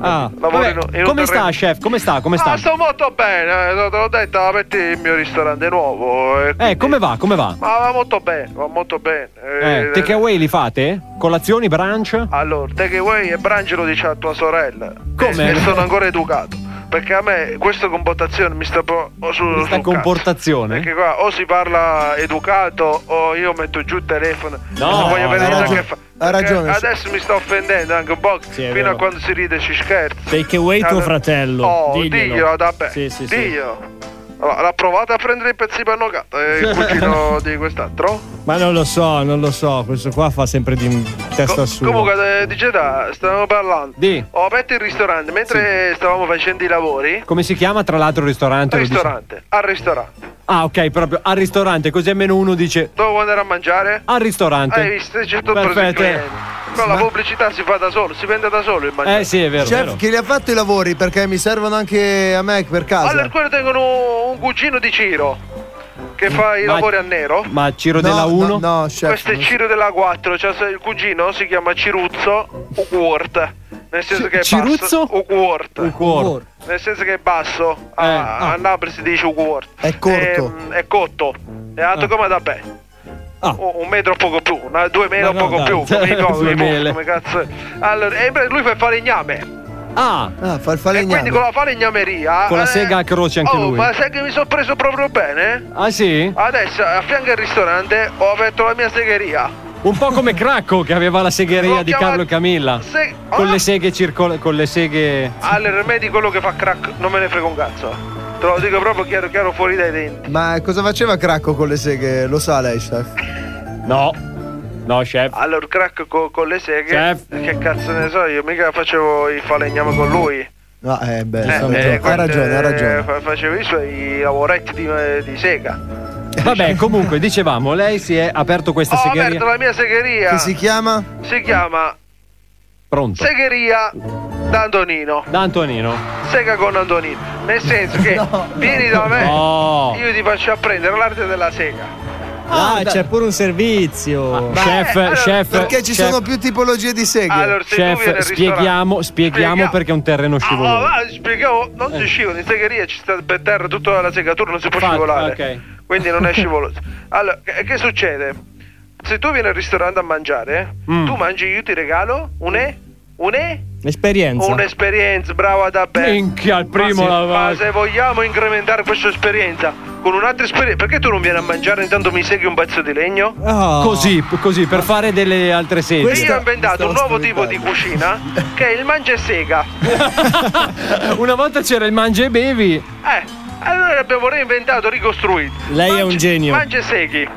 Speaker 9: Ah,
Speaker 8: Lavoro
Speaker 9: vabbè,
Speaker 8: in un- in un
Speaker 9: come sta
Speaker 8: terreno.
Speaker 9: chef? Come sta? Come
Speaker 8: Ah,
Speaker 9: sta?
Speaker 8: sto molto bene, eh, te l'ho detto, aperti il mio ristorante nuovo. e
Speaker 9: Eh,
Speaker 8: quindi-
Speaker 9: come va? Come va?
Speaker 8: Ma va molto bene, va molto bene.
Speaker 9: Eh, take away li fate? Colazioni, brunch?
Speaker 8: Allora, takeaway e Brangelo dice a tua sorella.
Speaker 9: Come?
Speaker 8: E, e sono ancora educato. Perché a me questa comportazione mi sta po- o su,
Speaker 9: Questa
Speaker 8: sul
Speaker 9: comportazione?
Speaker 8: cazzo. Perché qua o si parla educato o io metto giù il telefono.
Speaker 9: No,
Speaker 8: non voglio
Speaker 9: ha
Speaker 8: vedere niente a
Speaker 11: ragione.
Speaker 8: che fa.
Speaker 11: Ha
Speaker 8: Perché
Speaker 11: ragione, sì.
Speaker 8: Adesso mi sto offendendo anche un po'.
Speaker 10: Sì,
Speaker 8: fino
Speaker 10: è vero.
Speaker 8: a quando si ride e si scherza.
Speaker 10: Take away tuo
Speaker 8: Allora-
Speaker 10: fratello.
Speaker 8: Oh,
Speaker 10: diglielo.
Speaker 8: Dio, vabbè.
Speaker 10: Sì, sì, sì.
Speaker 8: Dio. Allora, l'ha provata a prendere i pezzi di pannocato, eh, il cugino di quest'altro.
Speaker 10: Ma non lo so, non lo so. Questo qua fa sempre di testa
Speaker 8: Co-
Speaker 10: su.
Speaker 8: Comunque, eh, dice da, stavamo parlando.
Speaker 9: Di.
Speaker 8: Ho aperto il ristorante mentre stavamo facendo i lavori.
Speaker 9: Come si chiama tra l'altro il ristorante? Lo dici?
Speaker 8: Ristorante, al ristorante.
Speaker 9: Ah, ok, proprio al ristorante, così almeno uno dice
Speaker 8: Dove vuoi andare a mangiare?
Speaker 9: al ristorante.
Speaker 8: Hai visto? C'è tutto il
Speaker 9: Perfetto.
Speaker 8: cliente. Però la pubblicità si fa da solo, si vende da solo il mangiare.
Speaker 9: Eh sì, è vero.
Speaker 11: Chef,
Speaker 9: vero.
Speaker 11: che li ha fatto i lavori perché mi servono anche a me per casa.
Speaker 8: Allora, quello tengono un cugino di Ciro che fa i
Speaker 9: Ma-
Speaker 8: lavori a nero.
Speaker 9: Ma Ciro
Speaker 11: no,
Speaker 9: della
Speaker 11: No,
Speaker 9: 1?
Speaker 11: no, chef.
Speaker 8: Questo è
Speaker 11: non so.
Speaker 8: Ciro della 4, cioè se il cugino si chiama Ciruzzo Uguort. Nel senso che è
Speaker 9: Ciruzzo?
Speaker 8: basso. Uguort.
Speaker 9: Cuore.
Speaker 8: Nel senso che è basso, a,
Speaker 9: ah.
Speaker 8: a Napoli si dice uguort.
Speaker 11: È corto.
Speaker 8: Ehm, È, cotto. È alto come da beh.
Speaker 10: Ah.
Speaker 8: Un un metro poco più, una- due metri
Speaker 10: Ma no,
Speaker 8: poco
Speaker 10: dai.
Speaker 8: più. Come, i co-
Speaker 9: Due
Speaker 8: i mo-
Speaker 9: mele.
Speaker 8: come cazzo. Allora, e beh, lui fa il falegname.
Speaker 9: Ah,
Speaker 11: Ah, fa il
Speaker 8: E quindi con
Speaker 11: falegname.
Speaker 8: la falegnameria.
Speaker 9: Con la sega a croce anche
Speaker 8: Eh. oh,
Speaker 9: lui.
Speaker 8: Ma sai che mi sono preso proprio bene?
Speaker 9: ah sì?
Speaker 8: Adesso a fianco al ristorante ho aperto la mia segheria.
Speaker 9: Un po' come Cracco che aveva la segheria
Speaker 8: L'ho
Speaker 9: di
Speaker 8: chiamato-
Speaker 9: Carlo e Camilla.
Speaker 8: Se-
Speaker 9: Con
Speaker 8: Ah!
Speaker 9: le seghe circol- con le seghe
Speaker 8: Allora, me di quello che fa crack non me ne frega un cazzo. Te lo dico proprio chiaro chiaro fuori dai denti.
Speaker 11: Ma cosa faceva Cracco con le seghe? Lo sa lei, chef?
Speaker 9: No. No, chef.
Speaker 8: Allora, il crack co- con le seghe. Che cazzo ne so, io mica facevo il falegname con lui.
Speaker 11: No, eh, beh,
Speaker 8: Eh,
Speaker 11: giustamente.
Speaker 8: eh,
Speaker 11: ha
Speaker 8: quando,
Speaker 11: ragione, ha
Speaker 8: eh,
Speaker 11: ragione.
Speaker 8: fa- facevo i suoi lavoretti di, di sega. Ah.
Speaker 9: Vabbè, comunque, dicevamo, lei si è aperto questa
Speaker 8: Ho
Speaker 9: segheria.
Speaker 8: aperto la mia segheria.
Speaker 9: Che si
Speaker 11: chiama?
Speaker 8: Si chiama
Speaker 9: Pronto.
Speaker 8: Segheria d'Antonino.
Speaker 9: Da Antonino.
Speaker 8: Sega con Antonino. Nel senso che vieni da me,
Speaker 9: No.
Speaker 8: io ti faccio apprendere l'arte della sega.
Speaker 10: Ah, c'è pure un servizio.
Speaker 9: Chef,
Speaker 8: allora,
Speaker 9: chef.
Speaker 8: perché ci
Speaker 9: chef,
Speaker 8: sono
Speaker 11: Più tipologie di seghe.
Speaker 8: Allora, se tu vieni
Speaker 9: Chef,
Speaker 8: al
Speaker 9: spieghiamo,
Speaker 8: ristorante-
Speaker 9: spieghiamo
Speaker 8: Spiega-
Speaker 9: perché è un terreno
Speaker 8: Ah,
Speaker 9: scivoloso.
Speaker 8: ah, spiegavo, non si scivola in segheria, ci sta per terra tutta la sega, tu non si può
Speaker 9: Infatti,
Speaker 8: scivolare.
Speaker 9: ok.
Speaker 8: Quindi non è scivoloso. Allora, che, che succede? Se tu vieni al ristorante a mangiare,
Speaker 10: Mm.
Speaker 8: tu mangi, io ti regalo un e? Un e?
Speaker 10: L'esperienza.
Speaker 8: Un'esperienza, brava da bene.
Speaker 10: Minchia, al primo
Speaker 8: ma,
Speaker 10: la
Speaker 8: se-
Speaker 10: vai.
Speaker 8: ma se vogliamo incrementare questa esperienza con un'altra esperienza, perché tu non vieni a mangiare intanto mi segui un pezzo di legno?
Speaker 10: Oh.
Speaker 9: Così, p- così, per fare delle altre
Speaker 8: Io
Speaker 9: sedie.
Speaker 8: ho inventato un nuovo tipo di cucina che è il mangia e sega.
Speaker 9: Una volta c'era il mangia e bevi.
Speaker 8: Eh, allora abbiamo reinventato, ricostruito.
Speaker 9: Lei è un genio.
Speaker 8: Mangia e seghi.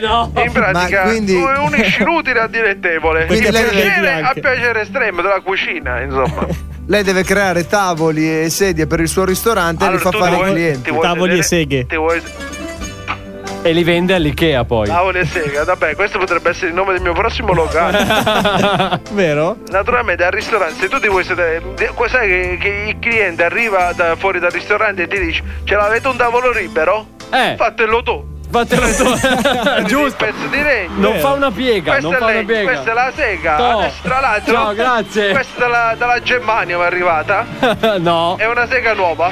Speaker 9: No.
Speaker 8: In pratica,
Speaker 9: Ma quindi-
Speaker 8: tu unisci l'utile al dilettevole.
Speaker 11: Quindi
Speaker 8: Il
Speaker 11: lei-
Speaker 8: piacere
Speaker 11: anche.
Speaker 8: al piacere estremo della cucina, insomma.
Speaker 11: Lei deve creare tavoli e sedie per il suo ristorante
Speaker 8: Allora,
Speaker 11: e li
Speaker 8: tu
Speaker 11: fa
Speaker 8: ti
Speaker 11: fare
Speaker 8: vuoi-
Speaker 11: ai clienti.
Speaker 8: ti vuoi Tavoli vedere- e seghe. Ti vuoi
Speaker 9: E li vende all'Ikea poi.
Speaker 8: Tavolo e sega, vabbè, questo potrebbe essere il nome del mio prossimo locale.
Speaker 10: Vero?
Speaker 8: Naturalmente al ristorante, se tu ti vuoi sedere, de- que- sai che, che il cliente arriva da- fuori dal ristorante e ti dice ce l'avete un tavolo libero?
Speaker 9: Eh.
Speaker 8: Fatelo tu.
Speaker 9: Fatelo tu.
Speaker 8: Giusto. pezzo di legno.
Speaker 9: Non fa una piega,
Speaker 8: Questa
Speaker 9: non
Speaker 8: è
Speaker 9: fa una
Speaker 8: legno,
Speaker 9: piega.
Speaker 8: Questa è la sega.
Speaker 9: No.
Speaker 8: Adesso, tra l'altro.
Speaker 9: No, grazie.
Speaker 8: Questa dalla, dalla Germania mi è arrivata.
Speaker 9: no.
Speaker 8: È una sega nuova.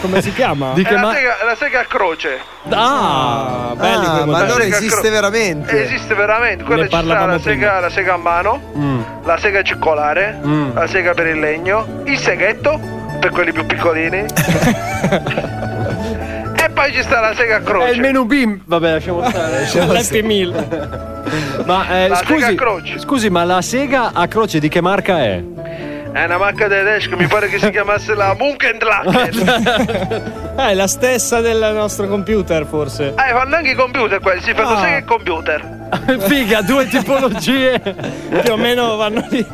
Speaker 10: Come si chiama?
Speaker 8: è la, sega, la sega a croce.
Speaker 9: Ah,
Speaker 10: belli quei
Speaker 11: ma
Speaker 10: modelli.
Speaker 11: allora
Speaker 8: La sega a
Speaker 11: esiste
Speaker 8: cro-
Speaker 11: veramente.
Speaker 8: Esiste veramente. Quella
Speaker 11: Ne
Speaker 8: ci sta
Speaker 11: parlavamo
Speaker 8: la sega, la sega a mano,
Speaker 9: Mm.
Speaker 8: la sega circolare,
Speaker 11: Mm.
Speaker 8: la sega per il legno, il seghetto per quelli più piccolini. e poi ci sta la sega a croce.
Speaker 9: È il menu bim. Vabbè, lasciamo stare.
Speaker 10: L'F1000.
Speaker 9: Ma eh,
Speaker 8: La sega a
Speaker 9: scusi, scusi, ma la sega a croce di che marca è?
Speaker 8: È una marca tedesca, mi pare che si chiamasse la
Speaker 9: Esatto.
Speaker 8: Munkenlaken.
Speaker 10: Ah, è la stessa del nostro computer, forse.
Speaker 8: Eh, fanno anche i computer quelli, si fanno
Speaker 10: Ah.
Speaker 8: sega e computer.
Speaker 9: Figa, due tipologie.
Speaker 10: più o meno vanno lì.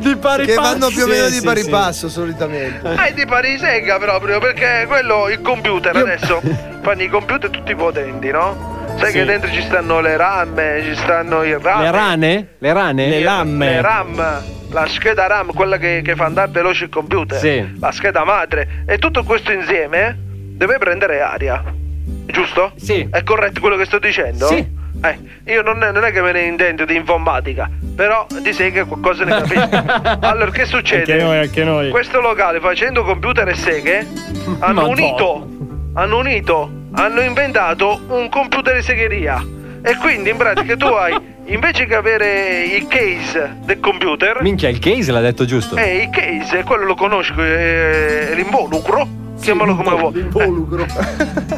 Speaker 9: di pari
Speaker 11: che
Speaker 9: passo.
Speaker 11: vanno più o meno
Speaker 9: Sì,
Speaker 11: di
Speaker 9: sì,
Speaker 11: pari
Speaker 9: sì.
Speaker 11: passo solitamente.
Speaker 8: Eh, di pari sega proprio, perché quello, il computer adesso, fanno i computer tutti potenti, no? Sai
Speaker 9: Sì.
Speaker 8: che dentro ci stanno le ramme, ci stanno i RAM.
Speaker 9: Le rane? Le rane?
Speaker 8: Le Le RAM, la scheda RAM, quella che, che fa andare veloce il computer.
Speaker 9: Sì.
Speaker 8: La scheda madre. E tutto questo insieme deve prendere aria. Giusto?
Speaker 9: Sì.
Speaker 8: È corretto quello che sto dicendo?
Speaker 9: Sì.
Speaker 8: Eh, io non, non è che me ne intendo di informatica, però di sé che qualcosa ne capisco. allora, che succede?
Speaker 10: Anche noi, anche noi.
Speaker 8: Questo locale facendo computer e seghe hanno
Speaker 10: Madonna.
Speaker 8: unito, hanno unito, hanno inventato un computer e segheria. E quindi in pratica tu hai, invece che avere il case del computer,
Speaker 9: Minchia, il case l'ha detto giusto.
Speaker 8: eh, il case, quello lo conosco, è l'involucro, chiamalo come vuoi. L'involucro.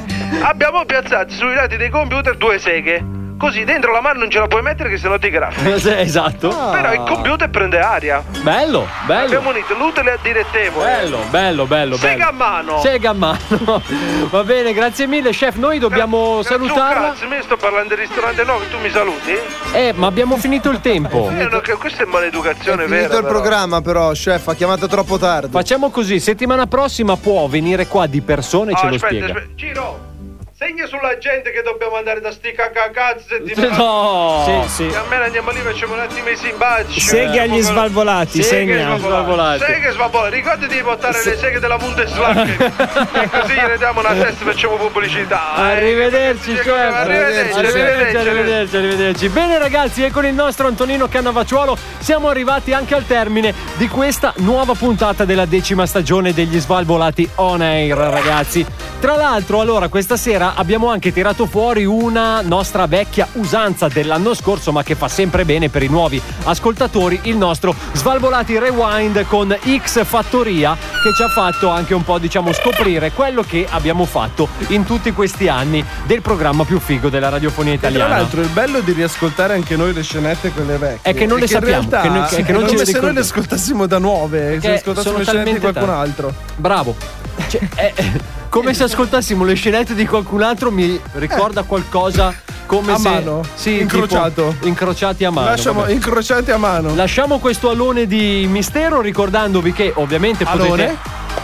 Speaker 8: Abbiamo piazzato sui lati dei computer due seghe. Così dentro la mano non ce la puoi mettere che sennò ti graffi.
Speaker 9: Sì, Esatto.
Speaker 8: Però il computer prende aria.
Speaker 9: Bello, bello.
Speaker 8: Abbiamo unito l'utile a direttevole.
Speaker 9: Bello, bello, bello.
Speaker 8: Sega
Speaker 9: bello.
Speaker 8: a mano.
Speaker 9: Sega a mano. Va bene, grazie mille, chef. Noi dobbiamo salutarla.
Speaker 8: Cazzo, mi sto parlando del ristorante no, che tu mi saluti?
Speaker 9: Eh, ma abbiamo finito il tempo.
Speaker 8: Eh, no, che questa è maleducazione
Speaker 11: È
Speaker 8: vera.
Speaker 11: finito il
Speaker 8: però.
Speaker 11: programma, però, chef, ha chiamato troppo tardi.
Speaker 9: Facciamo così, settimana prossima può venire qua di persona e
Speaker 8: Ah,
Speaker 9: ce lo
Speaker 8: aspetta,
Speaker 9: spiega.
Speaker 8: aspetta. Ciro, segna sulla gente che dobbiamo andare da sti cacacazzi settimana.
Speaker 9: No.
Speaker 10: Sì, sì.
Speaker 8: E almeno andiamo lì, facciamo un attimo i simpatici.
Speaker 10: Seghe agli svalvolati, segna.
Speaker 8: Seghe svalvolati. Seghe svalvolati. Ricordati di portare le seghe della Bundesliga. e così le diamo una testa e facciamo pubblicità. eh.
Speaker 9: Arrivederci, chef.
Speaker 8: Arrivederci,
Speaker 9: arrivederci,
Speaker 8: arrivederci.
Speaker 9: arrivederci, arrivederci. Bene, ragazzi, e con il nostro Antonino Cannavacciuolo siamo arrivati anche al termine di questa nuova puntata della decima stagione degli Svalvolati On Air, ragazzi. Tra l'altro, allora, questa sera abbiamo anche tirato fuori una nostra vecchia usanza dell'anno scorso, ma che fa sempre bene per i nuovi ascoltatori, il nostro Svalvolati Rewind con X Fattoria, che ci ha fatto anche un po', diciamo, scoprire quello che abbiamo fatto in tutti questi anni del programma più figo della radiofonia
Speaker 26: E Tra
Speaker 9: italiana.
Speaker 26: l'altro, il bello di riascoltare anche noi le scenette quelle vecchie
Speaker 9: È che non
Speaker 26: è
Speaker 9: le sappiamo,
Speaker 26: In realtà,
Speaker 9: che noi- che- che non
Speaker 26: è
Speaker 9: ce le
Speaker 26: come se noi
Speaker 9: ricordiamo.
Speaker 26: le ascoltassimo da nuove, se
Speaker 9: Perché
Speaker 26: ascoltassimo
Speaker 9: sono
Speaker 26: le scenette di
Speaker 9: talmente
Speaker 26: qualcun
Speaker 9: tante.
Speaker 26: altro.
Speaker 9: Bravo. Cioè, è- come se ascoltassimo le scenette di qualcun altro, mi ricorda qualcosa come
Speaker 8: Eh. A
Speaker 9: se.
Speaker 8: mano?
Speaker 9: Sì,
Speaker 8: Incrociato?
Speaker 9: tipo incrociati a mano.
Speaker 8: Lasciamo
Speaker 9: vabbè.
Speaker 8: incrociati a mano.
Speaker 9: Lasciamo questo alone di mistero ricordandovi che ovviamente
Speaker 8: Alone?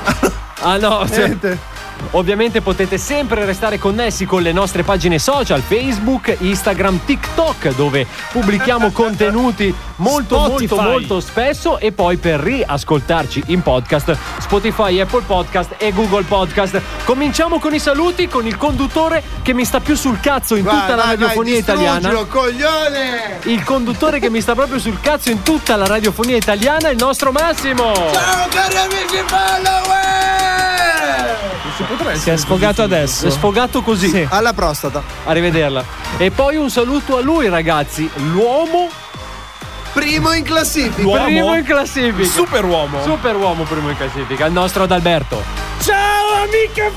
Speaker 9: potete. Ah no, cioè-
Speaker 8: Niente.
Speaker 9: Ovviamente potete sempre restare connessi con le nostre pagine social, Facebook, Instagram, TikTok, dove pubblichiamo contenuti molto molto
Speaker 10: Spotify.
Speaker 9: molto spesso e poi per riascoltarci in podcast Spotify, Apple Podcast e Google Podcast. Cominciamo con i saluti con il conduttore che mi sta più sul cazzo in tutta la radiofonia italiana.
Speaker 11: coglione!
Speaker 9: Il conduttore che mi sta proprio sul cazzo in tutta la radiofonia italiana, il nostro Massimo.
Speaker 11: Ciao cari amici follower!
Speaker 9: Si è sfogato
Speaker 10: Esatto.
Speaker 9: adesso. Si è sfogato così.
Speaker 11: Alla prostata.
Speaker 9: Arrivederla. E poi un saluto a lui, ragazzi. L'uomo.
Speaker 11: Primo in classifica.
Speaker 9: Primo in classifica.
Speaker 8: Superuomo.
Speaker 9: Superuomo primo in classifica. Il nostro Adalberto. Esatto.
Speaker 10: Ciao amiche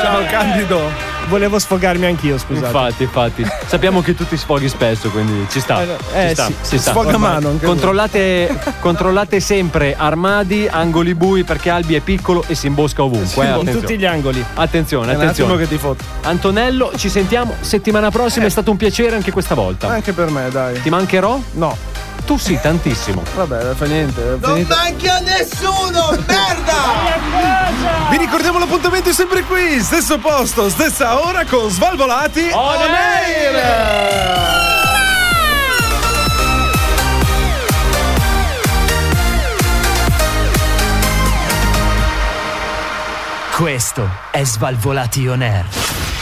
Speaker 8: Ciao Candido.
Speaker 10: Volevo sfogarmi anch'io, scusate.
Speaker 9: Infatti, infatti. Sappiamo che tu ti sfoghi spesso, quindi ci sta.
Speaker 10: Eh, no.
Speaker 9: ci
Speaker 10: Eh,
Speaker 9: sta,
Speaker 10: sì.
Speaker 9: ci sta.
Speaker 10: Sfoga
Speaker 9: Ormai.
Speaker 10: mano anche
Speaker 9: Controllate, controllate sempre armadi, angoli bui, perché Albi è piccolo e si imbosca ovunque. eh,
Speaker 10: in
Speaker 9: attenzione.
Speaker 10: tutti gli angoli.
Speaker 9: Attenzione,
Speaker 10: È un
Speaker 9: attenzione.
Speaker 10: attimo che
Speaker 8: ti fotto.
Speaker 9: Antonello, ci sentiamo settimana prossima. È stato un piacere anche questa volta.
Speaker 8: Anche per me, dai.
Speaker 9: Ti mancherò?
Speaker 8: No.
Speaker 9: Tu sì, tantissimo.
Speaker 8: Vabbè, fa niente. fa
Speaker 11: Non
Speaker 8: niente.
Speaker 11: manchi a nessuno, merda!
Speaker 8: Vi ricordiamo l'appuntamento sempre qui, stesso posto, stessa ora con Svalvolati
Speaker 9: On
Speaker 8: Air!
Speaker 7: Questo è Svalvolation Air.